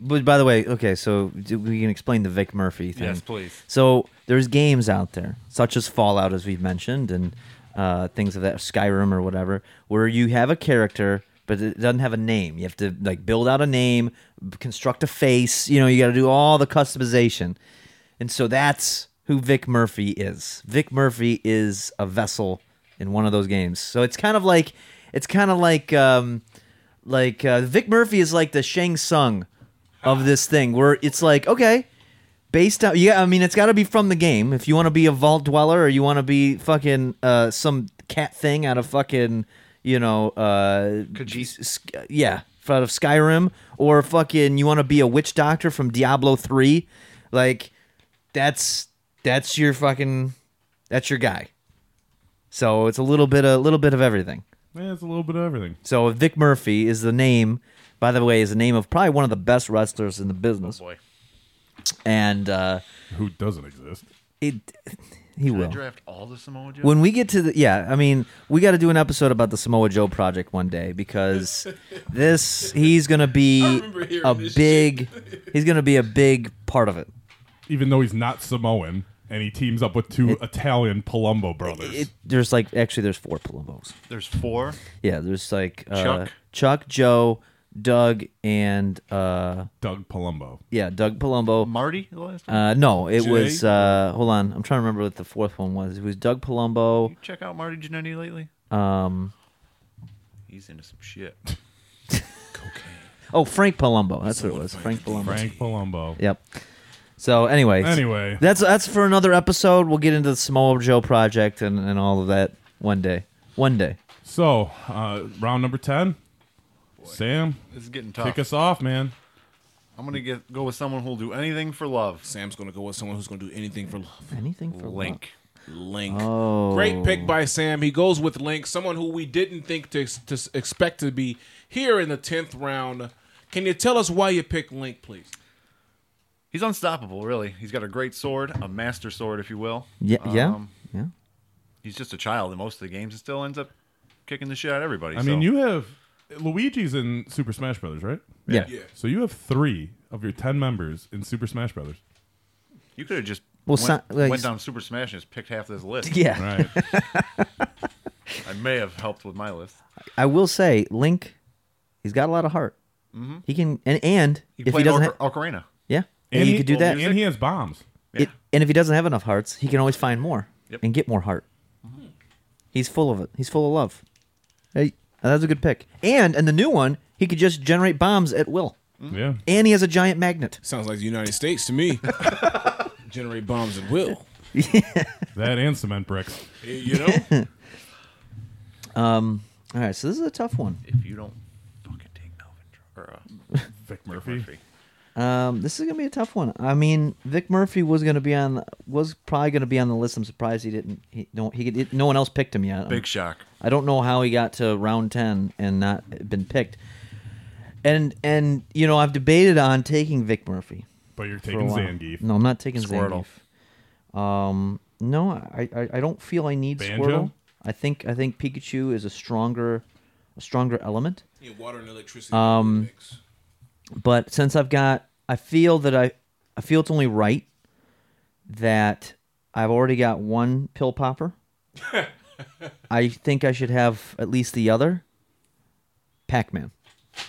S5: But by the way, okay, so d- we can explain the Vic Murphy thing.
S6: Yes, please.
S5: So there's games out there, such as Fallout, as we've mentioned, and uh, things of that Skyrim or whatever, where you have a character, but it doesn't have a name. You have to like build out a name, b- construct a face. You know, you got to do all the customization, and so that's who Vic Murphy is. Vic Murphy is a vessel in one of those games. So it's kind of like, it's kind of like. Um, like uh, Vic Murphy is like the Shang Tsung of this thing, where it's like okay, based on yeah, I mean it's got to be from the game. If you want to be a vault dweller or you want to be fucking uh, some cat thing out of fucking you know uh,
S6: Khajiit.
S5: s- s- yeah out of Skyrim or fucking you want to be a witch doctor from Diablo three, like that's that's your fucking that's your guy. So it's a little bit a little bit of everything.
S3: Yeah, it's a little bit of everything.
S5: So Vic Murphy is the name. By the way, is the name of probably one of the best wrestlers in the business.
S6: Boy.
S5: and uh,
S3: Who doesn't exist?
S5: it, he
S6: Did I
S5: will.
S6: draft all the Samoa Joe?
S5: When we get to the yeah, I mean, we got to do an episode about the Samoa Joe project one day because this he's gonna be
S7: remember hearing
S5: a
S7: this
S5: big he's gonna be a big part of it.
S3: Even though he's not Samoan and he teams up with two Italian Palumbo brothers.
S5: it there's like actually there's four Palumbos.
S6: There's four.
S5: Yeah, there's like uh,
S6: Chuck.
S5: Chuck, Joe, Doug, and uh,
S3: Doug Palumbo.
S5: yeah, Doug Palumbo.
S6: Marty, the last one.
S5: Uh, no, it
S7: Janae?
S5: was uh, hold on, I'm trying to remember what the fourth one was. It was Doug Palumbo.
S6: You check out Marty Jannetty lately?
S5: Um,
S6: He's into some shit.
S5: oh, Frank Palumbo. That's what it was. Frank Palumbo.
S3: Frank Palumbo.
S5: Yep. So anyway,
S3: Anyway.
S5: that's that's for another episode. We'll get into the Samoa Joe project and, and all of that one day. One day.
S3: So, uh, round number 10. Sam,
S6: This is getting
S3: kick
S6: tough.
S3: us off, man.
S6: I'm gonna get go with someone who'll do anything for love.
S7: Sam's gonna go with someone who's gonna do anything for love.
S5: Anything for
S6: Link.
S7: Link.
S5: Oh.
S7: Great pick by Sam. He goes with Link, someone who we didn't think to, to expect to be here in the tenth round. Can you tell us why you picked Link, please?
S6: He's unstoppable, really. He's got a great sword, a master sword, if you will.
S5: Yeah. Yeah.
S6: Um,
S5: Yeah.
S6: He's just a child in most of the games and still ends up kicking the shit out of everybody.
S3: I mean,
S6: so-
S3: you have Luigi's in Super Smash Brothers, right?
S5: Yeah.
S3: So you have three of your 10 members in Super Smash Brothers.
S6: you could have just
S5: Well,
S6: went,
S5: so- like-
S6: went down Super Smash and just picked half this list.
S5: Yeah.
S3: Right.
S6: I may have helped with my list.
S5: I will say, Link, he's got a lot of heart. He can, and, and
S6: Mm-hmm. He
S5: if he
S6: played
S5: doesn't,
S6: Ocar-
S5: ha-
S6: Ocarina.
S5: yeah, and, he, could do that.
S3: And he has bombs.
S5: It- and if he doesn't have enough hearts, he can always find more
S6: Yep. Mm-hmm.
S5: and get more heart. He's full of it. He's full of love. Hey, that's a good pick. And and the new one, he could just generate bombs at will.
S6: Mm-hmm.
S3: Yeah.
S5: And he has a giant magnet.
S7: Sounds like the United States to me. Generate bombs at will.
S3: That and cement bricks.
S7: You know?
S5: All right, so this is a tough one.
S6: If you don't fucking take Melvin Dr- or uh,
S3: Vic
S6: Murphy,
S5: Um, this is gonna be a tough one. I mean, Vic Murphy was gonna be on, was probably gonna be on the list. I'm surprised he didn't. He, no, he could- no one else picked him yet.
S6: Big Shock.
S5: I don't know how he got to round ten and not been picked. And and you know I've debated on taking Vic Murphy.
S3: But you're
S5: for a
S3: taking
S5: while.
S3: Zangief.
S5: No, I'm not taking
S6: Squirtle.
S5: Zangief. Um, no, I, I I don't feel I need
S3: Banjo?
S5: Squirtle. I think I think Pikachu is a stronger a stronger element.
S7: yeah, water and electricity. Um,
S5: But since I've got, I feel that I I feel it's only right that I've already got one pill popper. I think I should have at least the other. Pac-Man.
S6: I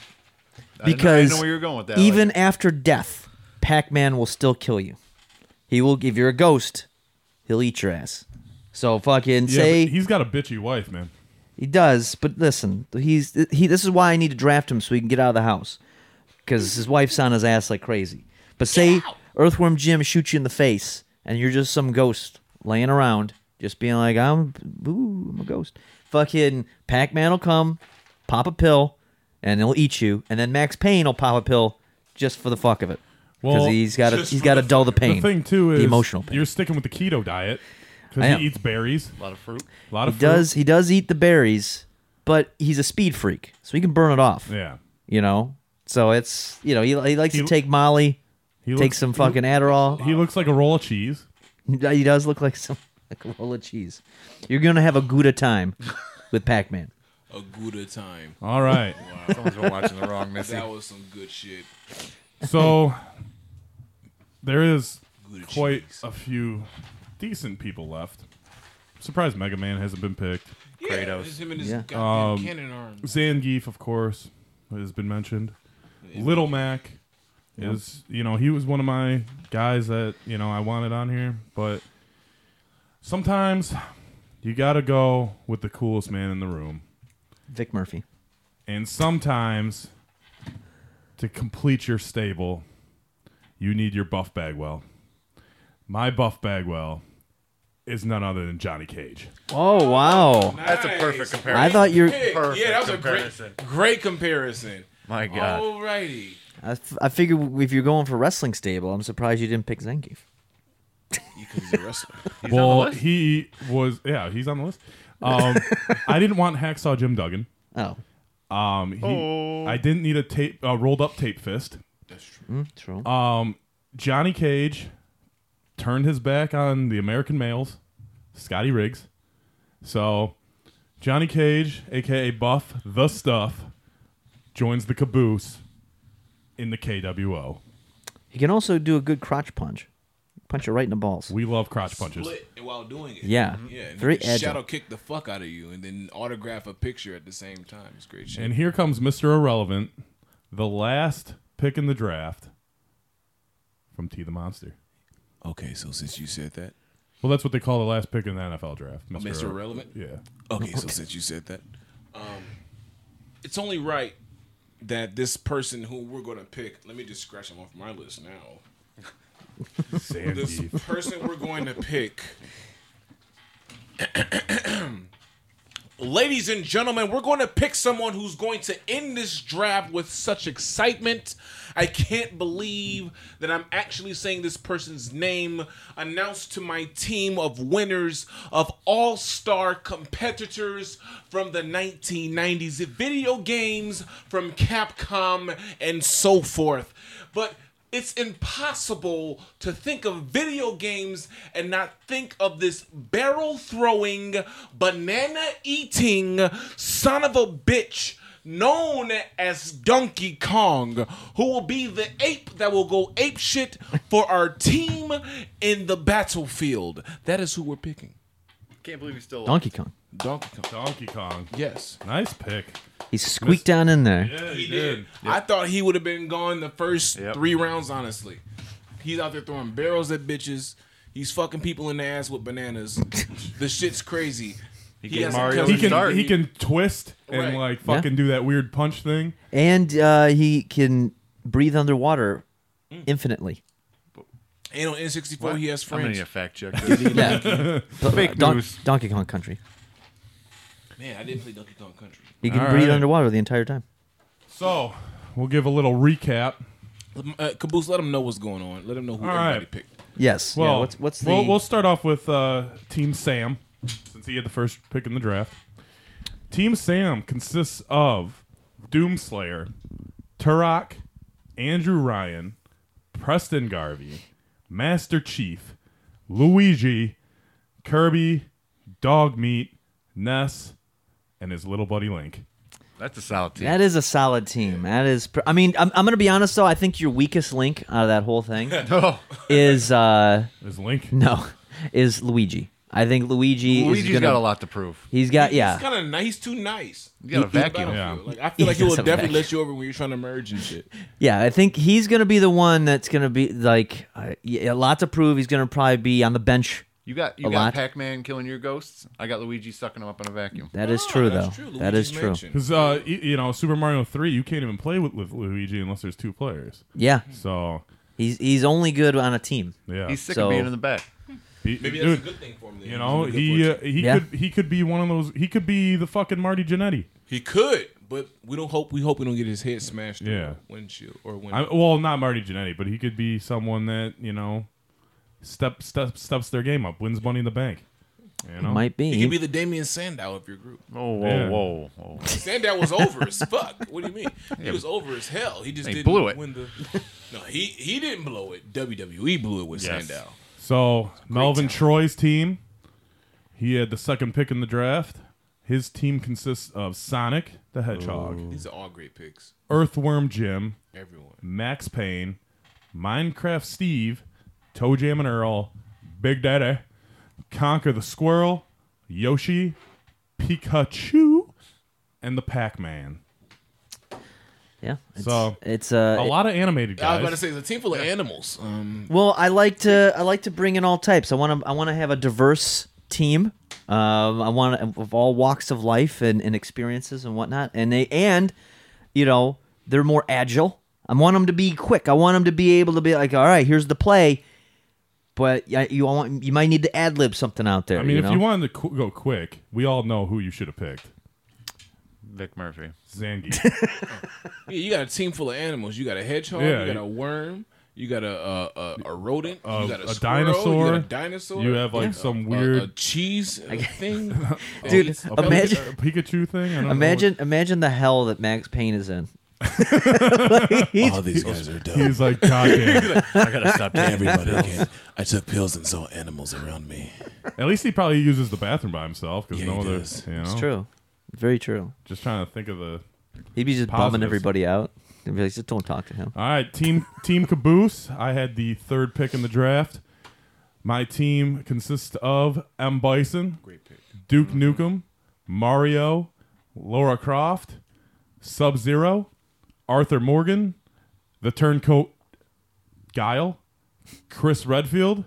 S6: didn't know- I
S5: because
S6: didn't know where you were going with that.
S5: even
S6: Like,
S5: after death, Pac-Man will still kill you. He will give you a ghost. He'll eat your ass. So fucking
S3: Yeah,
S5: say
S3: but he's got a bitchy wife, man.
S5: he does, but listen, he's he. This is why I need to draft him so he can get out of the house, because his wife's on his ass like crazy. But say Earthworm Jim shoots you in the face, and you're just some ghost laying around, just being like, "I'm, ooh, I'm a ghost." Fucking Pac-Man will come, pop a pill, and he'll eat you, and then Max Payne will pop a pill just for the fuck of it, because
S3: Well,
S5: he's got to
S7: just
S5: he's
S7: for
S5: got to
S7: the
S5: dull the pain.
S3: The thing, too, is
S5: the emotional pain.
S3: you're sticking with the keto diet
S5: I
S3: because
S5: am.
S3: he eats berries,
S6: a lot of fruit.
S3: a lot
S5: He
S3: of fruit.
S5: does he does eat the berries, but he's a speed freak, so he can burn it off.
S3: Yeah.
S5: you know. So it's you know he, he likes
S3: He-
S5: to take Molly,
S3: He
S5: take
S3: looks-
S5: some fucking Adderall.
S3: He looks like a roll of cheese.
S5: He does look like some like a roll of cheese. You're gonna have a Gouda time with Pac-Man.
S7: a good time.
S3: All right.
S6: Someone's been watching the wrong Missy.
S7: That was some good shit.
S3: So there is
S7: Gouda
S3: quite
S7: cheese.
S3: a few decent people left. Surprised Mega Man hasn't been picked.
S7: Yeah,
S6: Kratos.
S7: it's him and his
S5: Yeah.
S7: goddamn cannon arms.
S3: Zangief, of course, has been mentioned. Little Mac is, you know, he was one of my guys that, you know, I wanted on here, but sometimes you got to go with the coolest man in the room.
S5: Vic Murphy.
S3: And sometimes to complete your stable, you need your Buff Bagwell. My Buff Bagwell is none other than Johnny Cage.
S5: Oh wow!
S6: That's a perfect
S7: Nice.
S6: comparison.
S5: I thought you're.
S7: Hey,
S6: Perfect
S7: yeah, that was a
S6: comparison.
S7: great, great comparison.
S6: My God.
S7: Oh, Alrighty.
S5: I, f- I figure if you're going for wrestling stable, I'm surprised you didn't pick Zangief.
S7: Because he's a wrestler.
S6: He's on the
S3: well,
S6: list.
S3: he was, yeah, he's on the list. Um, I didn't want Hacksaw Jim Duggan.
S5: Oh,
S6: Oh.
S3: Um, he, I didn't need a tape, a rolled up tape fist.
S5: mm, true.
S3: Um, Johnny Cage turned his back on the American males, Scotty Riggs. So Johnny Cage, aka Buff the Stuff, joins the caboose in the KWO.
S5: He can also do a good crotch punch. Punch you right in the balls.
S3: We love crotch punches.
S7: Split while doing it.
S5: Yeah.
S7: Yeah. and
S5: Very
S7: they can
S5: agile.
S7: Shadow kick the fuck out of you and then autograph a picture at the same time. It's great shit.
S3: And here comes Mr. Irrelevant, the last pick in the draft from T the Monster.
S7: okay, so since you said that,
S3: Well, that's what they call the last pick in the NFL draft. Mr.
S7: Mr.
S3: Irrelevant.
S7: Relevant.
S3: Yeah.
S7: Okay, so since you said that, um, it's only right that this person who we're going to pick, let me just scratch him off my list now. this
S3: Sandy.
S7: person we're going to pick. Ladies and gentlemen, we're going to pick someone who's going to end this draft with such excitement. I can't believe that I'm actually saying this person's name announced to my team of winners of all star competitors from the 1990s, video games from Capcom, and so forth. But it's impossible to think of video games and not think of this barrel throwing, banana eating son of a bitch known as Donkey Kong, who will be the ape that will go ape shit for our team in the battlefield. That is who we're picking.
S6: Can't believe he's still
S5: Donkey Kong.
S7: Donkey Kong.
S3: Donkey Kong.
S7: Yes.
S3: Nice pick.
S5: He squeaked down in there.
S3: Yeah,
S7: He did. I thought he would have been gone the first
S6: Yep.
S7: three rounds, honestly. He's out there throwing barrels at bitches. He's fucking people in the ass with bananas. the shit's crazy. He,
S6: gave
S7: hasn't
S6: Mario
S7: covered-
S3: He
S6: Doesn't
S3: can
S6: start.
S3: he can twist
S7: Right.
S3: and like fucking do that weird punch thing.
S5: And uh, he can breathe underwater
S3: Mm.
S5: infinitely.
S7: And on N64, he has
S6: I'm gonna
S7: friends.
S6: need a fact check. this.
S5: Yeah. uh,
S6: Fake
S5: Don-
S6: news.
S5: Donkey Kong Country.
S7: Man, I didn't play Donkey Kong Country.
S5: He can
S3: All
S5: breathe
S3: right.
S5: underwater the entire time.
S3: So we'll give a little recap.
S7: Uh, Caboose, let him know what's going on. Let him know who
S3: All
S7: everybody
S3: right.
S7: picked.
S5: Yes.
S3: Well,
S5: yeah, what's what's the
S3: we'll, we'll start off with uh, Team Sam since he had the first pick in the draft. Team Sam consists of Doomslayer, Turok, Andrew Ryan, Preston Garvey, Master Chief, Luigi, Kirby, Dog Meat, Ness, and his little buddy Link.
S6: That's a solid team.
S5: That is a solid team. That is. Pr- I mean, I'm, I'm going to be honest though. I think your weakest link out of that whole thing
S6: Oh,
S5: is uh
S3: Is Link?
S5: no, is Luigi. I think Luigi
S6: Luigi's
S5: is gonna,
S6: got a lot to prove.
S5: He's got yeah.
S7: He's kind of nice. He's too nice.
S6: He got a
S5: He-
S6: vacuum.
S3: Yeah.
S7: Battlefield. Like, I feel like he
S5: He
S7: will
S5: has a
S7: definitely
S5: back.
S7: let you over when you're trying to merge and shit.
S5: Yeah, I think he's going to be the one that's going to be like uh, yeah, a lot to prove. He's going to probably be on the bench.
S6: You got you
S5: A lot.
S6: got Pac-Man killing your ghosts. I got Luigi sucking them up in a vacuum.
S5: That is
S7: Ah,
S5: true though.
S7: that's
S5: That is
S7: Luigi's
S5: true.
S7: Mansion.
S3: Because uh, y- you know, Super Mario Three, you can't even play with, with Luigi unless there's two players.
S5: Yeah,
S3: So
S5: he's he's only good on a team.
S3: yeah,
S6: He's sick
S5: So-
S6: of being in the back.
S3: He-
S7: Maybe that's
S3: dude,
S7: a good thing for him. then.
S3: you know,
S7: He's a good
S3: he
S7: fortune.
S3: uh, he
S5: Yeah.
S3: could he could be one of those. He could be the fucking Marty Jannetty.
S7: He could, but we don't hope we hope we don't get his head smashed. through
S3: Yeah.
S7: a windshield or wind.
S3: I, well, not Marty Jannetty, but he could be someone that you know step step steps their game up, wins money in the bank. You know,
S5: Might be.
S7: he could be the Damien Sandow of your group.
S6: Oh, whoa,
S3: Yeah.
S6: whoa, whoa.
S7: Sandow was over as fuck. What do you mean? He was over as hell. He just
S6: They
S7: didn't
S6: blew it.
S7: Win the, no, he he didn't blow it. WWE blew it with
S6: Yes.
S7: Sandow.
S3: so Melvin Troy's team. He had the second pick in the draft. His team consists of Sonic the Hedgehog,
S7: These are all great picks.
S3: Earthworm Jim,
S7: Everyone.
S3: Max Payne, Minecraft Steve, Toe Jam and Earl, Big Daddy, Conquer the Squirrel, Yoshi, Pikachu, and the Pac Man.
S5: yeah. It's,
S3: So,
S5: it's uh,
S3: A
S5: it-
S3: lot of animated
S7: I was about to
S3: guys.
S7: say it's a team full of animals. Um,
S5: Well, I like to I like to bring in all types. I want to I want to have a diverse team. Um, I want of all walks of life and, and experiences and whatnot. And they and you know they're more agile. I want them to be quick. I want them to be able to be like, all right, here's the play. But yeah, you want you might need to ad lib something out there.
S3: I mean, if
S5: know?
S3: you wanted to qu- go quick, we all know who you should have picked.
S6: Vic Murphy.
S3: Zangief.
S7: yeah, you got a team full of animals. You got a hedgehog.
S3: Yeah,
S7: you got
S3: you-
S7: a worm. You got a a, a, a rodent.
S3: Uh,
S7: you got a,
S3: a
S7: squirrel,
S3: dinosaur.
S7: You got a dinosaur.
S3: you have like
S5: Yeah.
S3: some
S7: a-
S3: weird
S7: a, cheese uh, thing.
S5: Dude,
S7: A
S3: a Pika-
S5: imagine-
S7: uh,
S3: a Pikachu thing. I don't know what-
S5: imagine imagine the hell that Max Payne is in
S4: All these guys are dope.
S3: He's like, God damn.
S8: I gotta stop taking
S4: Everybody can. I took pills and saw animals around me.
S3: At least he probably uses the bathroom by himself because
S4: Yeah,
S3: no
S4: he
S3: other.
S4: does.
S3: You know,
S5: It's true. Very true.
S3: Just trying to think of the.
S5: He'd be just bumming
S3: Positives.
S5: everybody out. They'd be like, just don't talk to him.
S3: All right, team team Caboose. I had the third pick in the draft. My team consists of M Bison, Duke Nukem, Mario, Laura Croft, Sub Zero, Arthur Morgan, the Turncoat Guile, Chris Redfield,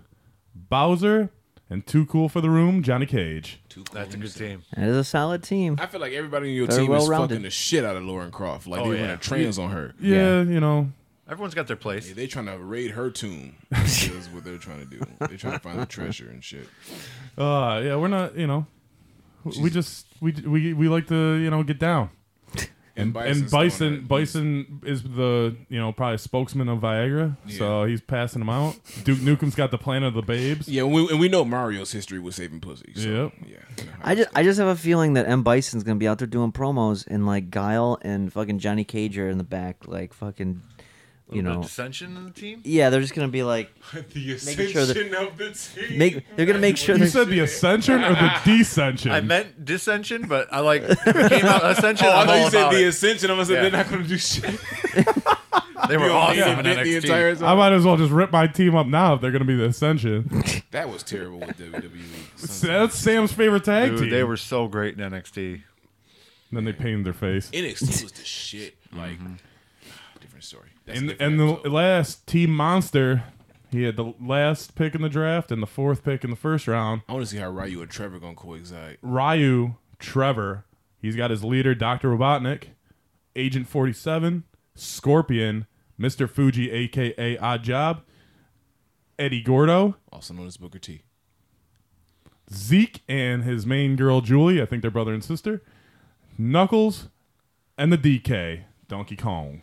S3: Bowser, and Too Cool for the Room, Johnny Cage.
S6: That's a good team.
S5: That is a solid team.
S7: I feel like everybody in your
S5: Very
S7: team is
S5: well-rounded.
S7: fucking the shit out of Lauren Croft. Like they went a trans on her.
S3: Oh, Yeah, you know,
S6: Everyone's got their place.
S7: Yeah, they trying to raid her tomb. That's what they're trying to do. They trying to find the treasure and shit.
S3: uh, yeah, we're not, you know, w- we just we we we like to you know get down.
S7: And
S3: and Bison, Bison is the you know probably spokesman of Viagra, so he's passing them out. Duke Nukem's got the plan of the babes.
S7: Yeah, and we, and we know Mario's history was saving pussy. So, Yeah. you know how
S5: I just, I just have a feeling that M Bison's gonna be out there doing promos, and like Guile and fucking Johnny Cage are in the back, like fucking, you
S6: The
S5: know,
S6: dissension in the team.
S5: yeah, they're just gonna be like,
S7: the
S5: Making sure that-
S7: ascension of the team.
S5: make, they're gonna make sure
S3: You
S5: they're,
S3: said the ascension or the descension?
S6: I meant dissension, but I like it came out ascension.
S7: Oh, I
S6: I'm
S7: thought
S6: all
S7: you said
S6: about
S7: the
S6: it.
S7: ascension. I was like,
S6: Yeah.
S7: they're not gonna do shit.
S6: They were awesome in
S7: They did Oh, the
S6: NXT.
S7: entire
S3: I might as well just rip my team up now if they're going to be the ascension.
S7: That was terrible with E. WWE.
S3: So That's Sam's favorite tag
S6: Dude,
S3: team.
S6: they were so great in NXT.
S3: And then they painted their face.
S7: NXT was the shit. Like different story. That's
S3: Mm-hmm. And
S7: a
S3: and
S7: different
S3: the
S7: episode.
S3: last team monster, he had the last pick in the draft and the fourth pick in the first round.
S7: I want to see how Ryu and Trevor gonna coexist.
S3: Ryu, Trevor. He's got his leader, Dr. Robotnik, Agent 47, Scorpion, Mr. Fuji, aka Odd Job, Eddie Gordo,
S7: Also known as Booker T.
S3: Zeke, and his main girl, Julie. I think they're brother and sister. Knuckles, and the DK, Donkey Kong.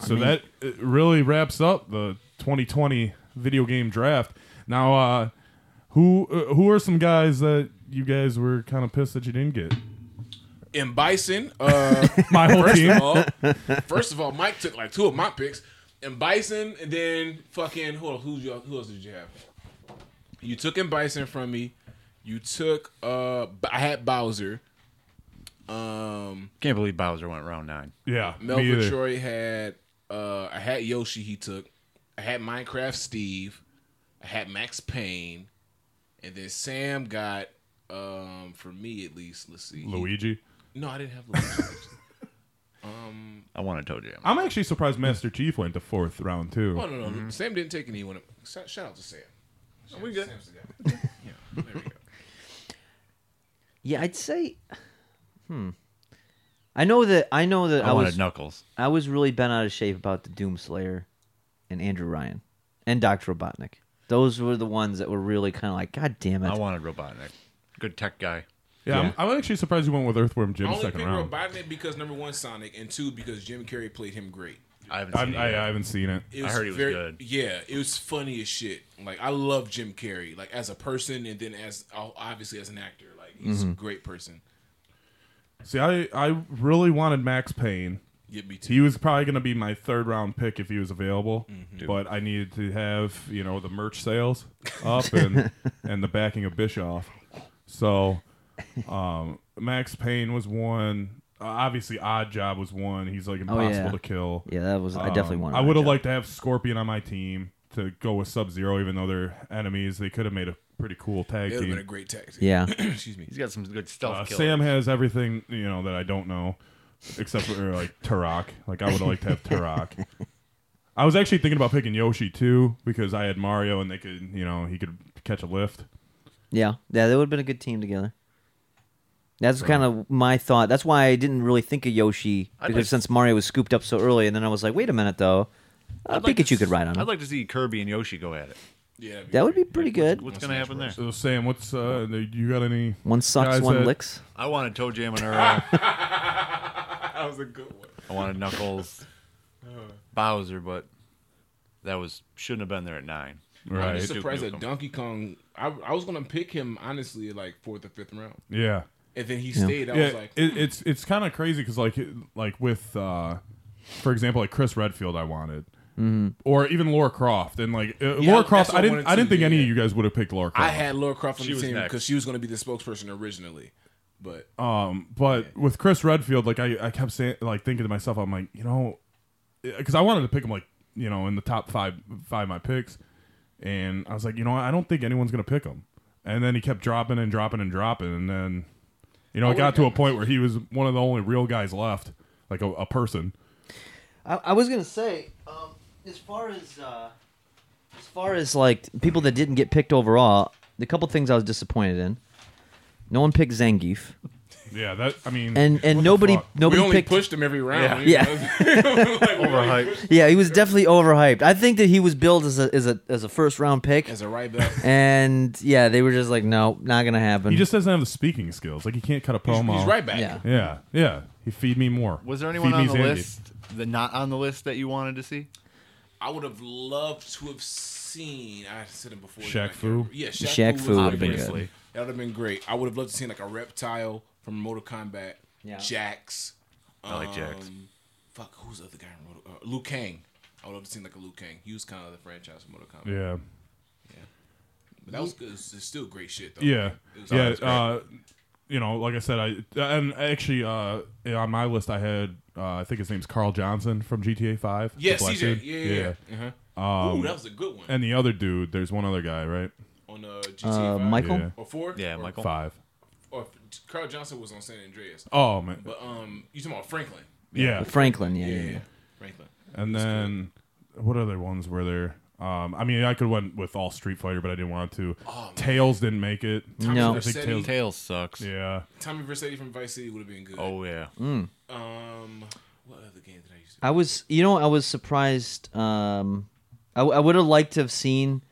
S3: So that uh, really wraps up the 2020 video game draft. Now, uh, who uh, who are some guys that you guys were kind of pissed that you didn't get?
S7: And Bison, uh,
S3: My whole
S7: first
S3: team.
S7: of all, first of all, Mike took like two of my picks, and Bison, and then fucking who else, who, y'all- who else did you have? You took in Bison from me. You took uh, B- I had Bowser. Um,
S6: Can't believe Bowser went round nine.
S3: Yeah, me
S7: Melvin
S3: either.
S7: Troy had uh, I had Yoshi. He took. I had Minecraft Steve. I had Max Payne, and then Sam got um for me at least. Let's see, he-
S3: Luigi.
S7: No, I didn't have Luigi.
S6: I want to toe jam.
S3: I'm actually surprised Master Chief went to fourth round too.
S7: Oh no, no, Sam didn't take any. One. Shout, shout out to Sam. we good. Sam's the guy. yeah, there we go.
S5: yeah, I'd say, hmm. I know that I know that I,
S6: I wanted
S5: was
S6: Knuckles.
S5: I was really bent out of shape about the Doom Slayer, and Andrew Ryan, and Doctor Robotnik. Those were the ones that were really kind of like, God damn it!
S6: I wanted Robotnik. Good tech guy.
S3: Yeah, I'm, I'm actually surprised you went with Earthworm Jim
S7: I only
S3: second
S7: picked
S3: round.
S7: Robotnik because number one Sonic, and two because Jim Carrey played him great.
S6: I haven't
S3: I'm,
S6: seen
S3: I, uh,
S6: it. yet.
S3: I haven't seen it.
S7: It
S6: I heard he was good.
S7: Yeah, it was funny as shit. Like I love Jim Carrey, like as a person, and then as obviously as an actor. Like he's a great person.
S3: See, I I really wanted Max Payne.
S7: Get me too.
S3: He was probably going to be my third round pick if he was available, but I needed to have you know the merch sales up and and the backing of Bischoff. So, um, Max Payne was one. Uh, obviously, Odd Job was one. He's like impossible
S5: yeah.
S3: to kill.
S5: yeah, that was I
S3: Um,
S5: definitely wanted.
S3: I
S5: that
S3: would have
S5: job.
S3: liked to have Scorpion on my team to go with Sub Zero, even though they're enemies. They could have made a pretty cool tag
S7: It would have been a
S3: team.
S7: great tactic.
S5: Yeah,
S7: Excuse me.
S6: He's got some good stealth
S3: Uh,
S6: kills.
S3: Sam has everything you know that I don't know, except for like Turok. Like I would have liked to have Turok. I was actually thinking about picking Yoshi too because I had Mario and they could you know he could catch a lift.
S5: Yeah, yeah, they would have been a good team together. That's kind of my thought. That's why I didn't really think of Yoshi
S6: I'd
S5: because
S6: like-
S5: since Mario was scooped up so early, and then I was like, wait a minute though, uh,
S6: I'd like
S5: Pikachu
S6: to-
S5: could ride on him.
S6: I'd like to see Kirby and Yoshi go at it.
S7: Yeah, that'd
S5: that would
S7: great.
S5: be pretty good.
S6: What's going to happen there?
S3: So Sam, what's uh the- you got any?
S5: One sucks,
S3: guys
S5: one
S3: that-
S5: licks.
S6: I wanted toe jam and Earl.
S7: That was a good one.
S6: I wanted Knuckles,
S3: Uh.
S6: Bowser, but that was shouldn't have been there at nine.
S7: I'm
S3: Right.
S7: just surprised
S6: Duke Nukem.
S7: that Donkey Kong. I, I was gonna pick him honestly, like fourth or fifth round.
S3: Yeah.
S7: and then he stayed. I
S3: yeah,
S7: was like,
S3: it, it's it's kind of crazy because like it- like with uh, for example like Chris Redfield I wanted. Or even Laura Croft and like uh,
S7: Yeah,
S3: Laura Croft,
S7: that's what
S3: I
S7: I
S3: didn't.
S7: wanted
S3: I didn't
S7: too,
S3: think
S7: yeah,
S3: any of
S7: yeah.
S3: you guys would have picked Laura Croft.
S7: I had Laura Croft on
S6: She
S7: the
S6: was
S7: team
S6: next.
S7: because she was going to be the spokesperson originally. But
S3: Um, but with Chris Redfield, like I, I kept saying, like thinking to myself, I'm like, you know, because I wanted to pick him, like you know, in the top five, five of my picks, and I was like, you know, what? I don't think anyone's gonna pick him. And then he kept dropping and dropping and dropping, and then, you know, it got to a point where he was one of the only real guys left, like a, a person.
S5: I, I was gonna say, um, as far as uh, as far as like people that didn't get picked overall, the couple things I was disappointed in. No one picked Zangief,
S3: Yeah, that I mean,
S5: and and
S3: what the
S5: nobody
S3: fuck?
S5: nobody
S7: we only
S5: picked.
S7: pushed him every round.
S5: Yeah.
S6: Overhyped.
S5: Yeah, he was definitely overhyped. I think that he was billed as a as a as a first round pick,
S7: As a right back.
S5: and yeah, they were just like, no, not gonna happen.
S3: he just doesn't have the speaking skills. Like he can't cut a promo.
S7: He's right back.
S5: yeah.
S3: Yeah, yeah. He feed me more.
S6: Was there anyone
S3: Feed
S6: on
S3: me
S6: the
S3: Zangief.
S6: list, the not on the list that you wanted to see?
S7: I would have loved to have seen. I said him before.
S3: Shaq
S7: Like,
S3: Fu?
S7: Yeah, Shaq,
S5: Shaq
S7: Fu
S5: Fu
S7: would
S5: would've
S7: have
S5: been
S7: been
S5: good.
S7: good. That would have been great. I would have loved to see like a reptile from Mortal Kombat.
S5: Yeah.
S7: Jax. Um,
S6: I like Jax.
S7: Fuck, who's the other guy in Mortal? Uh, Liu Kang. I would have seen like a Liu Kang. He was kind of the franchise of Mortal Kombat.
S3: Yeah.
S7: But that was good. It's it's still great shit though.
S3: Yeah,
S7: It was
S3: yeah.
S7: always great.
S3: Uh, you know, like I said, I and actually uh, on my list I had uh, I think his name's Carl Johnson from GTA Five. the
S7: yeah,
S3: black
S7: CJ.
S3: dude.
S7: Yeah, yeah. yeah. Uh-huh. Ooh, that was a good one.
S3: And the other dude, there's one other guy, right?
S7: on uh, GTA
S5: uh,
S7: 5.
S5: Michael.
S3: Yeah.
S7: or four.
S6: Yeah,
S7: or,
S6: Michael.
S3: Five.
S7: Or Carl Johnson was on San Andreas.
S3: Oh man,
S7: But um, you talking about Franklin?
S3: yeah.
S5: Franklin, yeah, yeah,
S7: Yeah,
S5: yeah.
S7: Franklin.
S3: And then what other ones were there? Um, I mean, I could went with all Street Fighter, but I didn't want to.
S7: Oh,
S3: Tails didn't make it.
S5: No.
S3: I think
S7: Vercetti.
S3: Tails.
S6: Tails sucks.
S3: Yeah,
S7: Tommy Vercetti from Vice City would have been good.
S6: Oh yeah.
S5: Mm.
S7: Um, what other game did I use?
S5: I was, you know, I was surprised. Um, I, w- I would have liked to have seen,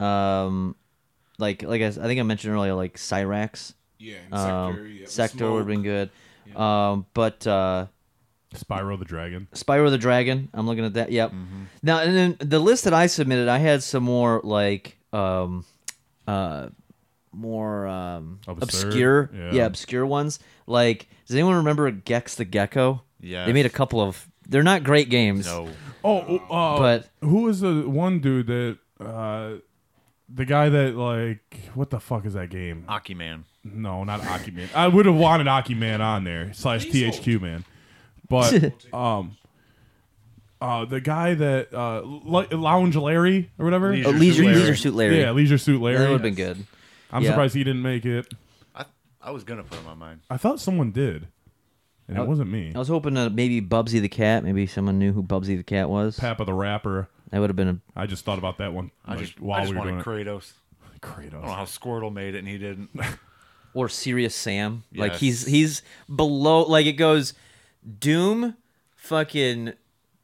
S5: um, like like I, s- I think I mentioned earlier, like Cyrax.
S7: Yeah,
S5: Um,
S7: Sector. Yeah,
S5: Sector would have been
S7: Smoke.
S5: good. Um, but uh,
S3: Spyro the Dragon.
S5: Spyro the Dragon. I'm looking at that. Yep. Now and then the list that I submitted, I had some more like um, uh, more um,
S3: Absurd.
S5: obscure,
S3: Yeah.
S5: yeah. obscure ones. Like, does anyone remember Gex the Gecko?
S6: Yes.
S5: They made a couple of. They're not great games,
S6: No.
S3: Oh, uh,
S5: but
S3: Who was the one dude that uh the guy that like what the fuck is that game?
S6: Hockey man.
S3: no, not Aki Man. I would have wanted Aki Man on there slash THQ Man, but um, uh, the guy that uh L- Lounge Larry or whatever,
S6: Leisure
S5: Oh, Leisure,
S6: Larry.
S5: Leisure Suit Larry.
S3: yeah, Leisure Suit Larry.
S5: that would have been good.
S3: I'm
S5: yeah.
S3: surprised he didn't make it.
S6: I I was gonna put him on mine.
S3: I thought someone did, and it wasn't me.
S5: I was hoping that maybe Bubsy the Cat, maybe someone knew who Bubsy the Cat was.
S3: Papa the Rapper.
S5: That would have been a.
S3: I just thought about that one.
S6: I
S3: like,
S6: just
S3: while
S6: I just
S3: we were doing
S6: wanted Oh,
S3: it.
S6: Kratos.
S3: Kratos.
S6: I don't know how Squirtle made it and he didn't.
S5: Or Serious Sam. Like
S6: Yes.
S5: he's he's below. Like it goes, Doom, fucking,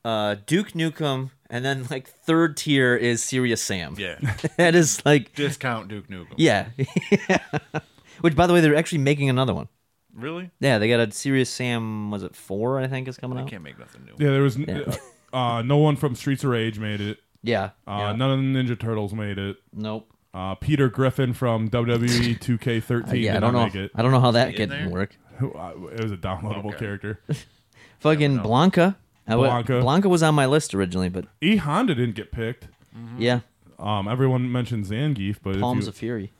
S5: uh, Duke Nukem, and then like third tier is Serious Sam.
S6: Yeah.
S5: that is like
S6: Discount Duke Nukem.
S5: yeah. Which by the way, they're actually making another one.
S6: Really?
S5: Yeah, they got a Serious Sam. Was it four? I think is coming
S6: I
S5: out.
S6: can't make nothing new.
S3: Yeah, there was n uh, no one from Streets of Rage made it.
S5: Yeah.
S3: Uh,
S5: yeah.
S3: None of the Ninja Turtles made it.
S5: Nope.
S3: Uh, Peter Griffin from E WWE 2K13
S5: Yeah,
S3: did
S5: I don't
S3: not
S5: know.
S3: make it.
S5: I don't know how that could
S6: there?
S5: work.
S3: Who- I- It was a downloadable
S6: Okay.
S3: character.
S5: Fucking Blanca. I would-
S3: Blanca.
S5: Blanca was on my list originally, but
S3: E Honda didn't get picked.
S5: yeah,
S3: Um, everyone mentioned Zangief, but if
S5: Palms
S3: you-
S5: of Fury.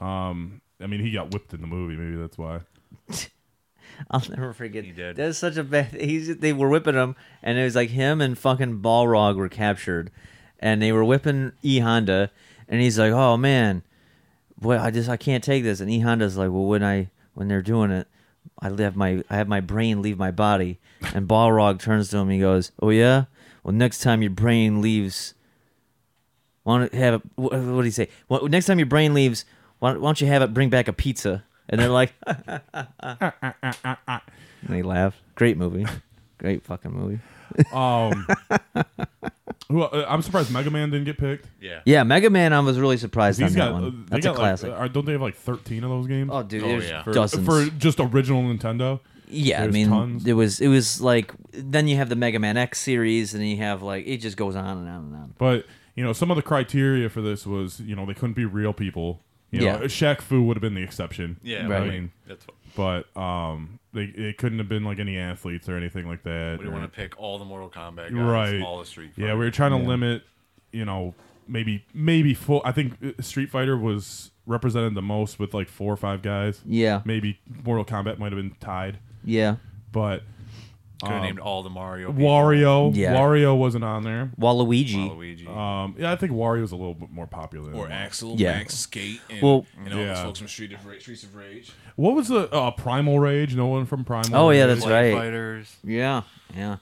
S3: I mean, he got whipped in the movie. Maybe that's why.
S5: I'll never forget.
S6: He did.
S5: That's such a bad. He's they were whipping him, and it was like him and fucking Balrog were captured, and they were whipping E Honda, and he's like, "Oh man, boy, I just I can't take this." And E Honda's like, "Well, when I when they're doing it, I have my I have my brain leave my body." And Balrog turns to him, he goes, "Oh yeah, well next time your brain leaves." Why don't have it, what, what do you say? Well, next time your brain leaves, why, don't- why don't you have it bring back a pizza? And they're like, and they laugh. Great movie. Great fucking movie.
S3: Um, who, uh, I'm surprised Mega Man didn't get picked.
S6: Yeah.
S5: Yeah, Mega Man. I was really surprised on
S3: He's got.
S5: that
S3: uh,
S5: one.
S3: they
S5: That's a
S3: got,
S5: classic.
S3: Like, uh, don't they have like 13 of those games?
S5: oh, dude,
S6: Oh,
S5: there's
S6: yeah.
S3: for,
S5: dozens.
S3: for just original Nintendo.
S5: yeah, I
S3: there's
S5: mean,
S3: tons.
S5: it was it was like then you have the Mega Man X series, and then you have like it just goes on and on and on.
S3: But you know, some of the criteria for this was you know they couldn't be real people. You know,
S5: Yeah.
S3: Shaq Fu would have been the exception.
S6: Yeah,
S5: Right.
S3: I mean,
S6: that's what
S3: but um, they it couldn't have been like any athletes or anything like that.
S6: we
S3: or-
S6: want to pick all the Mortal Kombat guys,
S3: right?
S6: all the Street
S3: Yeah,
S6: Fighter.
S3: we were trying to limit, you know, maybe maybe full. I think uh, Street Fighter was represented the most with like four or five guys.
S5: Yeah.
S3: maybe Mortal Kombat might have been tied,
S5: Yeah.
S3: but
S6: could
S5: um,
S6: have named all the Mario, people,
S3: Wario,
S5: Yeah.
S3: Wario wasn't on there.
S5: Waluigi.
S6: Luigi.
S3: Um, yeah, I think Wario's a little bit more popular. Than
S7: Or
S3: Wario.
S7: Axel,
S5: Yeah.
S7: Max, Skate, and,
S5: Well-
S7: and all those
S3: Yeah.
S7: folks from Street of Ra- Streets of Rage.
S3: What was the uh, Primal Rage? No one from Primal.
S5: Oh, yeah,
S3: Rage?
S5: that's
S6: Light
S5: right.
S6: Fighters.
S5: Yeah. Yeah.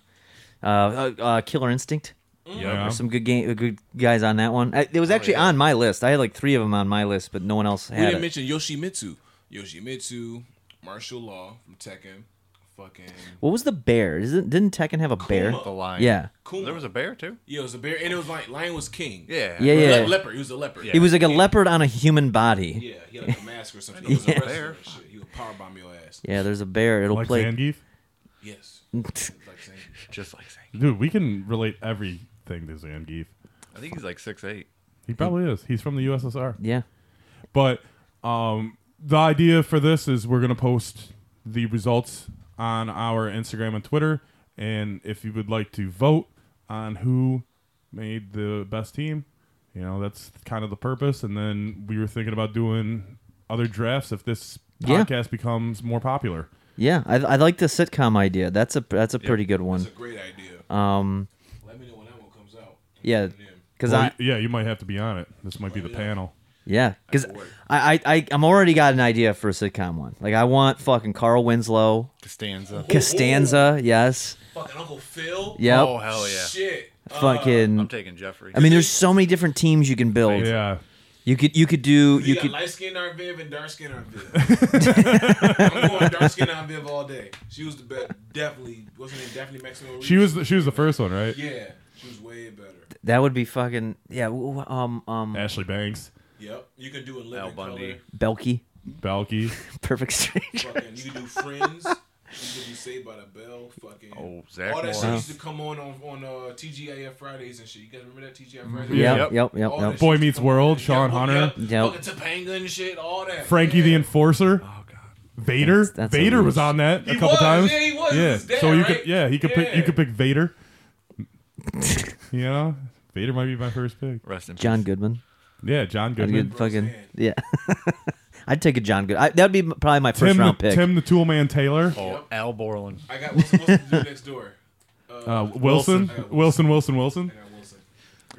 S5: Uh, uh, uh, Killer Instinct.
S3: Yeah.
S5: There's some good game, uh, good guys on that one. I, it was actually on my list. I had like three of them on my list, but no one else
S7: Oh, We
S5: had
S7: didn't
S5: it.
S7: mention Yoshimitsu. Yoshimitsu, martial law from Tekken, fucking.
S5: What was the bear? Isn't, didn't Tekken have a bear?
S6: The lion.
S5: Yeah.
S7: Kuma.
S6: There was a bear too.
S7: Yeah, it was a bear, and it was like lion was king.
S6: Yeah.
S5: Yeah,
S7: Le-
S5: yeah.
S7: leopard. He was a leopard.
S5: He was like a leopard on a human body.
S7: Yeah, he had like a mask or something. He was
S5: Yeah.
S7: a wrestler. and Shit. He would powerbomb your ass.
S5: Yeah, there's a bear. It'll
S3: Like
S5: play.
S3: Zangief,
S7: Yes. Like saying,
S6: Just like Zangief.
S3: dude. We can relate everything to Zangief.
S6: I think he's like six eight.
S3: He probably is. He's from the USSR.
S5: yeah.
S3: But um, the idea for this is we're going to post the results on our Instagram and Twitter. And if you would like to vote on who made the best team, you know, that's kind of the purpose. And then we were thinking about doing other drafts if this
S5: Yeah.
S3: podcast becomes more popular.
S5: Yeah, I, I like the sitcom idea. That's a that's a pretty good one.
S7: It's a great idea.
S5: Um,
S7: Let me know when that one comes out.
S5: yeah, because
S3: Well,
S5: I
S3: yeah, you might have to be on it. This might
S7: Oh,
S3: be the panel.
S5: yeah because I, I I I'm already got an idea for a sitcom one. Like I want fucking Carl Winslow,
S6: Costanza.
S5: Costanza, yes,
S7: Fucking Uncle Phil.
S5: yep,
S6: Oh hell yeah!
S7: Shit. Uh,
S6: I'm
S5: fucking.
S6: taking Jeffrey.
S5: I mean, there's so many different teams you can build.
S3: Yeah.
S5: You could you could do
S7: you
S5: you
S7: got
S5: could
S7: light skin Arviv and dark skin Arviv. I'm going dark skin Arviv all day. She was the best. Definitely wasn't it definitely Mexican.
S3: She was the, she was the first one, right?
S7: Yeah, she was way better.
S5: that would be fucking yeah. w- w- Um um
S3: Ashley Banks,
S7: Yep, you can do a
S6: Al
S7: living color.
S6: Bundy.
S5: Belky,
S3: Balky.
S5: Perfect Stranger.
S7: Fucking, you can do Friends. You can do Saved by the Bell. Fucking.
S6: Oh, Zach
S7: all that shit
S6: Morris.
S7: used to come on on, on uh, TGIF Fridays and shit. You guys remember that TGIF Fridays?
S5: Yep,
S6: Yep.
S5: Mm-hmm. yep, yep, yep.
S7: All that shit
S3: Boy
S7: used to
S3: Meets
S7: come
S3: World,
S7: on.
S3: Sean Hunter.
S5: Yep.
S7: Fucking Topanga and shit, all that.
S3: Frankie the
S7: Yeah.
S3: Enforcer. Oh God. Vader.
S5: That's- that's
S3: Vader
S5: a
S3: was
S5: loose-
S3: on that a
S7: He
S3: couple
S7: was,
S3: times.
S7: yeah, he was. He was
S3: so
S7: there,
S3: you
S7: right?
S3: could yeah, he could pick you
S7: Yeah.
S3: could pick Vader. you know? Vader might be my first pick.
S6: Rest in
S5: John
S6: peace.
S5: Goodman.
S3: Yeah, John
S5: I'd
S3: Goodman.
S5: get fucking
S7: Roseanne.
S5: yeah. I'd take a John Good. I, that'd be probably my first
S3: Tim the,
S5: round pick.
S3: Tim the Toolman Taylor.
S6: Oh,
S7: Yep.
S6: Al Borland.
S7: I got what's, what's to do next door.
S3: Uh, Wilson.
S7: Wilson.
S3: Wilson, Wilson, Wilson.
S7: I got Wilson.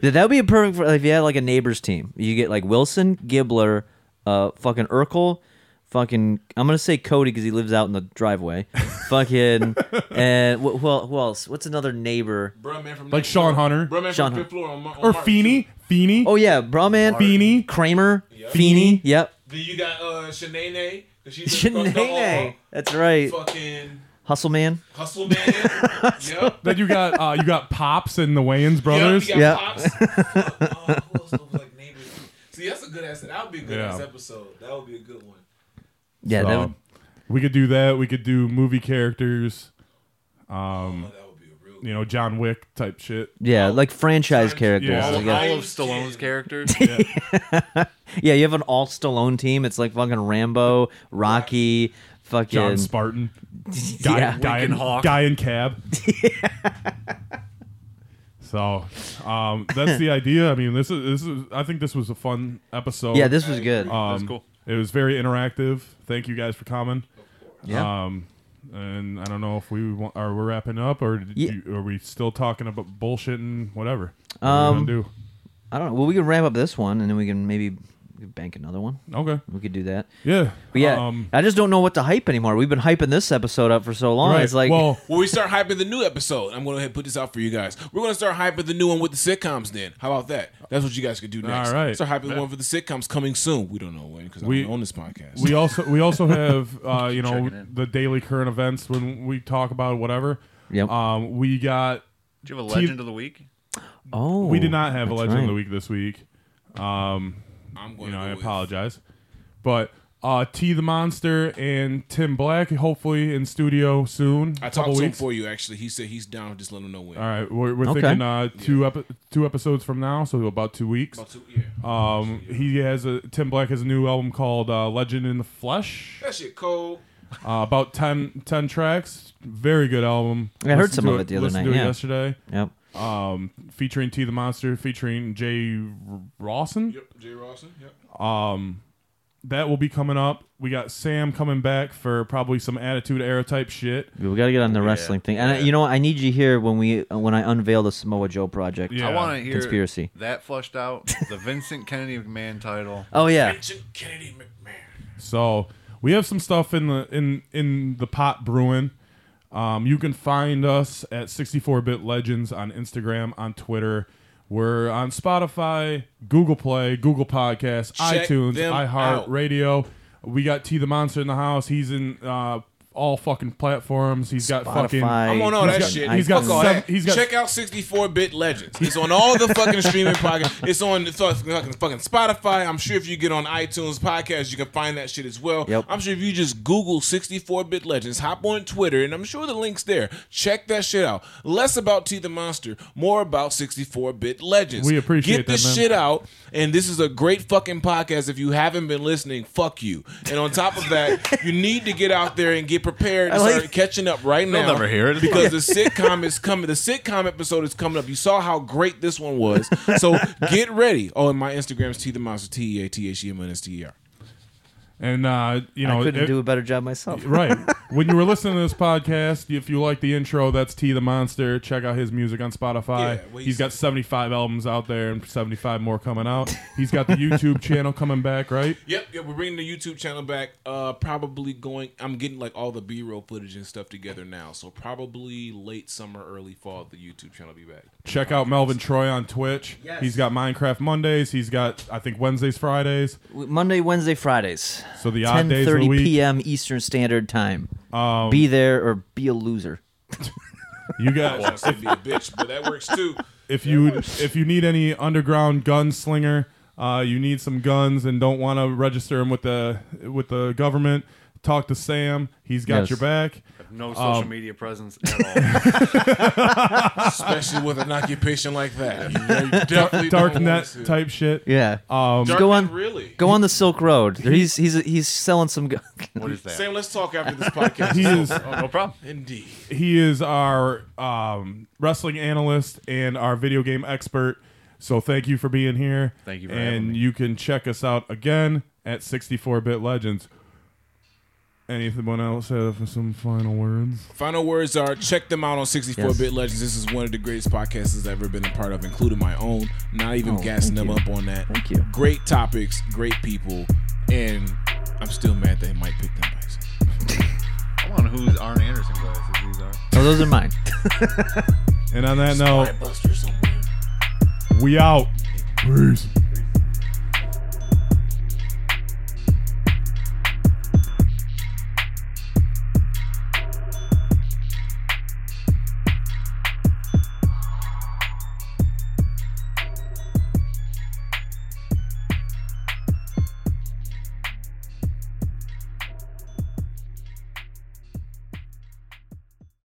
S5: That that would be a perfect for, if you had like a neighbors team. You get like Wilson, Gibbler, uh, fucking Urkel, fucking I'm gonna say Cody because he lives out in the driveway. fucking and wh- who, el- who else? What's another neighbor?
S7: Bruh, man from
S3: Like
S7: next
S3: Sean
S7: door.
S3: Hunter.
S7: Bruh, man
S5: Sean
S7: from fifth floor on, Mar- on
S3: Or
S7: Martin.
S3: Feeney. Feeney.
S5: Oh yeah, Brahman,
S3: Feeney.
S5: Kramer,
S7: Yep.
S5: Feeney. Yep,
S7: Then you got uh, Shanae.
S5: Shanae. That's right.
S7: Fucking
S5: Hustle man.
S7: Hustle Man. yep.
S3: Then you got uh, you got Pops and the Wayans brothers.
S7: Yep.
S5: Yeah.
S7: Yeah. Pops. Fuck, oh, who else was like neighbors? See, that's a good ass. That would be a good
S3: Yeah.
S7: ass episode. That would be a good one.
S5: Yeah, that
S3: So,
S5: would,
S3: we could do that. We could do movie characters, Um,
S7: Oh, that would be a real.
S3: you know, John Wick type shit.
S5: yeah, like franchise
S7: franchise-
S5: characters.
S3: Yeah.
S5: Like
S6: All,
S5: a-
S7: got-
S6: all of Stallone's characters.
S5: Yeah, you have an all Stallone team. It's like fucking Rambo, Rocky, fucking
S3: John Spartan. Guy,
S5: yeah.
S3: guy, in,
S6: Hawk.
S3: guy in cab. so um, that's the idea. I mean, this is this is. I think this was a fun episode.
S5: yeah, this was good.
S3: um,
S6: That's cool.
S3: It was very interactive. Thank you guys for coming.
S5: yeah.
S3: Um, and I don't know if we want, are we wrapping up or did
S5: Yeah.
S3: you, are we still talking about bullshit and whatever. What
S5: Um,
S3: do you
S5: I don't know. Well, we can wrap up this one, and then we can maybe bank another one.
S3: wanna do? Okay.
S5: We could do that.
S3: Yeah.
S5: But yeah,
S3: Um,
S5: I just don't know what to hype anymore. We've been hyping this episode up for so long.
S3: right.
S5: It's like,
S3: well,
S7: When we start hyping the new episode, I'm going to go ahead and put this out for you guys. We're going to start hyping the new one with the sitcoms. Then, how about that? That's what you guys could do next.
S3: All right.
S7: Start hyping the one for the sitcoms coming soon. We don't know when because
S3: We-
S7: we own this podcast.
S3: we also we also have uh, you know
S6: Checking in.
S3: the daily current events when we talk about whatever.
S5: Yep.
S3: Um, we got
S6: Do you have a legend of the week?
S5: oh,
S3: we did not have a
S5: that's
S3: legend of the
S5: right.
S3: week this week.
S7: I'm going
S3: You know,
S7: to
S3: I
S7: go with-
S3: apologize, but uh, T the Monster and Tim Black, hopefully in studio soon. couple
S7: I talked to him
S3: weeks.
S7: for you. Actually, he said he's down. Just let him know when.
S3: All right, we're, we're
S5: Okay.
S3: thinking uh, two epi- two episodes from now, so about two weeks.
S7: About two- yeah.
S3: Um, he has a Tim Black has a new album called uh, Legend in the Flesh,
S7: That shit cold.
S3: uh, about 10, 10 tracks. Very good album.
S5: I heard
S3: Listened
S5: some
S3: to
S5: of it the other
S3: listened
S5: night,
S3: to it
S5: yeah.
S3: yesterday,
S5: Yep.
S3: um, featuring T the Monster, featuring Jay R- Rawson.
S7: Yep, Jay Rawson. Yep.
S3: That will be coming up. We got Sam coming back for probably some Attitude Era type shit.
S5: We got to get on the wrestling thing. And I, you know what? I need you here when we uh, when I unveil the Samoa Joe project.
S3: Yeah.
S6: I want to hear
S5: Conspiracy.
S6: that flushed out. The Vincent Kennedy McMahon title.
S5: Oh yeah.
S7: Vincent Kennedy McMahon.
S3: So we have some stuff in the in in the pot brewing. Um, you can find us at 64-bit legends on Instagram, on Twitter. We're on Spotify, Google Play, Google Podcasts,
S7: Check
S3: iTunes,
S7: them
S3: iHeart
S7: out.
S3: Radio. We got T the Monster in the house. He's in uh, all fucking platforms. He's got fucking
S5: Spotify.
S7: I'm on all
S5: He's
S7: that
S5: got-
S7: shit.
S3: he's got
S7: Fuck all
S3: seven-
S7: that.
S3: he's got-
S7: Check out 64-bit Legends. It's on all the fucking streaming podcasts. It's on it's on fucking, fucking Spotify. I'm sure if you get on iTunes podcast, you can find that shit as well.
S5: Yep.
S7: I'm sure if you just Google 64-bit Legends, hop on Twitter, and I'm sure the link's there. Check that shit out. Less about T the Monster, more about 64-bit Legends.
S3: We appreciate
S7: Get
S3: that,
S7: this
S3: man.
S7: shit out. And this is a great fucking podcast. If you haven't been listening, fuck you. And on top of that, you need to get out there and get prepared
S5: I
S7: and
S5: like-
S7: start catching up right now
S6: They'll never hear it. It's
S7: because the sitcom is coming. The sitcom episode is coming up. You saw how great this one was, so get ready. Oh, and my Instagram is t the monster t e a t h e m n s t e r.
S3: and uh, you know
S5: I couldn't
S3: it-
S5: do a better job myself.
S3: right. When you were listening to this podcast, if you like the intro, that's T the Monster. Check out his music on Spotify.
S7: Yeah, what
S3: He's
S7: you
S3: got 75 albums out there and 75 more coming out. He's got the YouTube channel coming back, right?
S7: Yep, yep. We're bringing the YouTube channel back. Uh, probably going. I'm getting like all the B roll footage and stuff together now. So probably late summer, early fall, the YouTube channel will be back.
S3: Check out Melvin Troy on Twitch.
S5: Yes.
S3: He's got Minecraft Mondays. He's got, I think, Wednesdays, Fridays.
S5: Monday, Wednesday, Fridays.
S3: So the odd days of the
S5: 10:30
S3: week. Um,
S5: p.m. Eastern Standard Time. be there or be a loser.
S3: You
S7: I want
S3: got,
S7: to be a bitch, but that works too.
S3: if you if you need any underground gunslinger, uh, you need some guns and don't want to register them with the with the government. Talk to Sam. He's got
S5: Yes.
S3: your back.
S6: No social media presence at all.
S7: Especially with an occupation like that, you know, you definitely
S3: Dark
S7: don't want
S3: net
S7: to-
S3: type shit.
S5: Yeah.
S3: Um,
S7: Dark
S5: Go
S7: net,
S5: on-
S7: really.
S5: Go on the Silk Road. He's he's he's selling some. gu-
S6: What is that?
S7: Sam, let's talk after this podcast.
S3: He is
S6: Oh, no problem.
S7: Indeed.
S3: he is our um, wrestling analyst and our video game expert. So thank you for being here.
S6: Thank you for
S3: and
S6: having me.
S3: you can check us out again at 64-bit legends. Anyone else have some final words?
S7: Final words are check them out on 64
S5: Yes.
S7: Bit Legends. This is one of the greatest podcasts I've ever been a part of, including my own. Not even
S5: Oh,
S7: gassing them
S5: thank
S7: up on that.
S5: Thank you.
S7: Great topics, great people, and I'm still mad they might pick them guys.
S6: I want who's Arn Anderson glasses these are.
S5: Oh, those are mine.
S3: And on that note,
S7: Buster somewhere.
S3: we out. Peace.